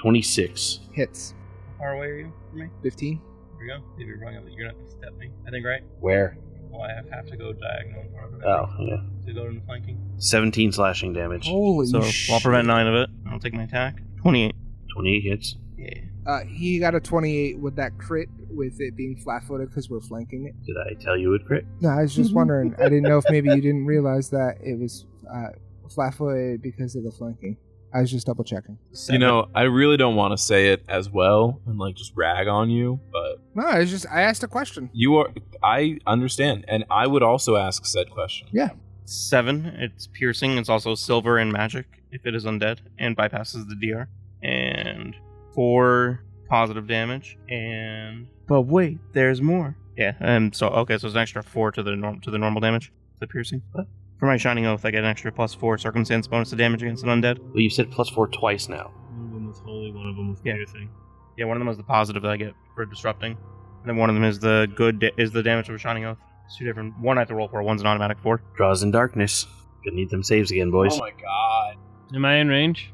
Speaker 1: 26.
Speaker 2: Hits.
Speaker 6: How far away are you from me?
Speaker 2: Fifteen.
Speaker 6: There we go. Maybe you're wrong, but you're gonna have to step me. I think right.
Speaker 1: Where?
Speaker 6: Well, I have- have to go diagonal in front of it.
Speaker 1: Oh, yeah.
Speaker 6: To go in the flanking.
Speaker 1: 17 slashing damage.
Speaker 2: Holy
Speaker 6: So I'll
Speaker 2: shit.
Speaker 6: prevent nine of it. I'll take my attack. Twenty-eight.
Speaker 1: 28 hits.
Speaker 6: Yeah.
Speaker 2: Uh, he got a twenty-eight with that crit, with it being flat-footed because we're flanking it.
Speaker 1: Did I tell you it crit?
Speaker 2: No, I was just wondering. I didn't know if maybe you didn't realize that it was uh, flat-footed because of the flanking. I was just double checking.
Speaker 3: You know, I really don't want to say it as well and like just rag on you, but
Speaker 2: No, I was just I asked a question.
Speaker 3: you are. I understand, and I would also ask said question.
Speaker 2: Yeah.
Speaker 6: seven. It's piercing. It's also silver and magic if it is undead and bypasses the DR. And four positive damage. And but wait, there's more. Yeah. Um. So okay. So it's an extra four to the norm to the normal damage. The piercing. What? For my shining oath, I get an extra plus four circumstance bonus to damage against an undead.
Speaker 1: Well, you said plus 4 twice now.
Speaker 5: One of them was holy, one of them was
Speaker 6: Yeah.
Speaker 5: piercing.
Speaker 6: Yeah. One of them is the positive that I get for disrupting, and then one of them is the good da- is the damage of a shining oath. It's two different. One I have to roll for. One's an automatic four.
Speaker 1: Draws in darkness. Gonna need them saves again, boys.
Speaker 3: Oh my god.
Speaker 5: Am I in range?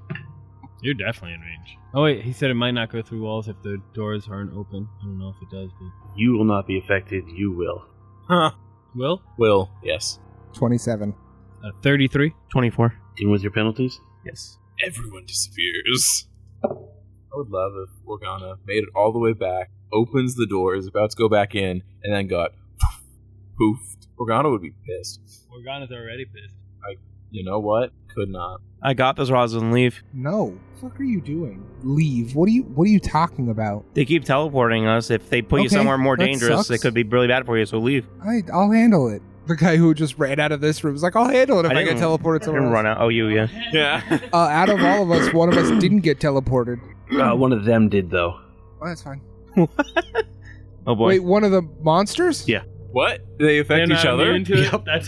Speaker 5: You're definitely in range. Oh wait, he said it might not go through walls if the doors aren't open. I don't know if it does, but
Speaker 1: You will not be affected. You will.
Speaker 5: will Uh,
Speaker 3: Will. Yes.
Speaker 2: Twenty-seven.
Speaker 5: a 33?
Speaker 6: Twenty-four.
Speaker 1: Even with your penalties?
Speaker 6: Yes.
Speaker 3: Everyone disappears. I would love if Organa made it all the way back, opens the door, is about to go back in, and then got (laughs) poofed. Organa would be pissed.
Speaker 5: Morgana's already pissed.
Speaker 3: You know what? Could not.
Speaker 6: I got this, Roslyn. Leave.
Speaker 2: No. What are you doing? Leave. What are you What are you talking about?
Speaker 6: They keep teleporting us. If they put you
Speaker 2: Okay,
Speaker 6: somewhere more
Speaker 2: that
Speaker 6: dangerous,
Speaker 2: sucks.
Speaker 6: it could be really bad for you. So leave.
Speaker 2: I I'll handle it. The guy who just ran out of this room was like, I'll handle it if
Speaker 6: I
Speaker 2: I, get
Speaker 6: didn't-
Speaker 2: teleported
Speaker 6: Don't
Speaker 2: somewhere. Else.
Speaker 6: run out. Oh, you, yeah.
Speaker 3: Yeah.
Speaker 2: Uh, out of all of us, one of us didn't get teleported.
Speaker 1: (clears throat) Uh, one of them did, though.
Speaker 2: Oh, that's fine.
Speaker 6: Oh boy.
Speaker 2: Wait, one of the monsters?
Speaker 1: Yeah.
Speaker 3: what? They affect
Speaker 5: They're
Speaker 3: each
Speaker 5: not
Speaker 3: other?
Speaker 5: immune to it? That's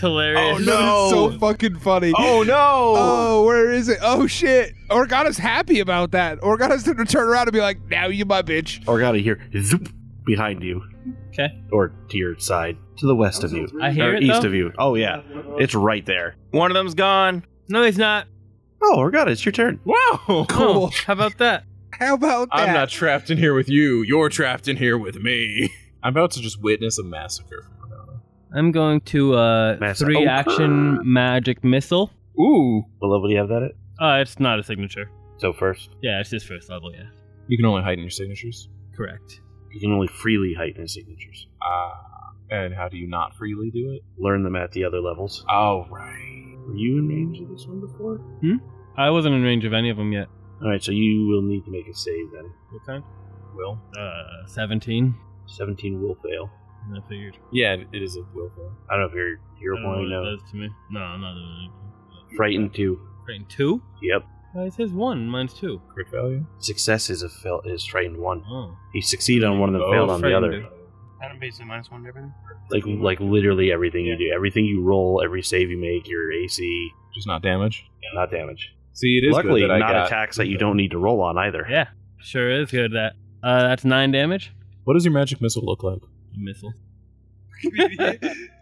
Speaker 3: Oh,
Speaker 5: hilarious.
Speaker 3: no.
Speaker 2: It's so fucking funny.
Speaker 3: Oh no!
Speaker 2: Oh, where is it? Oh shit! Organa's happy about that. Organa's gonna turn around and be like, "Now you my bitch."
Speaker 1: Or gotta hear zoop behind you.
Speaker 5: 'Kay.
Speaker 1: Or to your side, to the west of you,
Speaker 5: Oh, I hear
Speaker 1: or
Speaker 5: it
Speaker 1: east
Speaker 5: though.
Speaker 1: of you. Oh yeah, it's right there.
Speaker 6: One of them's gone.
Speaker 5: No, he's not.
Speaker 1: Oh, Organa, it's your turn.
Speaker 3: Wow!
Speaker 2: Cool.
Speaker 5: Oh, how about that?
Speaker 2: How about that?
Speaker 3: I'm not trapped in here with you. You're trapped in here with
Speaker 5: (laughs)
Speaker 3: me. I'm about to just witness a massacre from Organa.
Speaker 5: I'm going to uh
Speaker 1: Mass-
Speaker 5: three
Speaker 1: Oh,
Speaker 5: action magic missile.
Speaker 3: Ooh!
Speaker 1: What level do you have that at?
Speaker 5: Uh it's not a signature.
Speaker 1: So first,
Speaker 5: Yeah, it's just first level, yeah.
Speaker 3: You can only hide in your signatures.
Speaker 5: Correct.
Speaker 1: you can only freely heighten his signatures.
Speaker 3: Ah. and how do you not freely do it?
Speaker 1: Learn them at the other levels.
Speaker 3: Oh, right.
Speaker 1: Were you in range of this one before?
Speaker 5: I wasn't in range of any of them yet.
Speaker 1: All right, so you will need to make a save then.
Speaker 5: What kind?
Speaker 3: Will?
Speaker 5: Uh 17.
Speaker 1: Seventeen will fail.
Speaker 5: I figured.
Speaker 3: Yeah, it is a will throw.
Speaker 1: I don't know if you're hero
Speaker 5: I don't know
Speaker 1: point.
Speaker 5: what
Speaker 1: No,
Speaker 5: it does to me. No, I'm not doing anything.
Speaker 1: frightened two.
Speaker 5: Frightened two?
Speaker 1: Yep,
Speaker 5: Uh, it says one, mine's two.
Speaker 3: Crit value?
Speaker 1: success is a fail is frightened one.
Speaker 5: Oh.
Speaker 1: He succeeded on one of them,
Speaker 3: Oh,
Speaker 1: failed on the
Speaker 5: frightened
Speaker 1: other.
Speaker 5: two.
Speaker 6: I Adam base is minus one to everything.
Speaker 1: Like like literally everything you do, everything you roll, every save you make, your AC,
Speaker 3: Just not damage.
Speaker 1: not damage.
Speaker 3: See, it is
Speaker 1: Luckily,
Speaker 3: good that I
Speaker 1: not
Speaker 3: got-
Speaker 1: attacks that you don't need to roll on either.
Speaker 5: Yeah, sure is good at that. Uh, that's nine damage.
Speaker 3: What does your magic missile look like?
Speaker 5: Missile.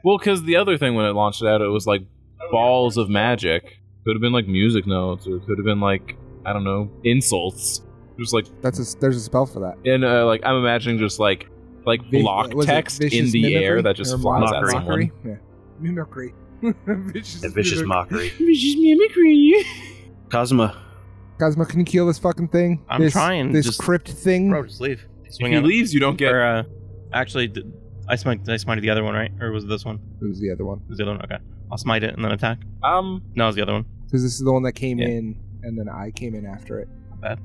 Speaker 3: Well, because the other thing when it launched out, it was like balls of magic. Could have been like music notes, or could have been like I don't know insults. Just like
Speaker 2: That's a, there's a spell for that.
Speaker 3: and uh, like I'm imagining just like like
Speaker 2: Vi-
Speaker 3: block
Speaker 2: was it
Speaker 3: text in
Speaker 2: vicious
Speaker 3: the air
Speaker 2: mimicry
Speaker 3: that just
Speaker 2: or
Speaker 3: flies
Speaker 1: mockery?
Speaker 3: at someone.
Speaker 2: Mockery? Yeah. Mimicry. (laughs) vicious,
Speaker 1: And
Speaker 2: (laughs)
Speaker 1: vicious mockery.
Speaker 2: Vicious
Speaker 3: (laughs)
Speaker 2: mimicry.
Speaker 1: Cosma,
Speaker 2: Cosmo, can you kill this fucking thing?
Speaker 6: I'm
Speaker 2: this,
Speaker 6: trying,
Speaker 2: This
Speaker 6: just-
Speaker 2: crypt thing.
Speaker 6: Bro, just leave.
Speaker 3: If
Speaker 6: Swing
Speaker 3: he
Speaker 6: at him.
Speaker 3: leaves, you don't get.
Speaker 6: Or, uh, actually, d- I smite. I smited the other one, right? Or was it this one?
Speaker 2: It was the other one.
Speaker 6: It was the other one? Okay. I'll smite it and then attack.
Speaker 3: Um,
Speaker 6: No, it was the other one.
Speaker 2: Because this is the one that came
Speaker 6: Yeah.
Speaker 2: in, and then I came in after it.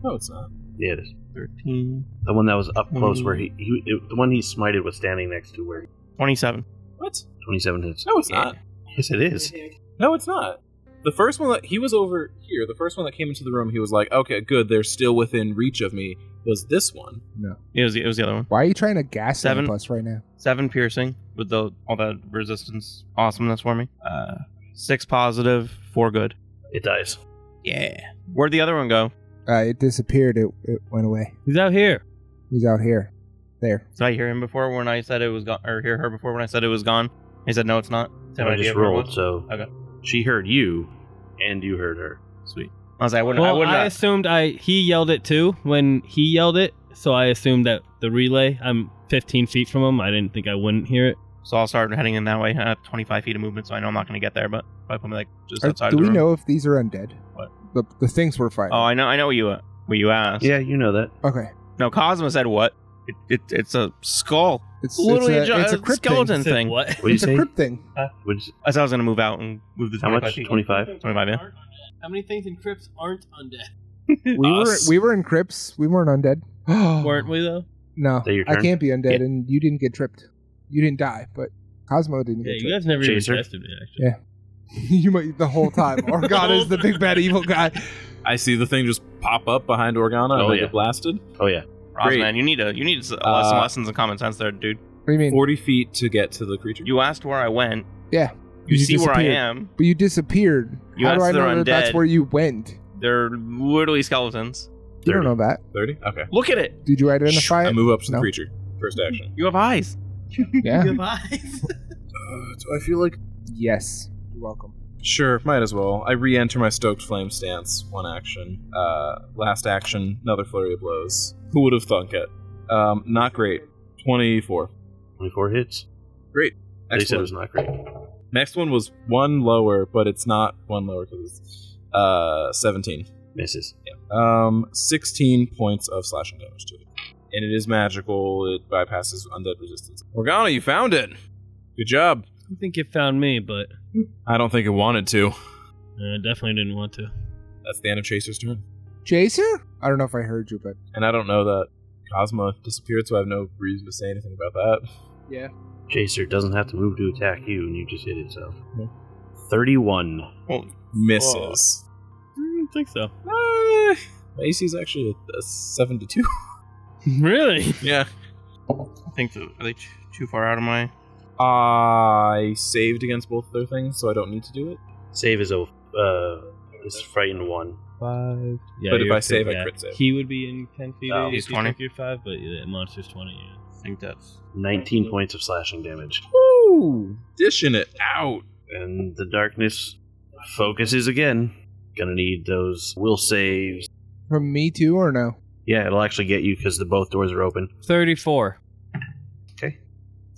Speaker 3: no, it's not.
Speaker 1: yeah, it is.
Speaker 6: Thirteen.
Speaker 1: the one that was up close where he, he it, the one he smited was standing next to where
Speaker 6: Twenty-seven.
Speaker 3: What?
Speaker 1: twenty-seven hits.
Speaker 3: No, it's not.
Speaker 1: Yes, it is.
Speaker 3: No, it's not. The first one that he was over here, the first one that came into the room, he was like, "Okay, good, they're still within reach of me." Was this one?
Speaker 6: It was. The, it was the other one.
Speaker 2: Why are you trying to gas
Speaker 6: Seven.
Speaker 2: up us right now?
Speaker 6: Seven piercing with the all that resistance awesomeness for me. Uh, six positive, four good.
Speaker 1: It dies.
Speaker 6: Yeah. Where'd the other one go?
Speaker 2: Uh, it disappeared. It, it went away.
Speaker 5: He's out here.
Speaker 2: He's out here. There.
Speaker 6: Did I hear him before when I said it was gone, or hear her before when I said it was gone? He said, "No, it's not." Did have
Speaker 1: I
Speaker 6: an idea
Speaker 1: just
Speaker 6: where it
Speaker 1: rolled,
Speaker 6: was?
Speaker 1: so
Speaker 6: Okay.
Speaker 1: she heard you, and you heard her.
Speaker 6: Sweet. I was like, I would, I
Speaker 5: Well,
Speaker 6: would
Speaker 5: I,
Speaker 6: not.
Speaker 5: assumed I he yelled it too when he yelled it, so I assumed that the relay. I'm 15 feet from him. I didn't think I wouldn't hear it.
Speaker 6: So I'll start heading in that way. I have 25 feet of movement, so I know I'm not going to get there. But if I put me like just
Speaker 2: Are-
Speaker 6: outside
Speaker 2: do
Speaker 6: of
Speaker 2: we
Speaker 6: the room.
Speaker 2: know if these are undead?
Speaker 6: What?
Speaker 2: The, the things we're fighting.
Speaker 6: Oh, I know. I know what you uh, what you asked.
Speaker 1: Yeah, you know that.
Speaker 6: Oh.
Speaker 2: okay.
Speaker 6: No, Cosmo said what? It, it, it's a skull.
Speaker 2: It's
Speaker 6: Literally
Speaker 2: it's a,
Speaker 6: a,
Speaker 2: it's a
Speaker 6: a
Speaker 2: crypt Thing.
Speaker 6: skeleton
Speaker 5: Said
Speaker 6: thing.
Speaker 5: What?
Speaker 1: What do you
Speaker 2: It's a
Speaker 1: say?
Speaker 2: crypt thing.
Speaker 1: (laughs) What'd you-
Speaker 6: I said I was going to move out and move the
Speaker 1: How
Speaker 6: 25
Speaker 1: much?
Speaker 6: feet.
Speaker 1: Twenty-five.
Speaker 6: 25, yeah.
Speaker 5: How many things in crypts aren't undead?
Speaker 2: We were
Speaker 3: Us.
Speaker 2: we were in crypts. We weren't undead. (gasps) Oh.
Speaker 5: Weren't we though?
Speaker 2: No,
Speaker 1: that your
Speaker 2: I
Speaker 1: turn?
Speaker 2: can't be undead,
Speaker 1: Yeah.
Speaker 2: and you didn't get tripped. You didn't die, but Cosmo didn't
Speaker 5: Yeah,
Speaker 2: get
Speaker 5: you
Speaker 2: tripped.
Speaker 5: guys never
Speaker 1: Chaser.
Speaker 5: even tested me
Speaker 2: (laughs)
Speaker 5: actually.
Speaker 2: you might the whole (laughs) time. Organa is the big bad evil guy.
Speaker 3: I see the thing just pop up behind Organa
Speaker 1: Oh,
Speaker 3: and they
Speaker 1: yeah.
Speaker 3: get blasted.
Speaker 1: Oh yeah,
Speaker 6: Ross,
Speaker 3: Great.
Speaker 6: man, you need a you need s- some
Speaker 3: Uh,
Speaker 6: lessons and common sense there, dude.
Speaker 2: What do you mean?
Speaker 3: Forty feet to get to the creature.
Speaker 6: You asked where I went.
Speaker 2: Yeah.
Speaker 6: You,
Speaker 2: You
Speaker 6: see where I
Speaker 2: disappeared.
Speaker 6: am.
Speaker 2: but you disappeared.
Speaker 6: You
Speaker 2: How do I
Speaker 6: asked
Speaker 2: know
Speaker 6: they're
Speaker 2: that that's
Speaker 6: undead.
Speaker 2: where you went?
Speaker 6: They're literally skeletons.
Speaker 2: You don't
Speaker 1: Thirty.
Speaker 2: know that.
Speaker 3: Thirty. Okay.
Speaker 6: Look at it.
Speaker 2: Did you identify
Speaker 3: I
Speaker 2: it?
Speaker 3: move up to the
Speaker 2: No.
Speaker 3: creature. First action.
Speaker 6: You have eyes.
Speaker 5: (laughs)
Speaker 2: Yeah.
Speaker 3: so Uh, I feel like
Speaker 2: Yes. You're welcome.
Speaker 3: sure, might as well. I re-enter my stoked flame stance. One action. Uh, last action. Another flurry of blows. Who would have thunk it? Um, not great. Twenty-four.
Speaker 1: twenty-four hits. They said it
Speaker 3: Excellent.
Speaker 1: was not great.
Speaker 3: Next one was one lower, but it's not one lower because it's uh, 17.
Speaker 1: Misses.
Speaker 3: Um, 16 points of slashing damage to it. And it is magical. It bypasses undead resistance. Organa, you found it. Good job.
Speaker 5: I think you found me, but
Speaker 3: I don't think it wanted to.
Speaker 5: uh, definitely didn't want to.
Speaker 3: That's the end of Chaser's turn.
Speaker 2: Chaser? I don't know if I heard you, but
Speaker 3: And I don't know that Cosma disappeared, so I have no reason to say anything about that.
Speaker 1: Chaser doesn't have to move to attack you, and you just hit it. So thirty-one.
Speaker 6: Well,
Speaker 3: Misses.
Speaker 5: Mm, I don't think so.
Speaker 3: Ah, my AC is actually a, a 7 to 2.
Speaker 5: really?
Speaker 3: yeah.
Speaker 6: I think the, are they t- too far out of my?
Speaker 3: (laughs) I saved against both of their things, so I don't need to do it.
Speaker 1: Save is over. Uh, is frightened one.
Speaker 5: Five. Yeah,
Speaker 3: But if
Speaker 5: you're
Speaker 3: I save,
Speaker 5: good,
Speaker 3: I
Speaker 5: yeah.
Speaker 3: crit save.
Speaker 5: He would be in 10 feet.
Speaker 1: Oh,
Speaker 5: if
Speaker 6: he's
Speaker 5: you
Speaker 6: 20.
Speaker 5: took Your five, but yeah, the monster's 20. Yeah.
Speaker 6: I think that's.
Speaker 1: Nineteen points of slashing damage,
Speaker 3: Woo! Dishing it out.
Speaker 1: and the darkness focuses again. Gonna need those will saves.
Speaker 2: from me too or no?
Speaker 1: Yeah, it'll actually get you because the both doors are open.
Speaker 5: 34.
Speaker 1: Okay.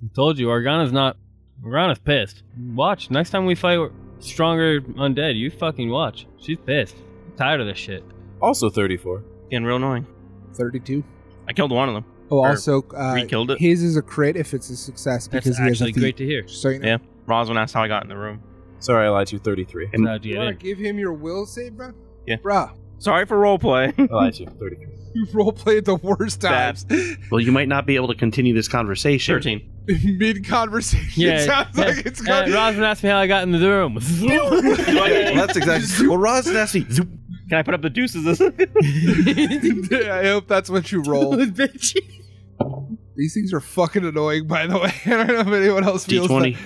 Speaker 5: I told you, Organa's not. Organa's pissed. Watch. Next time we fight stronger undead, you fucking watch. She's pissed. I'm tired of this shit.
Speaker 3: Also 34.
Speaker 6: Getting real annoying.
Speaker 2: Thirty-two.
Speaker 6: I killed one of them.
Speaker 2: Oh,
Speaker 6: Or
Speaker 2: also, uh,
Speaker 6: re-killed it.
Speaker 2: his is a crit if it's a success
Speaker 5: That's
Speaker 2: because he has a
Speaker 5: actually
Speaker 2: feat.
Speaker 5: great to hear.
Speaker 2: Just So you know.
Speaker 6: Yeah. Roslyn asked how I got in the room.
Speaker 3: Sorry, I lied to you. 33.
Speaker 1: And-
Speaker 5: How'd you
Speaker 2: You
Speaker 5: get
Speaker 2: want to
Speaker 5: in?
Speaker 2: (laughs) give him your will save, bruh?
Speaker 6: Yeah.
Speaker 2: Bruh,
Speaker 6: Sorry for (laughs) roleplay.
Speaker 3: I lied to you. 33. (laughs)
Speaker 2: (laughs) you roleplayed the worst times. (laughs)
Speaker 1: Well, you might not be able to continue this conversation.
Speaker 6: Thirteen.
Speaker 2: Mid conversation.
Speaker 5: Yeah,
Speaker 2: (laughs) sounds
Speaker 5: yeah,
Speaker 2: like it's
Speaker 5: Uh,
Speaker 2: good.
Speaker 5: Roslyn asked me how I got in the room. (laughs)
Speaker 1: Well, that's exactly. well, Roz and Esty. zoop.
Speaker 6: Can I put up the deuces? (laughs)
Speaker 2: (laughs)
Speaker 5: (laughs)
Speaker 2: I hope that's what you roll.
Speaker 5: Bitch.
Speaker 2: These things are fucking annoying, by the way. (laughs) I don't know if anyone else feels
Speaker 1: D20.
Speaker 2: that.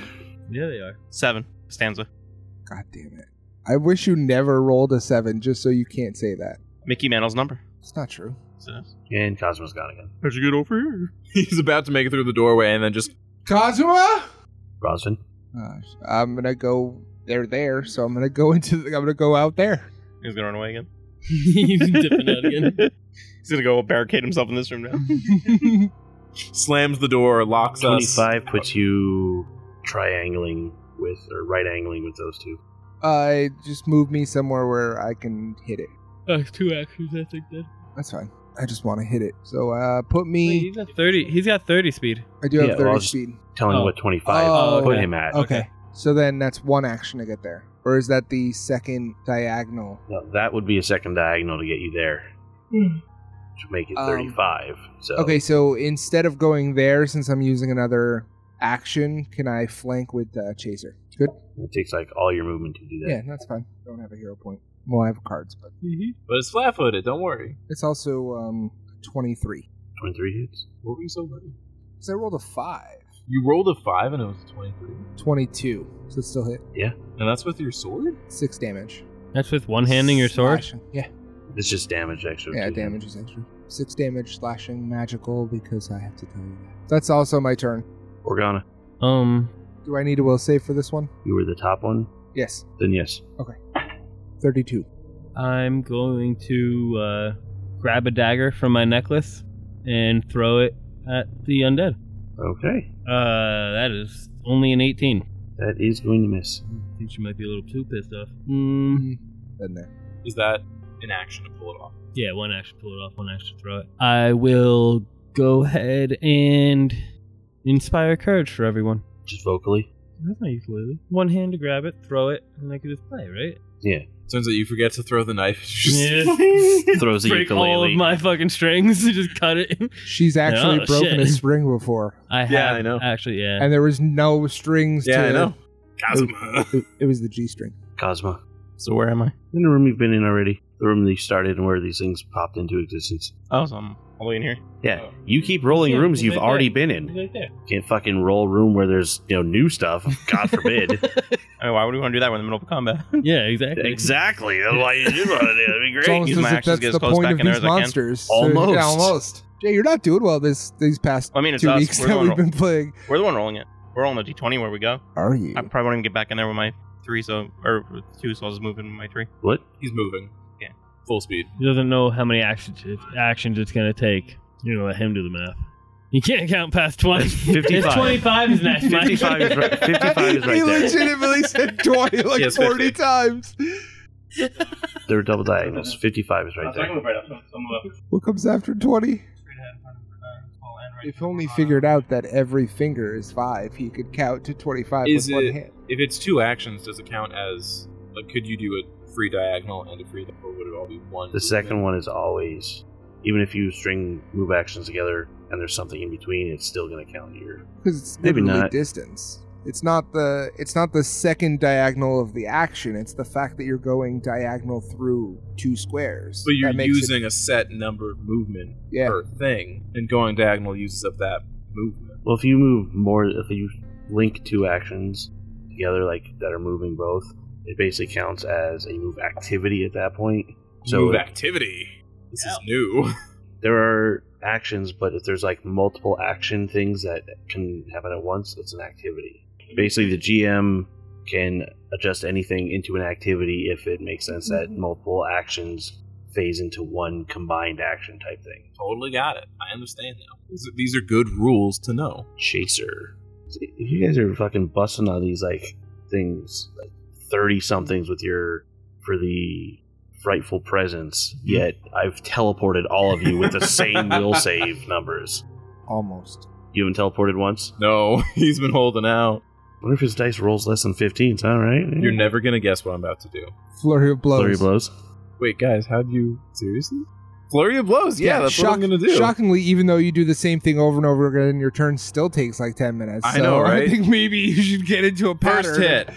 Speaker 5: Yeah, they are.
Speaker 6: Seven stanza.
Speaker 2: God damn it. I wish you never rolled a seven just so you can't say that.
Speaker 6: Mickey Mantle's number.
Speaker 2: It's not true.
Speaker 6: Says,
Speaker 1: And Cosmo's gone again.
Speaker 6: How'd you get over here?
Speaker 3: (laughs) He's about to make it through the doorway and then just
Speaker 2: Kazuma?
Speaker 1: Brosnan.
Speaker 2: Gosh, I'm gonna go. They're there, so I'm gonna go into. The, I'm gonna go out there. (laughs)
Speaker 6: He's gonna run away again.
Speaker 5: He's dipping out
Speaker 6: (laughs)
Speaker 5: again.
Speaker 6: He's gonna go barricade himself in this room now.
Speaker 3: slams the door, locks us.
Speaker 1: 25 puts you triangling with, or right angling with those two.
Speaker 2: I Uh, just move me somewhere where I can hit it.
Speaker 5: That's Oh, two actions, I think. Then
Speaker 2: That's fine. I just want to hit it. So uh, put me.
Speaker 5: he's got thirty. He's got thirty speed.
Speaker 2: I do have
Speaker 1: Yeah,
Speaker 2: 30
Speaker 1: well, I'll just-
Speaker 2: speed.
Speaker 1: Telling
Speaker 5: Oh.
Speaker 1: what 25
Speaker 2: Oh,
Speaker 1: put
Speaker 5: okay.
Speaker 1: him at.
Speaker 2: Okay. So then that's one action to get there, or is that the second diagonal?
Speaker 1: No, that would be a second diagonal to get you there. To make it
Speaker 2: Um,
Speaker 1: 35. So
Speaker 2: Okay, so instead of going there, since I'm using another action, can I flank with uh, chaser? Good.
Speaker 1: it takes like all your movement to do that.
Speaker 2: Yeah, that's fine. Don't have a hero point. Well, I have cards, but
Speaker 3: Mm-hmm. But it's flat footed, don't worry.
Speaker 2: it's also um 23.
Speaker 1: 23 hits.
Speaker 3: What were you so lucky?
Speaker 2: So I rolled a five.
Speaker 3: You rolled a five and it was a twenty three.
Speaker 2: 22. So it still hit
Speaker 3: And that's with your sword?
Speaker 2: six damage.
Speaker 5: That's with one handing your sword.
Speaker 2: Slashing. Yeah.
Speaker 1: It's just damage, actually.
Speaker 2: Yeah,
Speaker 1: too.
Speaker 2: damage is extra. Six damage slashing magical because I have to tell you that. That's also my turn.
Speaker 1: Organa,
Speaker 5: Um,
Speaker 2: Do I need a will save for this one?
Speaker 1: you were the top one?
Speaker 2: Yes.
Speaker 1: Then yes.
Speaker 2: 32.
Speaker 5: I'm going to uh, grab a dagger from my necklace and throw it at the undead.
Speaker 1: Okay.
Speaker 5: Uh, that is only an 18.
Speaker 1: That is going to miss.
Speaker 5: I think she might be a little too pissed off. Mm,
Speaker 2: Been there.
Speaker 3: Is that an action to pull it off?
Speaker 5: yeah, one action pull it off, one action throw it. I will go ahead and inspire courage for everyone.
Speaker 1: Just
Speaker 2: (laughs)
Speaker 1: vocally?
Speaker 5: That's my ukulele. One hand to grab it, throw it, and I can just play, right?
Speaker 3: Turns out you forget to throw the knife. (laughs) Just-
Speaker 1: Throws a
Speaker 5: Break all of
Speaker 1: ukulele.
Speaker 5: my fucking strings. (laughs) just cut it.
Speaker 2: She's actually
Speaker 5: Oh,
Speaker 2: broken a
Speaker 5: shit.
Speaker 2: string before,
Speaker 5: I have,
Speaker 3: Yeah, I know.
Speaker 5: Actually, yeah.
Speaker 2: and there was no strings
Speaker 3: yeah,
Speaker 2: to
Speaker 3: I know. (laughs)
Speaker 2: Kazuma. It, it was the G string.
Speaker 1: Cosma.
Speaker 6: So where am I?
Speaker 1: In the room you've been in already. The room that you started and where these things popped into existence.
Speaker 6: Oh, so I'm all the way in here.
Speaker 1: Yeah.
Speaker 3: Oh.
Speaker 1: You keep rolling
Speaker 5: Yeah,
Speaker 1: rooms
Speaker 5: right
Speaker 1: you've
Speaker 5: there.
Speaker 1: already been in.
Speaker 5: Right there.
Speaker 1: Can't fucking roll room where there's you know new
Speaker 2: (laughs)
Speaker 1: stuff. God forbid.
Speaker 6: I mean, why would we want to do that? We're in the middle of combat. (laughs)
Speaker 5: yeah, exactly.
Speaker 1: exactly. That's why you do want to do. That'd be
Speaker 2: It's almost
Speaker 1: great.
Speaker 6: use
Speaker 2: as
Speaker 6: my
Speaker 2: if
Speaker 6: actions to
Speaker 2: that's
Speaker 6: get as
Speaker 2: the
Speaker 6: close
Speaker 2: point
Speaker 6: back
Speaker 2: of
Speaker 6: in there
Speaker 2: these
Speaker 6: as I can.
Speaker 2: monsters. So,
Speaker 1: Almost.
Speaker 2: yeah, almost. Jay, you're not doing well this these past
Speaker 6: I mean, it's
Speaker 2: two
Speaker 6: us.
Speaker 2: weeks
Speaker 6: We're
Speaker 2: that
Speaker 6: the
Speaker 2: we've
Speaker 6: one
Speaker 2: been playing.
Speaker 6: We're the one rolling it. We're rolling a d20 where we go.
Speaker 2: Are you?
Speaker 6: I probably won't even get back in there with my three, so or with two, so I'll just move in with my three.
Speaker 1: What?
Speaker 3: He's moving.
Speaker 6: Yeah.
Speaker 3: Full speed.
Speaker 5: He doesn't know how many actions it, actions it's gonna take. You're gonna let him do the math. You can't count past twenty.
Speaker 1: That's 55.
Speaker 5: It's Twenty-five is next. Mike.
Speaker 1: 55 is
Speaker 5: (laughs)
Speaker 1: right, 55 is
Speaker 2: (laughs) he
Speaker 1: right there.
Speaker 2: legitimately said 20 like
Speaker 3: Yes,
Speaker 2: 40
Speaker 3: 50.
Speaker 2: times.
Speaker 1: They're double diagonals. 55 is right there.
Speaker 2: What comes after 20? If only
Speaker 3: Uh,
Speaker 2: figured out that every finger is 5, he could count to 25
Speaker 3: Is
Speaker 2: with one
Speaker 3: it-
Speaker 2: hand.
Speaker 3: If it's two actions, does it count as like could you do a free diagonal and a free or would it all be one?
Speaker 1: The second one is always, even if you string move actions together and there's something in between, it's still going to count here.
Speaker 2: Because it's
Speaker 1: Maybe
Speaker 2: literally
Speaker 1: not.
Speaker 2: distance. It's not the it's not the second diagonal of the action. It's the fact that you're going diagonal through two squares.
Speaker 3: So you're
Speaker 2: That makes it-
Speaker 3: using a set number of movement
Speaker 2: yeah.
Speaker 3: per thing, and going diagonal uses up that movement.
Speaker 1: Well, if you move more, if you link two actions together, like that are moving both, it basically counts as a move activity at that point. So
Speaker 3: Move activity. This is new. (laughs)
Speaker 1: there are actions, but if there's like multiple action things that can happen at once, it's an activity. Basically, the GM can adjust anything into an activity if it makes sense that multiple actions phase into one combined action type thing.
Speaker 3: totally got it. I understand now. These are, these are good rules to know.
Speaker 1: Chaser. If you guys are fucking busting on these like things, like 30 somethings with your for the frightful presence, yet I've teleported all of you with the same will save numbers.
Speaker 2: almost.
Speaker 1: You haven't teleported once?
Speaker 3: No, (laughs) he's been holding out.
Speaker 1: What if his dice rolls less than 15? All right.
Speaker 3: You're
Speaker 2: Mm-hmm.
Speaker 3: never gonna guess what I'm about to do.
Speaker 2: Flurry of blows.
Speaker 1: Flurry blows.
Speaker 3: Wait, guys, how do you seriously? Flurry of blows. Yeah, that's
Speaker 2: shock-
Speaker 3: what I'm gonna do.
Speaker 2: Shockingly, even though you do the same thing over and over again, your turn still takes like ten minutes.
Speaker 3: I
Speaker 2: So
Speaker 3: know,
Speaker 2: I
Speaker 3: right?
Speaker 2: think maybe you should get into a pattern.
Speaker 3: First hit,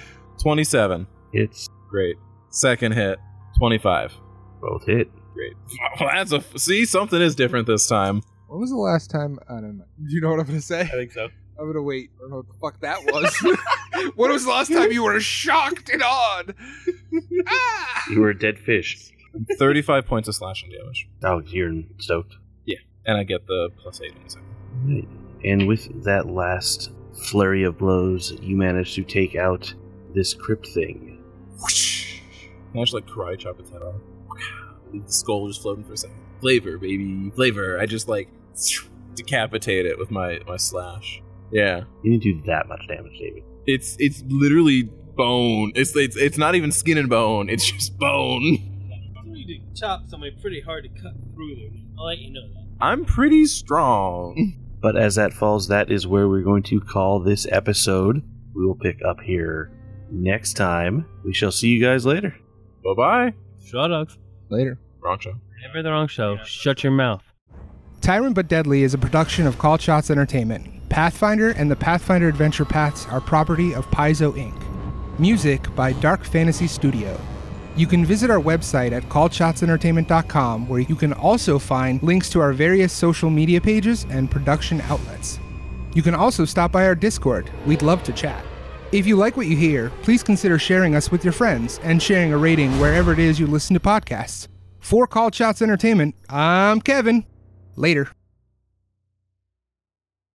Speaker 3: 27.
Speaker 1: Hits.
Speaker 3: Great. Second hit, 25.
Speaker 1: Both hit.
Speaker 3: (laughs) Great. Well, that's a see something is different this time. (laughs)
Speaker 2: When was the last time? I don't know. You know what I'm gonna say?
Speaker 3: think so.
Speaker 2: I'm gonna wait. I don't know what the fuck that was. (laughs) when was the last time you were shocked and awed? Ah!
Speaker 1: You were a dead fish.
Speaker 3: 35 points of slashing damage.
Speaker 1: Oh, you're stoked.
Speaker 3: And I get the plus 8 in a second.
Speaker 1: Right. And with that last flurry of blows, you manage to take out this crypt thing.
Speaker 3: Whoosh. Can I just like karate chop its head off? Leave the skull just floating for a second. Flavor, baby, flavor. I just like decapitate it with my my slash. Yeah,
Speaker 1: You didn't do that much damage, David.
Speaker 3: it's it's literally bone. It's it's it's not even skin and bone. It's just bone.
Speaker 5: You chop somebody pretty hard to cut through there. I'll let you know that.
Speaker 3: I'm pretty strong.
Speaker 1: But as that falls, that is where we're going to call this episode. We will pick up here next time. We shall see you guys later.
Speaker 3: Bye bye.
Speaker 5: Shut up.
Speaker 2: Later.
Speaker 3: Wrong show.
Speaker 5: Never the wrong show. Shut your mouth.
Speaker 2: Tyrant but Deadly is a production of Call Shots Entertainment. Pathfinder and the Pathfinder Adventure Paths are property of Paizo Inc. Music by Dark Fantasy Studio. You can visit our website at callshotsentertainment.com where you can also find links to our various social media pages and production outlets. You can also stop by our Discord. We'd love to chat. If you like what you hear, please consider sharing us with your friends and sharing a rating wherever it is you listen to podcasts. For Call Shots Entertainment, I'm Kevin. Later.